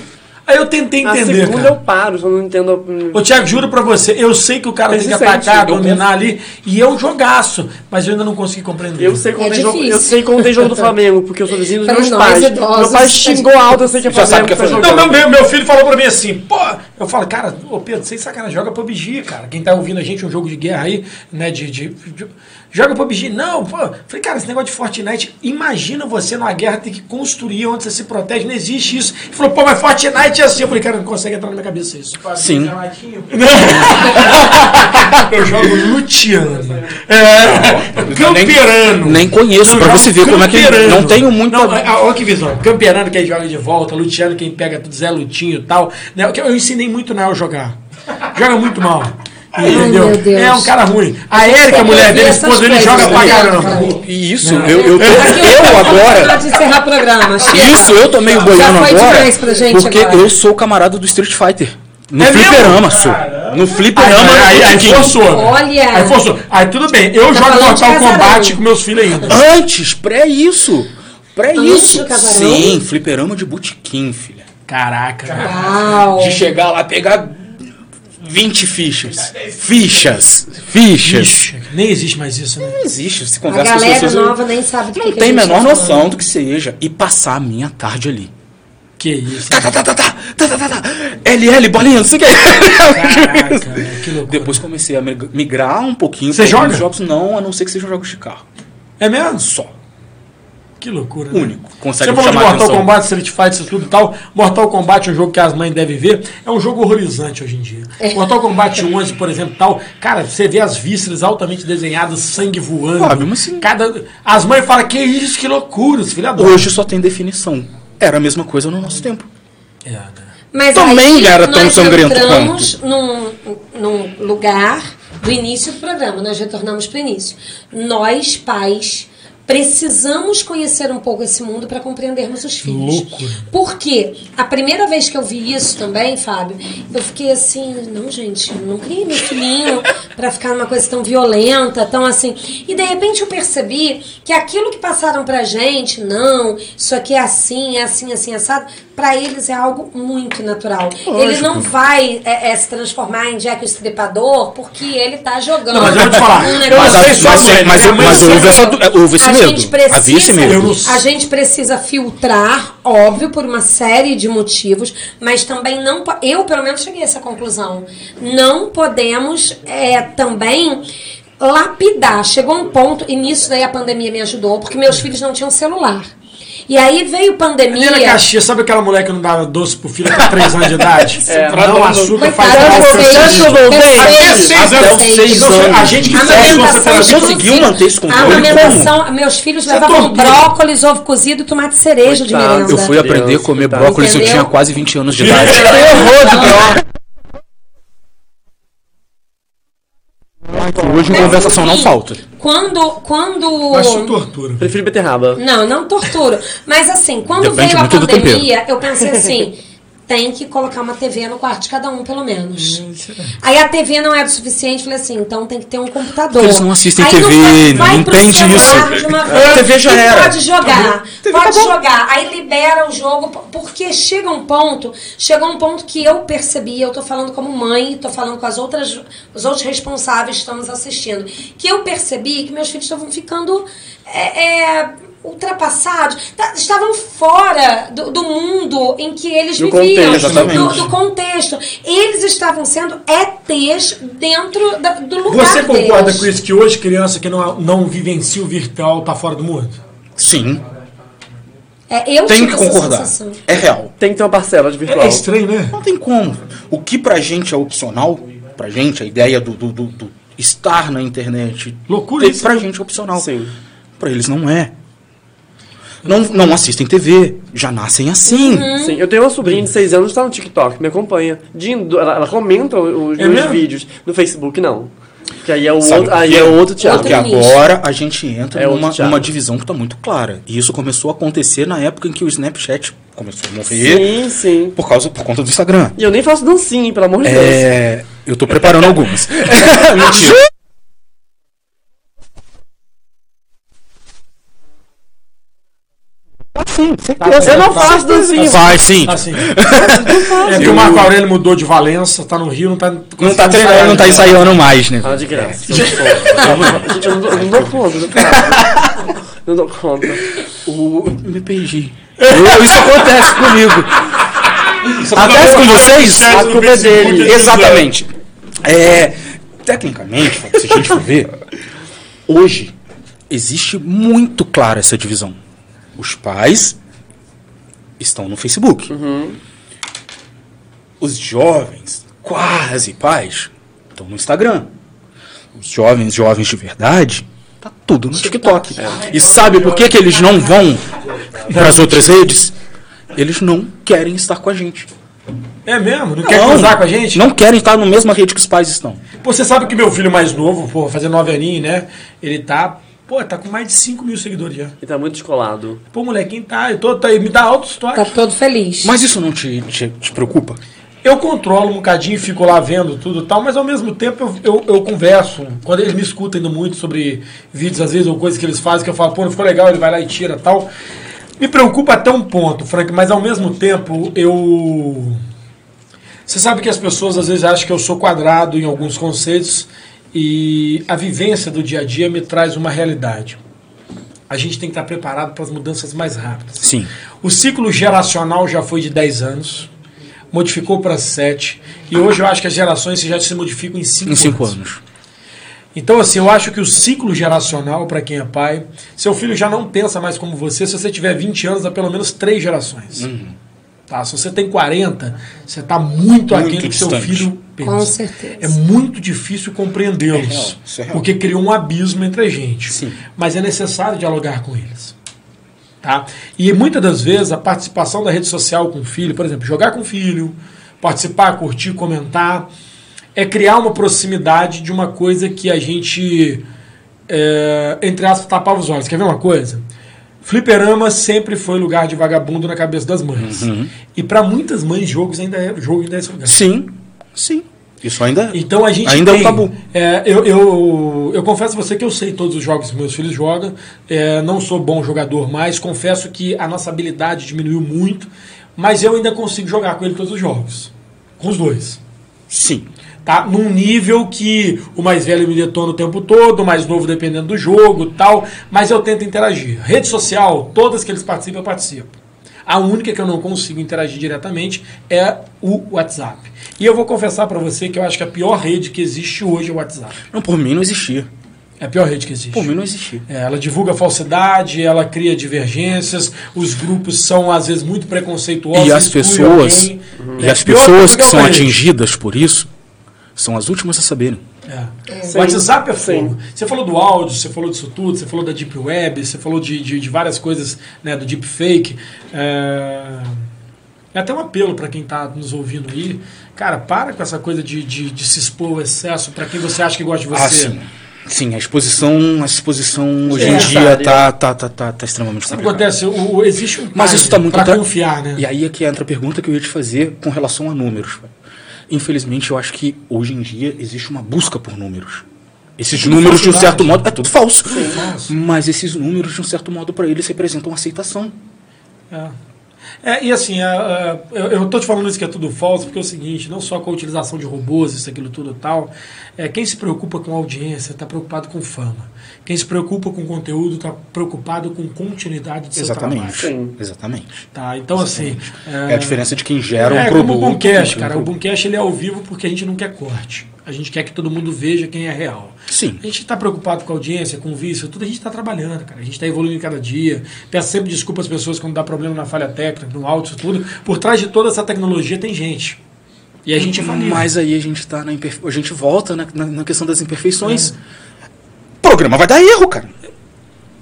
Speaker 1: Aí eu tentei
Speaker 3: Na
Speaker 1: entender.
Speaker 3: segunda
Speaker 1: cara.
Speaker 3: eu paro, só não entendo. hum,
Speaker 1: Ô, Thiago, juro pra você, eu sei que o cara tem que
Speaker 3: Persistente,
Speaker 1: atacar,
Speaker 3: eu
Speaker 1: dominar ali, e eu jogaço, mas eu ainda não consegui compreender.
Speaker 3: Eu sei, quando
Speaker 4: É
Speaker 3: tem jogo, eu
Speaker 4: difícil.
Speaker 3: sei quando tem jogo do Flamengo, porque eu sou vizinho dos
Speaker 4: Pra
Speaker 3: meus
Speaker 4: nós,
Speaker 3: pais.
Speaker 4: idosos, tá
Speaker 3: meu pai xingou alto, eu sei que é
Speaker 2: Já sabe
Speaker 3: Flamengo
Speaker 2: que é
Speaker 3: que tá
Speaker 2: Flamengo.
Speaker 1: Não,
Speaker 3: jogando.
Speaker 1: meu, meu, meu filho falou pra mim assim, pô, eu falo, cara, ô Pedro, sem sacanagem, joga PUBG, cara. Quem tá ouvindo a gente, um jogo de guerra aí, né, de... de, de joga PUBG. Não, pô. Falei, cara, esse negócio de Fortnite, imagina você numa guerra ter que construir onde você se protege, não existe isso. Ele falou, pô, mas Fortnite é assim. Eu falei, cara, não consegue entrar na minha cabeça isso.
Speaker 2: Sim.
Speaker 1: [LAUGHS] Eu jogo né, luteando. É, camperano.
Speaker 2: nem conheço,
Speaker 1: Eu
Speaker 2: pra
Speaker 1: jogo
Speaker 2: você ver como é que
Speaker 1: camperano.
Speaker 2: não tenho muita-
Speaker 1: Não, ah, olha que visão. Camperano quem joga de volta, luteando quem pega tudo, Zé Lutinho e tal. Né, o que Eu ensinei muito Nael a jogar. Joga muito
Speaker 4: [LAUGHS]
Speaker 1: mal. Entendeu?
Speaker 4: meu Deus.
Speaker 1: É um cara ruim. A Érica, a mulher
Speaker 4: Eu vi
Speaker 1: dele,
Speaker 4: essas
Speaker 1: esposa, ele
Speaker 4: coisas,
Speaker 1: joga
Speaker 4: né?
Speaker 1: pra caramba. É.
Speaker 2: E isso, eu, eu, tô-
Speaker 4: é
Speaker 2: eu
Speaker 4: Pode
Speaker 2: agora.
Speaker 4: encerrar o programa. Chega.
Speaker 2: Isso, eu tô meio boiando
Speaker 4: foi
Speaker 2: agora.
Speaker 4: demais pra gente
Speaker 2: porque
Speaker 4: agora.
Speaker 2: eu sou o camarada do Street Fighter. No
Speaker 1: É mesmo?
Speaker 2: fliperama, sou. No fliperama,
Speaker 1: aí, aí,
Speaker 2: eu
Speaker 1: aí
Speaker 2: fiquei-
Speaker 1: forçou. né?
Speaker 4: Olha. Tá
Speaker 1: Aí forçou. Aí tudo bem. Eu jogo
Speaker 4: falando de
Speaker 1: Mortal
Speaker 4: casarão.
Speaker 1: Kombat com meus filhos ainda.
Speaker 2: Antes, pré isso. Pré
Speaker 4: Antes
Speaker 2: isso.
Speaker 4: do casarão?
Speaker 2: Sim, fliperama de botequim, filha.
Speaker 1: Caraca.
Speaker 4: Uau.
Speaker 2: De chegar lá, pegar 20 fichas. Fichas. Fichas.
Speaker 1: Ixi, nem existe mais isso, né?
Speaker 2: Não existe, você
Speaker 4: A
Speaker 2: conversa com as
Speaker 4: galera
Speaker 2: pessoas.
Speaker 4: nova nem sabe do que
Speaker 2: Não
Speaker 4: que
Speaker 2: tem a
Speaker 4: gente
Speaker 2: menor
Speaker 4: tá falando.
Speaker 2: noção do que seja. E passar a minha tarde ali.
Speaker 1: Que isso. né? [LAUGHS]
Speaker 2: Tá, tá, tá, tá, tá, tá, tá, tá, tá. LL, bolinha, não sei o que.
Speaker 1: Caraca, velho, que loucura.
Speaker 2: [LAUGHS] Depois comecei a mig- migrar um pouquinho.
Speaker 1: Você
Speaker 2: pra
Speaker 1: joga?
Speaker 2: alguns Jogos, não, a não ser que sejam jogos de carro.
Speaker 1: É mesmo?
Speaker 2: Só.
Speaker 1: Que loucura. né?
Speaker 2: Único. Consegue
Speaker 1: Você falou de
Speaker 2: chamar a
Speaker 1: Mortal
Speaker 2: atenção.
Speaker 1: Kombat, Street Fighter, isso tudo e tal. Mortal Kombat é um jogo que as mães devem ver. É um jogo horrorizante hoje em dia. Mortal Kombat 11, por exemplo, tal. Cara, você vê as vísceras altamente desenhadas, sangue voando.
Speaker 2: Fábio, mas sim.
Speaker 1: Cada... As mães falam, que isso, que loucura. Os filhos adoram.
Speaker 2: Hoje só tem definição. Era a mesma coisa no nosso tempo.
Speaker 1: É, né?
Speaker 4: Mas
Speaker 2: Também
Speaker 4: aí
Speaker 2: era tão
Speaker 4: nós
Speaker 2: sangrento
Speaker 4: entramos num, num lugar do início do programa, nós retornamos para o início. Nós, pais, precisamos conhecer um pouco esse mundo para compreendermos os filhos.
Speaker 1: Louco.
Speaker 4: Porque a primeira vez que eu vi isso também, Fábio, eu fiquei assim, não, gente, eu não criei meu filhinho para ficar numa coisa tão violenta, tão assim. E de repente eu percebi que aquilo que passaram pra gente, não, isso aqui é assim, é assim, assim, assado, pra eles é algo muito natural. Ele não vai é, é, se transformar em Jack o Estripador porque ele tá jogando.
Speaker 1: Não, mas eu vou te falar,
Speaker 4: um
Speaker 1: eu
Speaker 4: negócio-
Speaker 1: Mas aí
Speaker 2: Mas,
Speaker 1: sua
Speaker 2: mas,
Speaker 1: mãe,
Speaker 2: mas,
Speaker 1: minha mãe
Speaker 2: mas houve, essa, du- houve esse
Speaker 4: a
Speaker 2: medo.
Speaker 4: Gente precisa,
Speaker 2: Havia esse medo.
Speaker 1: Eu não sei.
Speaker 4: A gente precisa filtrar, óbvio, por uma série de motivos, mas também não. po- Eu, pelo menos, cheguei a essa conclusão. Não podemos é, também lapidar. Chegou um ponto, e nisso daí a pandemia me ajudou, porque meus filhos não tinam celular. E aí veio pandemia.
Speaker 1: Helena Caxias, sabe aquela mulher que não dá doce pro filho com 3 anos de
Speaker 2: [LAUGHS]
Speaker 1: idade?
Speaker 3: É,
Speaker 2: tá
Speaker 1: não açúcar, faz
Speaker 4: Coitada,
Speaker 1: mal
Speaker 4: eu
Speaker 1: pro
Speaker 4: sei,
Speaker 1: organismo.
Speaker 3: eu não sei.
Speaker 1: Até
Speaker 4: Eu
Speaker 1: seis
Speaker 4: sei.
Speaker 1: anos.
Speaker 4: Até seis
Speaker 1: Não,
Speaker 2: anos.
Speaker 1: A gente que
Speaker 4: A
Speaker 1: força você pela
Speaker 4: amamentação
Speaker 1: vida.
Speaker 2: conseguiu
Speaker 4: inclusive,
Speaker 2: manter esse controle?
Speaker 4: A amamentação, meus filhos levavam
Speaker 1: tortura.
Speaker 4: brócolis, ovo cozido e tomate cereja de
Speaker 3: Coitado.
Speaker 4: merenda.
Speaker 2: Eu fui aprender a comer
Speaker 4: tá.
Speaker 3: Entendeu?
Speaker 2: brócolis eu tinha quase 20 [LAUGHS] anos de idade. Hoje
Speaker 4: Mas,
Speaker 2: conversação não
Speaker 4: enfim,
Speaker 2: falta.
Speaker 4: Quando. quando...
Speaker 1: Mas isso tortura.
Speaker 3: Prefiro beterraba.
Speaker 4: Não, não torturo. Mas assim, quando
Speaker 2: Depende
Speaker 4: veio a
Speaker 2: muito do
Speaker 4: pandemia, eu pensei assim. Tem que colocar uma TV no quarto de cada um, pelo menos. Aí a TV não era o suficiente, falei assim, então tem que ter um computador.
Speaker 2: Eles não assistem
Speaker 4: Aí não
Speaker 2: TV,
Speaker 4: vai- vai
Speaker 2: não
Speaker 4: pro
Speaker 2: entende
Speaker 4: celular
Speaker 2: isso.
Speaker 4: de uma
Speaker 2: A
Speaker 4: vez
Speaker 2: TV já
Speaker 4: e
Speaker 2: era.
Speaker 4: Pode jogar, pode jogar. Aí libera o jogo, porque chega um ponto, chegou um ponto que eu percebi, eu tô falando como mãe, tô falando com as outras, os outros responsáveis que estamos assistindo, que eu percebi que meus filhos estavam ficando é, é, ultrapassados, tá- estavam fora do, do mundo em que eles
Speaker 3: Do
Speaker 4: viviam,
Speaker 3: contexto,
Speaker 4: do,
Speaker 2: exatamente.
Speaker 4: do contexto. Eles estavam sendo ETs dentro da- do lugar
Speaker 1: Você concorda
Speaker 4: deles.
Speaker 1: com isso que hoje criança que não, não vivencia o virtual tá fora do mundo?
Speaker 2: Sim,
Speaker 4: É, eu
Speaker 2: tem que
Speaker 4: tive essa
Speaker 2: concordar.
Speaker 4: sensação.
Speaker 2: É real.
Speaker 3: Tem que ter uma parcela de virtual.
Speaker 1: É estranho, né?
Speaker 2: Não tem como. O que pra gente é opcional, pra gente, a ideia do, do, do- do estar na internet.
Speaker 1: Loucura
Speaker 2: tem-
Speaker 1: isso,
Speaker 2: Pra
Speaker 1: né?
Speaker 2: gente é opcional.
Speaker 3: Sim.
Speaker 2: Pra eles não é. Não, não assistem TV, já nascem assim.
Speaker 4: Uhum.
Speaker 3: Sim, eu tenho uma sobrinha de 6 anos que tá no TikTok, me acompanha. De, ela, ela comenta os
Speaker 1: É
Speaker 3: meus
Speaker 1: mesmo?
Speaker 3: vídeos. No Facebook, não. Que aí é o
Speaker 2: Sabe
Speaker 3: outro,
Speaker 2: por
Speaker 3: aí
Speaker 2: quê?
Speaker 3: é outro teatro.
Speaker 2: Porque
Speaker 4: Outro nicho.
Speaker 2: agora a gente entra
Speaker 3: É outro
Speaker 2: numa,
Speaker 3: teatro.
Speaker 2: numa divisão que tá muito clara. E isso começou a acontecer na época em que o Snapchat começou a morrer
Speaker 3: Sim, sim.
Speaker 2: por causa por conta do Instagram.
Speaker 3: E eu nem faço dancinha, hein, pelo amor de Deus.
Speaker 2: É, eu tô
Speaker 3: [LAUGHS]
Speaker 2: preparando algumas. Mentira. Assim,
Speaker 3: Eu não faço dancinha.
Speaker 2: Vai sim.
Speaker 1: [LAUGHS] Assim. É que o Marco Aurélio mudou de Valença, tá no Rio, não tá.
Speaker 2: Não tá treinando, não tá ensaiando mais, né?
Speaker 3: Ah, de graça. eu não conto. Gente, eu não, dou- eu não dou conta, não dou conta. Não dou conta.
Speaker 2: O... Eu me perdi. Eu- isso acontece comigo. Acontece com vocês?
Speaker 1: A culpa é dele.
Speaker 2: Exatamente. É, tecnicamente, se a gente for ver, hoje existe muito clara essa divisão. Os pais estão no Facebook. Os jovens, quase pais, estão no Instagram. Os jovens, jovens de verdade, tá tudo no TikTok. E sabe por que, que eles não vão para as outras redes? Eles não querem estar com a gente.
Speaker 1: É mesmo? Não, quer cruzar com a gente?
Speaker 2: Não querem estar na mesma rede que os pais estão.
Speaker 1: Pô, Você sabe que meu filho mais novo, pô, vai fazer nove aninhos, né? Ele tá. Pô, tá com mais de 5 mil seguidores já.
Speaker 3: Ele tá muito descolado.
Speaker 1: Pô, molequinho, tá. Eu tô, tá me dá alto estoque.
Speaker 4: Tá todo feliz.
Speaker 2: Mas isso não te, te, te preocupa?
Speaker 1: Eu controlo um bocadinho, fico lá vendo tudo e tal, mas ao mesmo tempo eu, eu, eu converso. Quando eles me escutam ainda muito sobre vídeos, às vezes, ou coisas que eles fazem, que eu falo, pô, não ficou legal, ele vai lá e tira e tal. Me preocupa até um ponto, Frank, mas ao mesmo tempo eu. Você sabe que as pessoas às vezes acham que eu sou quadrado em alguns conceitos e a vivência do dia a dia me traz uma realidade. A gente tem que estar preparado para as mudanças mais rápidas.
Speaker 2: Sim.
Speaker 1: O ciclo geracional já foi de 10 anos, modificou para 7, e hoje eu acho que as gerações já se modificam em 5
Speaker 2: Em cinco anos.
Speaker 1: Então, assim, eu acho que o ciclo geracional, para quem é pai, seu filho já não pensa mais como você se você tiver 20 anos, há pelo menos 3 gerações.
Speaker 2: Uhum.
Speaker 1: Tá? Se você tem 40, você está muito,
Speaker 2: Muito
Speaker 1: aquém do que seu
Speaker 2: distante.
Speaker 1: filho pensa.
Speaker 4: Com certeza.
Speaker 1: É muito difícil
Speaker 2: É real,
Speaker 1: compreendê-los,
Speaker 2: isso é real.
Speaker 1: porque criou um abismo entre a gente.
Speaker 2: Sim.
Speaker 1: Mas é necessário dialogar com eles. Tá? E muitas das vezes a participação da rede social com o filho, por exemplo, jogar com o filho, participar, curtir, comentar, é criar uma proximidade de uma coisa que a gente, é, entre aspas, tapava os olhos. Quer ver uma coisa? Fliperama sempre foi lugar de vagabundo na cabeça das mães.
Speaker 2: Uhum.
Speaker 1: E para muitas mães, jogos ainda é, jogo ainda é esse lugar.
Speaker 2: Sim, sim. Isso ainda,
Speaker 1: Então a gente
Speaker 2: ainda
Speaker 1: tem,
Speaker 2: é um tabu.
Speaker 1: é, eu, eu, eu confesso a você que eu sei todos os jogos que meus filhos jogam. é, não sou bom jogador mais. Confesso que a nossa habilidade diminuiu muito. Mas eu ainda consigo jogar com ele todos os jogos. Com os dois.
Speaker 2: Sim.
Speaker 1: Tá? Num nível que o mais velho me detona o tempo todo, o mais novo dependendo do jogo tal. Mas eu tento interagir. Rede social, todas que eles participam, eu participo. A única que eu não consigo interagir diretamente é o WhatsApp. E eu vou confessar pra você que eu acho que a pior rede que existe hoje é o WhatsApp.
Speaker 2: Não, por mim não existia.
Speaker 1: É a pior rede que existe.
Speaker 2: Por mim não existia.
Speaker 1: É, ela divulga falsidade, ela cria divergências, os grupos são às vezes muito preconceituosos.
Speaker 2: E as
Speaker 1: excluem
Speaker 2: pessoas,
Speaker 1: alguém.
Speaker 2: e
Speaker 1: É
Speaker 2: as
Speaker 1: a pior
Speaker 2: pessoas
Speaker 1: coisa
Speaker 2: que são
Speaker 1: é uma rede.
Speaker 2: atingidas por isso são as últimas a saberem.
Speaker 1: É.
Speaker 3: Sim.
Speaker 1: O WhatsApp é
Speaker 3: Sim.
Speaker 1: fogo. Você falou do áudio, você falou disso tudo, você falou da Deep Web, você falou de, de, de várias coisas, né, do Deep Fake. É... é até um apelo para quem tá nos ouvindo aí. Cara, para com essa coisa de, de, de se expor ao excesso para quem você acha que gosta de
Speaker 2: Ah,
Speaker 1: você.
Speaker 2: sim. Sim, a exposição, a exposição hoje em
Speaker 3: é.
Speaker 2: dia tá, tá, tá, tá, tá extremamente
Speaker 1: Sabe o que
Speaker 2: complicada.
Speaker 1: acontece? O, o- existe um
Speaker 2: Mas isso está muito
Speaker 1: para
Speaker 2: atra-
Speaker 1: confiar, né?
Speaker 2: E aí é que entra a pergunta que eu ia te fazer com relação a números. velho. Infelizmente, eu acho que hoje em dia existe uma busca por números. Esses números, de um
Speaker 1: falsidade.
Speaker 2: certo modo, é tudo falso.
Speaker 1: falso.
Speaker 2: Mas esses números, de um certo modo, para eles representam aceitação.
Speaker 1: É. É, e assim, a- a- eu, eu tô te falando isso que é tudo falso, porque é o seguinte, não só com a utilização de robôs, isso, aquilo, tudo e tal, é, quem se preocupa com audiência está preocupado com fama. Quem se preocupa com conteúdo está preocupado com continuidade de seu
Speaker 2: Exatamente.
Speaker 1: trabalho.
Speaker 3: Sim.
Speaker 2: Exatamente.
Speaker 1: Tá? Então, assim...
Speaker 2: É a diferença de quem gera um
Speaker 1: é
Speaker 2: produto.
Speaker 1: como o
Speaker 2: um
Speaker 1: Boomcast, cara. O
Speaker 2: produto.
Speaker 1: Boomcast ele é ao vivo porque a gente não quer corte. A gente quer que todo mundo veja quem é real.
Speaker 2: Sim.
Speaker 1: A gente está preocupado com a audiência, com o vício, tudo a gente está trabalhando, cara. A gente está evoluindo cada dia. Peço sempre desculpa às pessoas quando dá problema na falha técnica, no áudio, isso tudo. Por trás de toda essa tecnologia tem gente. E a gente é falível.
Speaker 2: Mas aí a gente tá na imperfe... a gente volta na, na- na questão das imperfeições.
Speaker 1: É.
Speaker 2: O programa vai dar erro, cara.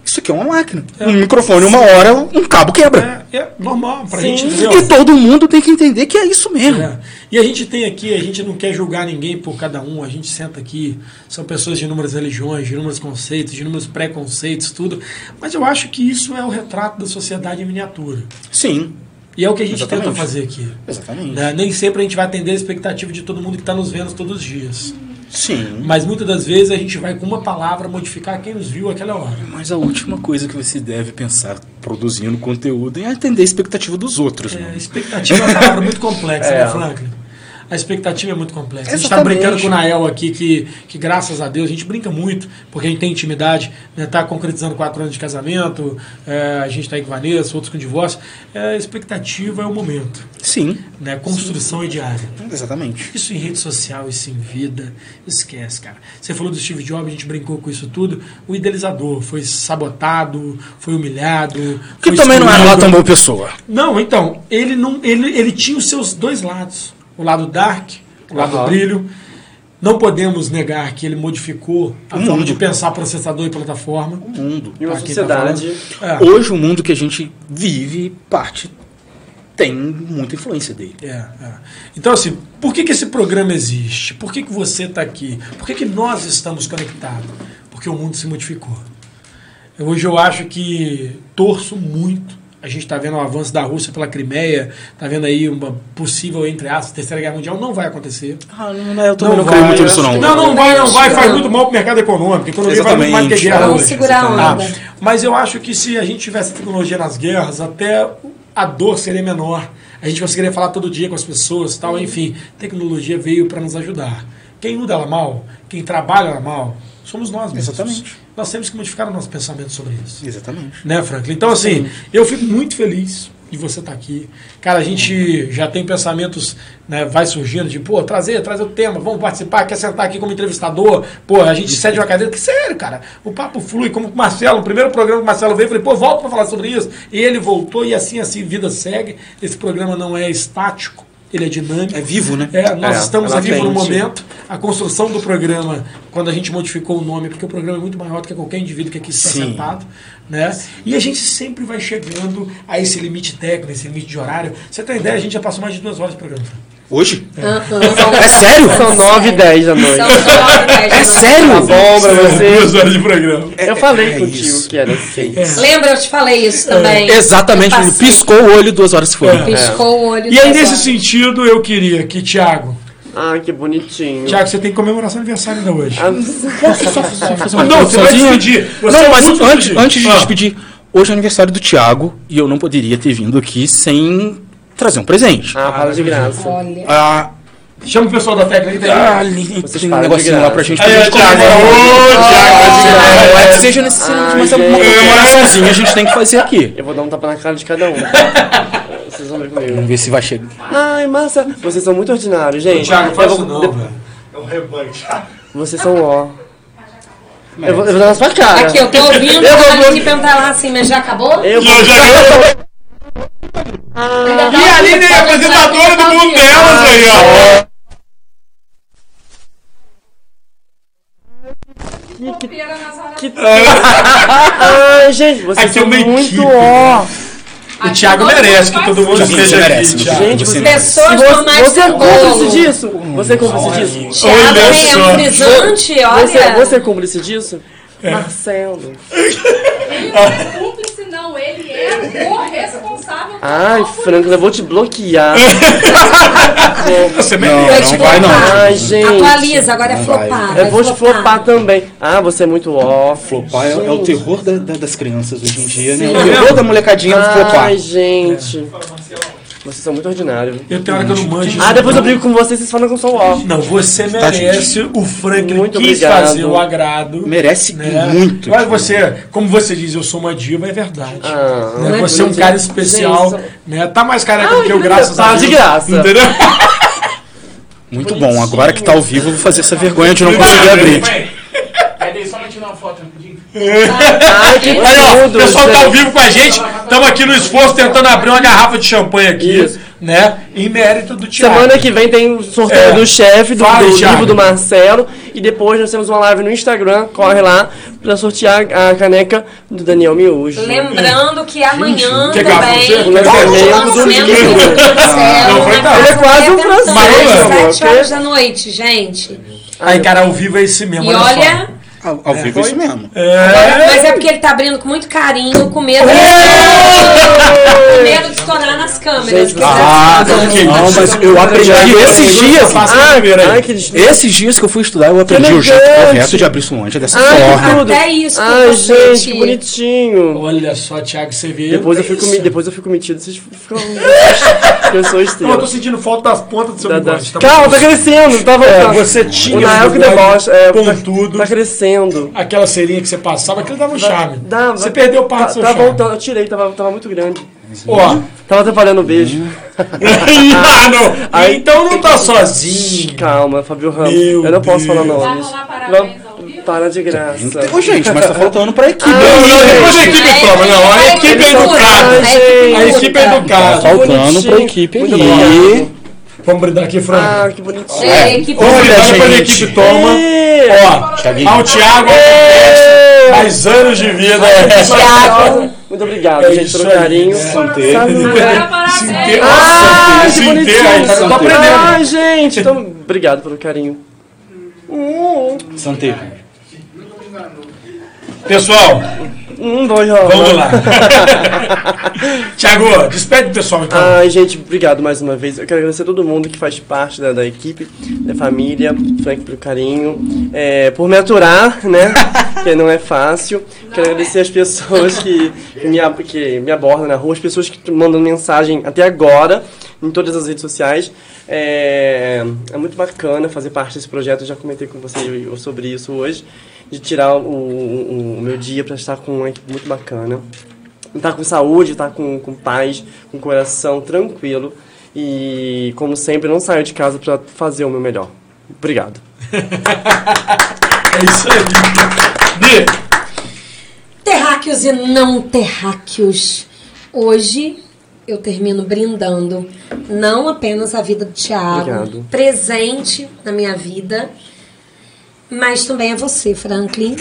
Speaker 2: Isso aqui é uma máquina. Um microfone, uma hora, um cabo quebra.
Speaker 1: É, é normal pra
Speaker 3: Sim.
Speaker 1: gente, entendeu?
Speaker 2: E todo mundo tem que entender que é isso mesmo.
Speaker 1: É. E a gente tem aqui, a gente não quer julgar ninguém por cada um, a gente senta aqui, são pessoas de inúmeras religiões, de inúmeros conceitos, de inúmeros preconceitos, tudo. Mas eu acho que isso é o retrato da sociedade em miniatura.
Speaker 2: Sim,
Speaker 1: E é o que a gente
Speaker 2: Exatamente.
Speaker 1: tenta fazer aqui.
Speaker 2: exatamente.
Speaker 1: né? Nem sempre a gente vai atender a expectativa de todo mundo que está nos vendo todos os dias.
Speaker 2: Sim.
Speaker 1: Mas muitas das vezes a gente vai com uma palavra modificar quem nos viu aquela hora.
Speaker 2: Mas a última coisa que você deve pensar produzindo conteúdo é atender a expectativa dos outros. né?
Speaker 1: É, a
Speaker 2: mano.
Speaker 1: expectativa é uma palavra muito complexa,
Speaker 3: É.
Speaker 1: né, Franklin? A expectativa é muito complexa. A gente está
Speaker 2: Exatamente.
Speaker 1: brincando com o Nael aqui, que, que graças a Deus, a gente brinca muito, porque a gente tem intimidade, né? Tá concretizando quatro anos de casamento, é, a gente tá aí com Vanessa, outros com divórcio. É, a expectativa é o momento,
Speaker 2: Sim,
Speaker 1: né? Construção é diária.
Speaker 2: exatamente.
Speaker 1: Isso em rede social, isso em vida, esquece, cara. Você falou do Steve Jobs, a gente brincou com isso tudo. O idealizador foi sabotado, foi humilhado.
Speaker 2: Que
Speaker 1: foi
Speaker 2: também não é era lá
Speaker 1: excluído.
Speaker 2: tão boa pessoa.
Speaker 1: Não, então, ele não, ele, ele tinha os seus dois lados. O lado dark, o lado
Speaker 3: Aham.
Speaker 1: brilho. Não podemos negar que ele modificou a forma
Speaker 2: mundo.
Speaker 1: de pensar processador e plataforma.
Speaker 2: O mundo.
Speaker 3: E uma
Speaker 1: Pra quem tá
Speaker 3: sociedade.
Speaker 1: falando. É.
Speaker 2: Ah. Hoje o mundo que a gente vive, parte, tem muita influência dele.
Speaker 1: É, é. Então, assim, por que, que esse programa existe? Por que, que você está aqui? Por que, que nós estamos conectados? Porque o mundo se modificou. Eu- Hoje eu acho que torço muito. A gente está vendo o avanço da Rússia pela Crimeia, está vendo aí uma possível, entre aspas, terceira guerra mundial. Não vai acontecer.
Speaker 2: Ah, não, eu
Speaker 1: também não
Speaker 3: creio muito nisso, não.
Speaker 1: Não, não vai, não vai. Faz muito mal para o mercado econômico. A economia vai muito mais ter
Speaker 2: Exatamente.
Speaker 1: guerra
Speaker 4: Vamos
Speaker 1: hoje.
Speaker 4: segurar a
Speaker 1: Tá.
Speaker 4: onda.
Speaker 1: Mas eu acho que se a gente tivesse tecnologia nas guerras, até a dor seria menor. A gente conseguiria falar todo dia com as pessoas tal. Enfim, tecnologia veio para nos ajudar. Quem usa ela mal, quem trabalha ela mal, somos nós mesmos.
Speaker 2: Exatamente.
Speaker 1: Nós temos que modificar o nosso pensamento sobre isso.
Speaker 2: Exatamente.
Speaker 1: Né, Franklin? Então, assim, eu fico muito feliz de você estar aqui. Cara, a gente já tem pensamentos, né, vai surgindo de, pô, trazer, trazer o tema, vamos participar, quer sentar aqui como entrevistador, pô, a gente cede uma cadeira, que sério, cara, o papo flui, como com o Marcelo, o primeiro programa que o Marcelo veio, eu falei, pô, volta pra falar sobre isso, e ele voltou, e assim, assim, vida segue, esse programa não é estático, ele é dinâmico.
Speaker 2: É vivo, né?
Speaker 1: É, nós
Speaker 3: É,
Speaker 1: estamos
Speaker 3: ela
Speaker 1: aqui por um
Speaker 3: tem, sim.
Speaker 1: momento. A construção do programa, quando a gente modificou o nome, porque o programa é muito maior do que qualquer indivíduo que aqui está
Speaker 2: Sim.
Speaker 1: sentado, né? E a gente sempre vai chegando a esse limite técnico, esse limite de horário. Você tem ideia, a gente já passou mais de duas horas de programa.
Speaker 2: Hoje?
Speaker 3: É sério? São 9 e 10 da noite.
Speaker 4: É São nove, dez da
Speaker 2: É
Speaker 4: noite.
Speaker 2: sério?
Speaker 3: Tá bom pra
Speaker 1: Duas
Speaker 3: você.
Speaker 1: horas de programa.
Speaker 3: Eu falei
Speaker 2: é
Speaker 3: contigo
Speaker 2: isso.
Speaker 3: que era assim.
Speaker 4: Lembra? Eu te falei isso também.
Speaker 2: Exatamente,
Speaker 4: Eu passei,
Speaker 2: piscou o olho duas horas foi.
Speaker 4: Piscou o olho.
Speaker 1: E assim, aí,
Speaker 4: duas
Speaker 1: nesse
Speaker 4: horas.
Speaker 1: sentido, eu queria que, Thiago.
Speaker 3: Ah, que bonitinho.
Speaker 1: Thiago, você tem que comemorar seu aniversário ainda hoje.
Speaker 3: Ah,
Speaker 1: Ah, não, você vai despedir. Você é
Speaker 2: não, mas
Speaker 1: muito
Speaker 2: antes,
Speaker 1: despedir.
Speaker 2: antes de
Speaker 1: Ah.
Speaker 2: despedir, hoje é aniversário do Thiago e eu não poderia ter vindo aqui sem trazer um presente.
Speaker 3: Ah, fala de graça.
Speaker 4: Olha.
Speaker 2: Ah,
Speaker 1: Chama o pessoal da técnica aí.
Speaker 2: ali,
Speaker 3: Vocês
Speaker 2: tem um
Speaker 3: param de
Speaker 2: negocinho lá
Speaker 3: graça.
Speaker 2: pra gente. pra
Speaker 1: Aí,
Speaker 2: gente
Speaker 1: ó, Thiago. Ô, Thiago.
Speaker 2: comemorar. Ah, Não é que seja necessário,
Speaker 3: Ai,
Speaker 2: mas é uma
Speaker 3: gente.
Speaker 2: comemoraçãozinha a gente tem que fazer aqui.
Speaker 3: Eu vou dar um tapa na cara de cada
Speaker 1: [LAUGHS]
Speaker 3: um. tá? Vocês vão ver comigo.
Speaker 2: Vamos ver se vai chegar.
Speaker 3: Ai, massa, vocês são muito ordinários, gente.
Speaker 1: Thiago, não faz
Speaker 3: Eu
Speaker 1: isso
Speaker 3: vou-
Speaker 1: não,
Speaker 3: de-
Speaker 1: velho.
Speaker 5: É um rebanque.
Speaker 3: Vocês são ó. Eu vou, eu vou dar na sua cara.
Speaker 4: Aqui, eu tô ouvindo
Speaker 3: Eu
Speaker 4: a
Speaker 3: vou-
Speaker 4: Aline perguntar lá assim, mas já acabou?
Speaker 3: Eu vou...
Speaker 4: E a Aline é apresentadora do mundo dela, gente. Que,
Speaker 3: [LAUGHS]
Speaker 4: que...
Speaker 3: Ai, gente, vocês
Speaker 1: Aqui é
Speaker 3: são
Speaker 1: uma
Speaker 3: muito
Speaker 1: equipe. né?
Speaker 3: ó.
Speaker 1: O Thiago merece que todo mundo
Speaker 2: Thiago, você
Speaker 1: esteja
Speaker 2: merece,
Speaker 1: aqui,
Speaker 2: meu
Speaker 1: Thiago.
Speaker 2: filho.
Speaker 3: Gente,
Speaker 2: Você
Speaker 3: você-
Speaker 2: merece.
Speaker 4: Pessoas
Speaker 3: Você,
Speaker 4: normais
Speaker 3: você é
Speaker 4: são
Speaker 3: cúmplice disso? Você é cúmplice disso?
Speaker 1: Hum.
Speaker 4: Thiago
Speaker 1: Olha
Speaker 4: vem, é
Speaker 1: só.
Speaker 4: um frisante, olha.
Speaker 3: Você, você é cúmplice disso?
Speaker 1: É.
Speaker 3: Marcelo.
Speaker 6: cúmplice, não. Ele é o responsável por
Speaker 3: Ai, Franco, eu vou te
Speaker 1: [LAUGHS]
Speaker 3: bloquear.
Speaker 1: Você
Speaker 2: Não,
Speaker 1: merece.
Speaker 2: não vai não.
Speaker 3: Ai, gente.
Speaker 4: Atualiza, agora é flopar. vai
Speaker 3: Eu vou te flopar também. Ah, você é muito ó.
Speaker 2: Flopar é, é o terror da- da- das crianças hoje em dia, né?
Speaker 3: Sim.
Speaker 2: O terror da molecadinha do flopar.
Speaker 3: Ai, gente. Vocês são muito ordinários.
Speaker 1: Eu tenho hora que eu não manjo.
Speaker 3: Ah, depois eu brigo com vocês, vocês falam que eu sou ó.
Speaker 1: Não, você merece. O Franklin
Speaker 3: Muito
Speaker 1: quis
Speaker 3: obrigado.
Speaker 1: fazer o agrado.
Speaker 2: Merece
Speaker 1: né?
Speaker 2: muito.
Speaker 1: Mas você, como você diz, eu sou uma diva, é verdade.
Speaker 3: Ah,
Speaker 1: Né?
Speaker 4: Não é
Speaker 1: Você é um
Speaker 4: bonito.
Speaker 1: cara especial,
Speaker 3: Gente,
Speaker 1: né? Tá mais careca do que eu,
Speaker 3: que
Speaker 1: graças a
Speaker 3: legal.
Speaker 1: Deus.
Speaker 3: tá De graça.
Speaker 1: Entendeu?
Speaker 2: Muito bom. Agora que tá ao vivo, eu vou fazer essa vergonha de não conseguir abrir.
Speaker 5: Aí daí só me tirar uma foto rapidinho.
Speaker 3: Ai, que
Speaker 1: Aí, ó, o
Speaker 3: tudo,
Speaker 1: pessoal tá ao
Speaker 3: gente.
Speaker 1: vivo com a gente. Estamos aqui no esforço tentando abrir uma garrafa de champanhe aqui,
Speaker 3: Isso.
Speaker 1: né? Em mérito do Thiago.
Speaker 3: Semana que vem tem o sorteio
Speaker 1: É.
Speaker 3: do chefe, do,
Speaker 1: Fala,
Speaker 3: do
Speaker 1: Thiago.
Speaker 3: livro do Marcelo. E depois nós temos uma live no Instagram, corre lá, pra sortear a caneca do Daniel Miújo.
Speaker 4: Lembrando que amanhã
Speaker 1: quer
Speaker 4: também
Speaker 1: garfo?
Speaker 4: o
Speaker 1: Quer garfo?
Speaker 4: lançamento
Speaker 1: Não, foi
Speaker 4: do Marcelo.
Speaker 1: não.
Speaker 3: Ele é quase um
Speaker 1: francês,
Speaker 4: Apresentando às
Speaker 1: amor,
Speaker 4: 7 horas da noite, gente.
Speaker 1: Aí, cara, ao vivo é esse mesmo.
Speaker 4: E
Speaker 1: só.
Speaker 4: olha,
Speaker 2: Ao, ao vivo é isso mesmo.
Speaker 4: mas é porque ele tá abrindo com muito carinho, com medo de, [LAUGHS] com medo de estourar nas câmeras.
Speaker 3: Gente,
Speaker 4: né?
Speaker 2: Ah, não, mas eu aprendi esses dias.
Speaker 1: Ah,
Speaker 3: Ai, que desespero.
Speaker 2: Esses dias que eu fui estudar, eu aprendi o jeito
Speaker 3: Elegante.
Speaker 2: correto de abrir suante dessa
Speaker 3: Ai, que
Speaker 2: forma.
Speaker 3: tudo.
Speaker 4: Até
Speaker 1: é
Speaker 4: isso que
Speaker 3: Ai,
Speaker 4: você
Speaker 3: gente, que
Speaker 4: tira.
Speaker 3: bonitinho.
Speaker 1: Olha só, Thiago, você vê.
Speaker 3: Depois eu,
Speaker 1: É
Speaker 3: fico,
Speaker 1: isso.
Speaker 3: me- depois eu fico metido, vocês ficam. [LAUGHS] eu sou
Speaker 1: Não, eu
Speaker 3: estrela.
Speaker 1: tô sentindo falta das pontas do seu
Speaker 3: Da- da-
Speaker 1: bigode. tá bom?
Speaker 3: Calma, tá crescendo, tá
Speaker 1: É,
Speaker 3: voltando.
Speaker 1: você
Speaker 3: o
Speaker 1: tinha
Speaker 3: Nael
Speaker 1: um
Speaker 3: que
Speaker 1: bigode
Speaker 3: debocha, é,
Speaker 1: pontudo.
Speaker 3: tá, tá crescendo.
Speaker 1: Aquela serinha que você passava, aquilo dava um charme.
Speaker 3: Dá,
Speaker 1: você
Speaker 3: vai-
Speaker 1: perdeu parte
Speaker 3: tá,
Speaker 1: do seu
Speaker 3: Tá
Speaker 1: charme.
Speaker 3: voltando, eu tirei, tava, tava muito grande.
Speaker 1: Ó. [LAUGHS]
Speaker 3: Tava atrapalhando o beijo.
Speaker 1: ah, não.
Speaker 3: Aí-
Speaker 1: Então não tá sozinho.
Speaker 3: Calma, Fabio Ramos.
Speaker 1: Meu
Speaker 3: eu não posso falar
Speaker 1: Deus.
Speaker 6: Vai
Speaker 3: nomes.
Speaker 6: rolar parabéns ao vivo?
Speaker 3: Para de graça.
Speaker 2: Ô, gente, mas tá faltando pra equipe.
Speaker 1: Não, não, depois a equipe toma. Não, a equipe é educada.
Speaker 3: gente.
Speaker 1: A equipe é
Speaker 2: Tá
Speaker 1: educada.
Speaker 2: faltando
Speaker 3: bonitinho.
Speaker 2: pra equipe
Speaker 3: Muito
Speaker 2: aí.
Speaker 1: Vamos brindar aqui,
Speaker 3: Ah,
Speaker 1: Franco.
Speaker 3: que bonitinho.
Speaker 4: É, equipe
Speaker 1: Vamos
Speaker 2: Olha,
Speaker 1: brindar pela
Speaker 2: gente.
Speaker 1: equipe toma.
Speaker 3: É.
Speaker 1: Ó,
Speaker 2: Thiaguinho.
Speaker 1: ao Thiago, ao mais anos de vida.
Speaker 4: Thiago.
Speaker 3: Muito obrigado,
Speaker 1: É
Speaker 3: gente,
Speaker 1: isso
Speaker 3: pelo
Speaker 1: aí,
Speaker 3: carinho.
Speaker 1: é.
Speaker 3: Saúde.
Speaker 6: Agora parabéns.
Speaker 3: Ah, que
Speaker 1: Se inteira,
Speaker 3: bonitinho.
Speaker 1: eu tô tá aprendendo.
Speaker 3: Ai, gente, então, obrigado pelo carinho. Hum,
Speaker 2: Santeiro.
Speaker 1: Pessoal,
Speaker 3: Um, dois, ó.
Speaker 1: vamos [LAUGHS] lá. Thiago, despede o pessoal então.
Speaker 3: Ai, gente, obrigado mais uma vez. Eu quero agradecer a todo mundo que faz parte da, da equipe, da família, Frank pelo carinho, é, por me aturar,
Speaker 1: [LAUGHS]
Speaker 3: né? que não é fácil. quero agradecer as pessoas que, que me, ab- que me abordam na rua, as pessoas que mandam mensagem até agora em todas as redes sociais. É, é muito bacana fazer parte desse projeto. Eu já comentei com vocês sobre isso hoje, de tirar o, o- o meu dia para estar com uma equipe muito bacana tá com saúde, tá com, com paz, com coração tranquilo. E, como sempre, não saio de casa pra fazer o meu melhor. Obrigado.
Speaker 1: É isso aí. Bi,
Speaker 4: Terráqueos e não terráqueos. Hoje eu termino brindando não apenas a vida do Thiago,
Speaker 3: Obrigado.
Speaker 4: presente na minha vida, mas também a você, Franklin,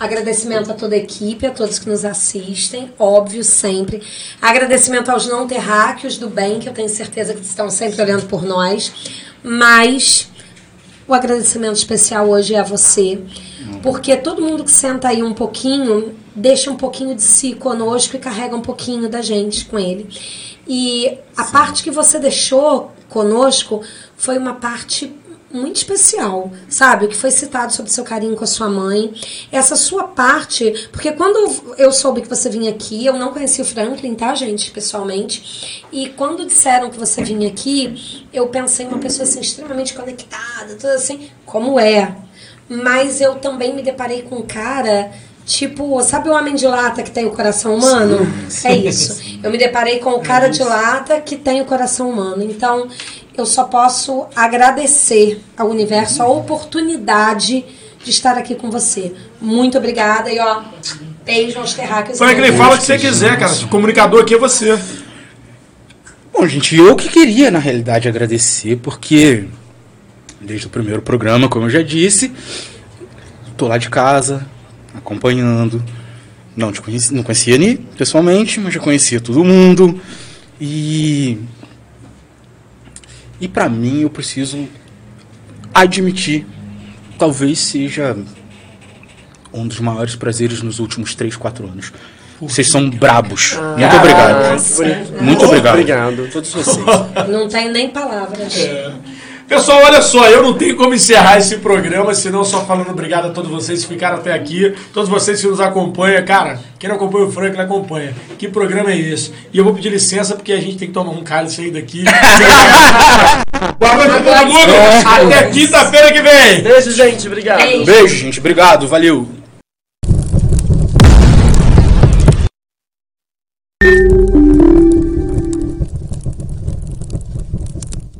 Speaker 4: Agradecimento a toda a equipe, a todos que nos assistem, óbvio, sempre. Agradecimento aos não terráqueos do bem, que eu tenho certeza que estão sempre olhando por nós. Mas o agradecimento especial hoje é a você, porque todo mundo que senta aí um pouquinho deixa um pouquinho de si conosco e carrega um pouquinho da gente com ele. E a parte que você deixou conosco foi uma parte muito especial, sabe? O que foi citado sobre seu carinho com a sua mãe, essa sua parte, porque quando eu soube que você vinha aqui, eu não conhecia o Franklin, tá, gente, pessoalmente, e quando disseram que você vinha aqui, eu pensei em uma pessoa assim extremamente conectada, tudo assim, como é. Mas eu também me deparei com um cara Tipo, sabe o homem de lata que tem o coração humano? é isso. Eu me deparei com o cara de lata que tem o coração humano. Então, eu só posso agradecer ao universo a oportunidade de estar aqui com você. Muito obrigada e ó, beijo aos terráqueos.
Speaker 1: Franklin, fala o é que você quiser, cara. O comunicador aqui é você.
Speaker 2: Bom, gente, eu que queria, na realidade, agradecer, porque desde o primeiro programa, como eu já disse, tô lá de casa, acompanhando. Não, te conheci, não conhecia ele pessoalmente, mas já conhecia todo mundo. E. E pra mim, eu preciso admitir, talvez seja um dos maiores prazeres nos últimos 3, 4 anos. Vocês são brabos. Muito
Speaker 3: Ah,
Speaker 2: obrigado. Muito obrigado.
Speaker 3: Obrigado.
Speaker 2: Todos vocês.
Speaker 4: Não tenho nem palavras.
Speaker 1: É. Pessoal, olha só, eu não tenho como encerrar esse programa, senão só falando obrigado a todos vocês que ficaram até aqui, todos vocês que nos acompanham. Cara, quem não acompanha o Franklin, acompanha. Que programa é esse? E eu vou pedir licença porque a gente tem que tomar um cálice aí [LAUGHS] daqui. Boa noite É. a todo mundo! Até quinta-feira que vem!
Speaker 3: Beijo, gente. Obrigado.
Speaker 4: Beijo.
Speaker 2: Beijo, gente. Obrigado. Valeu.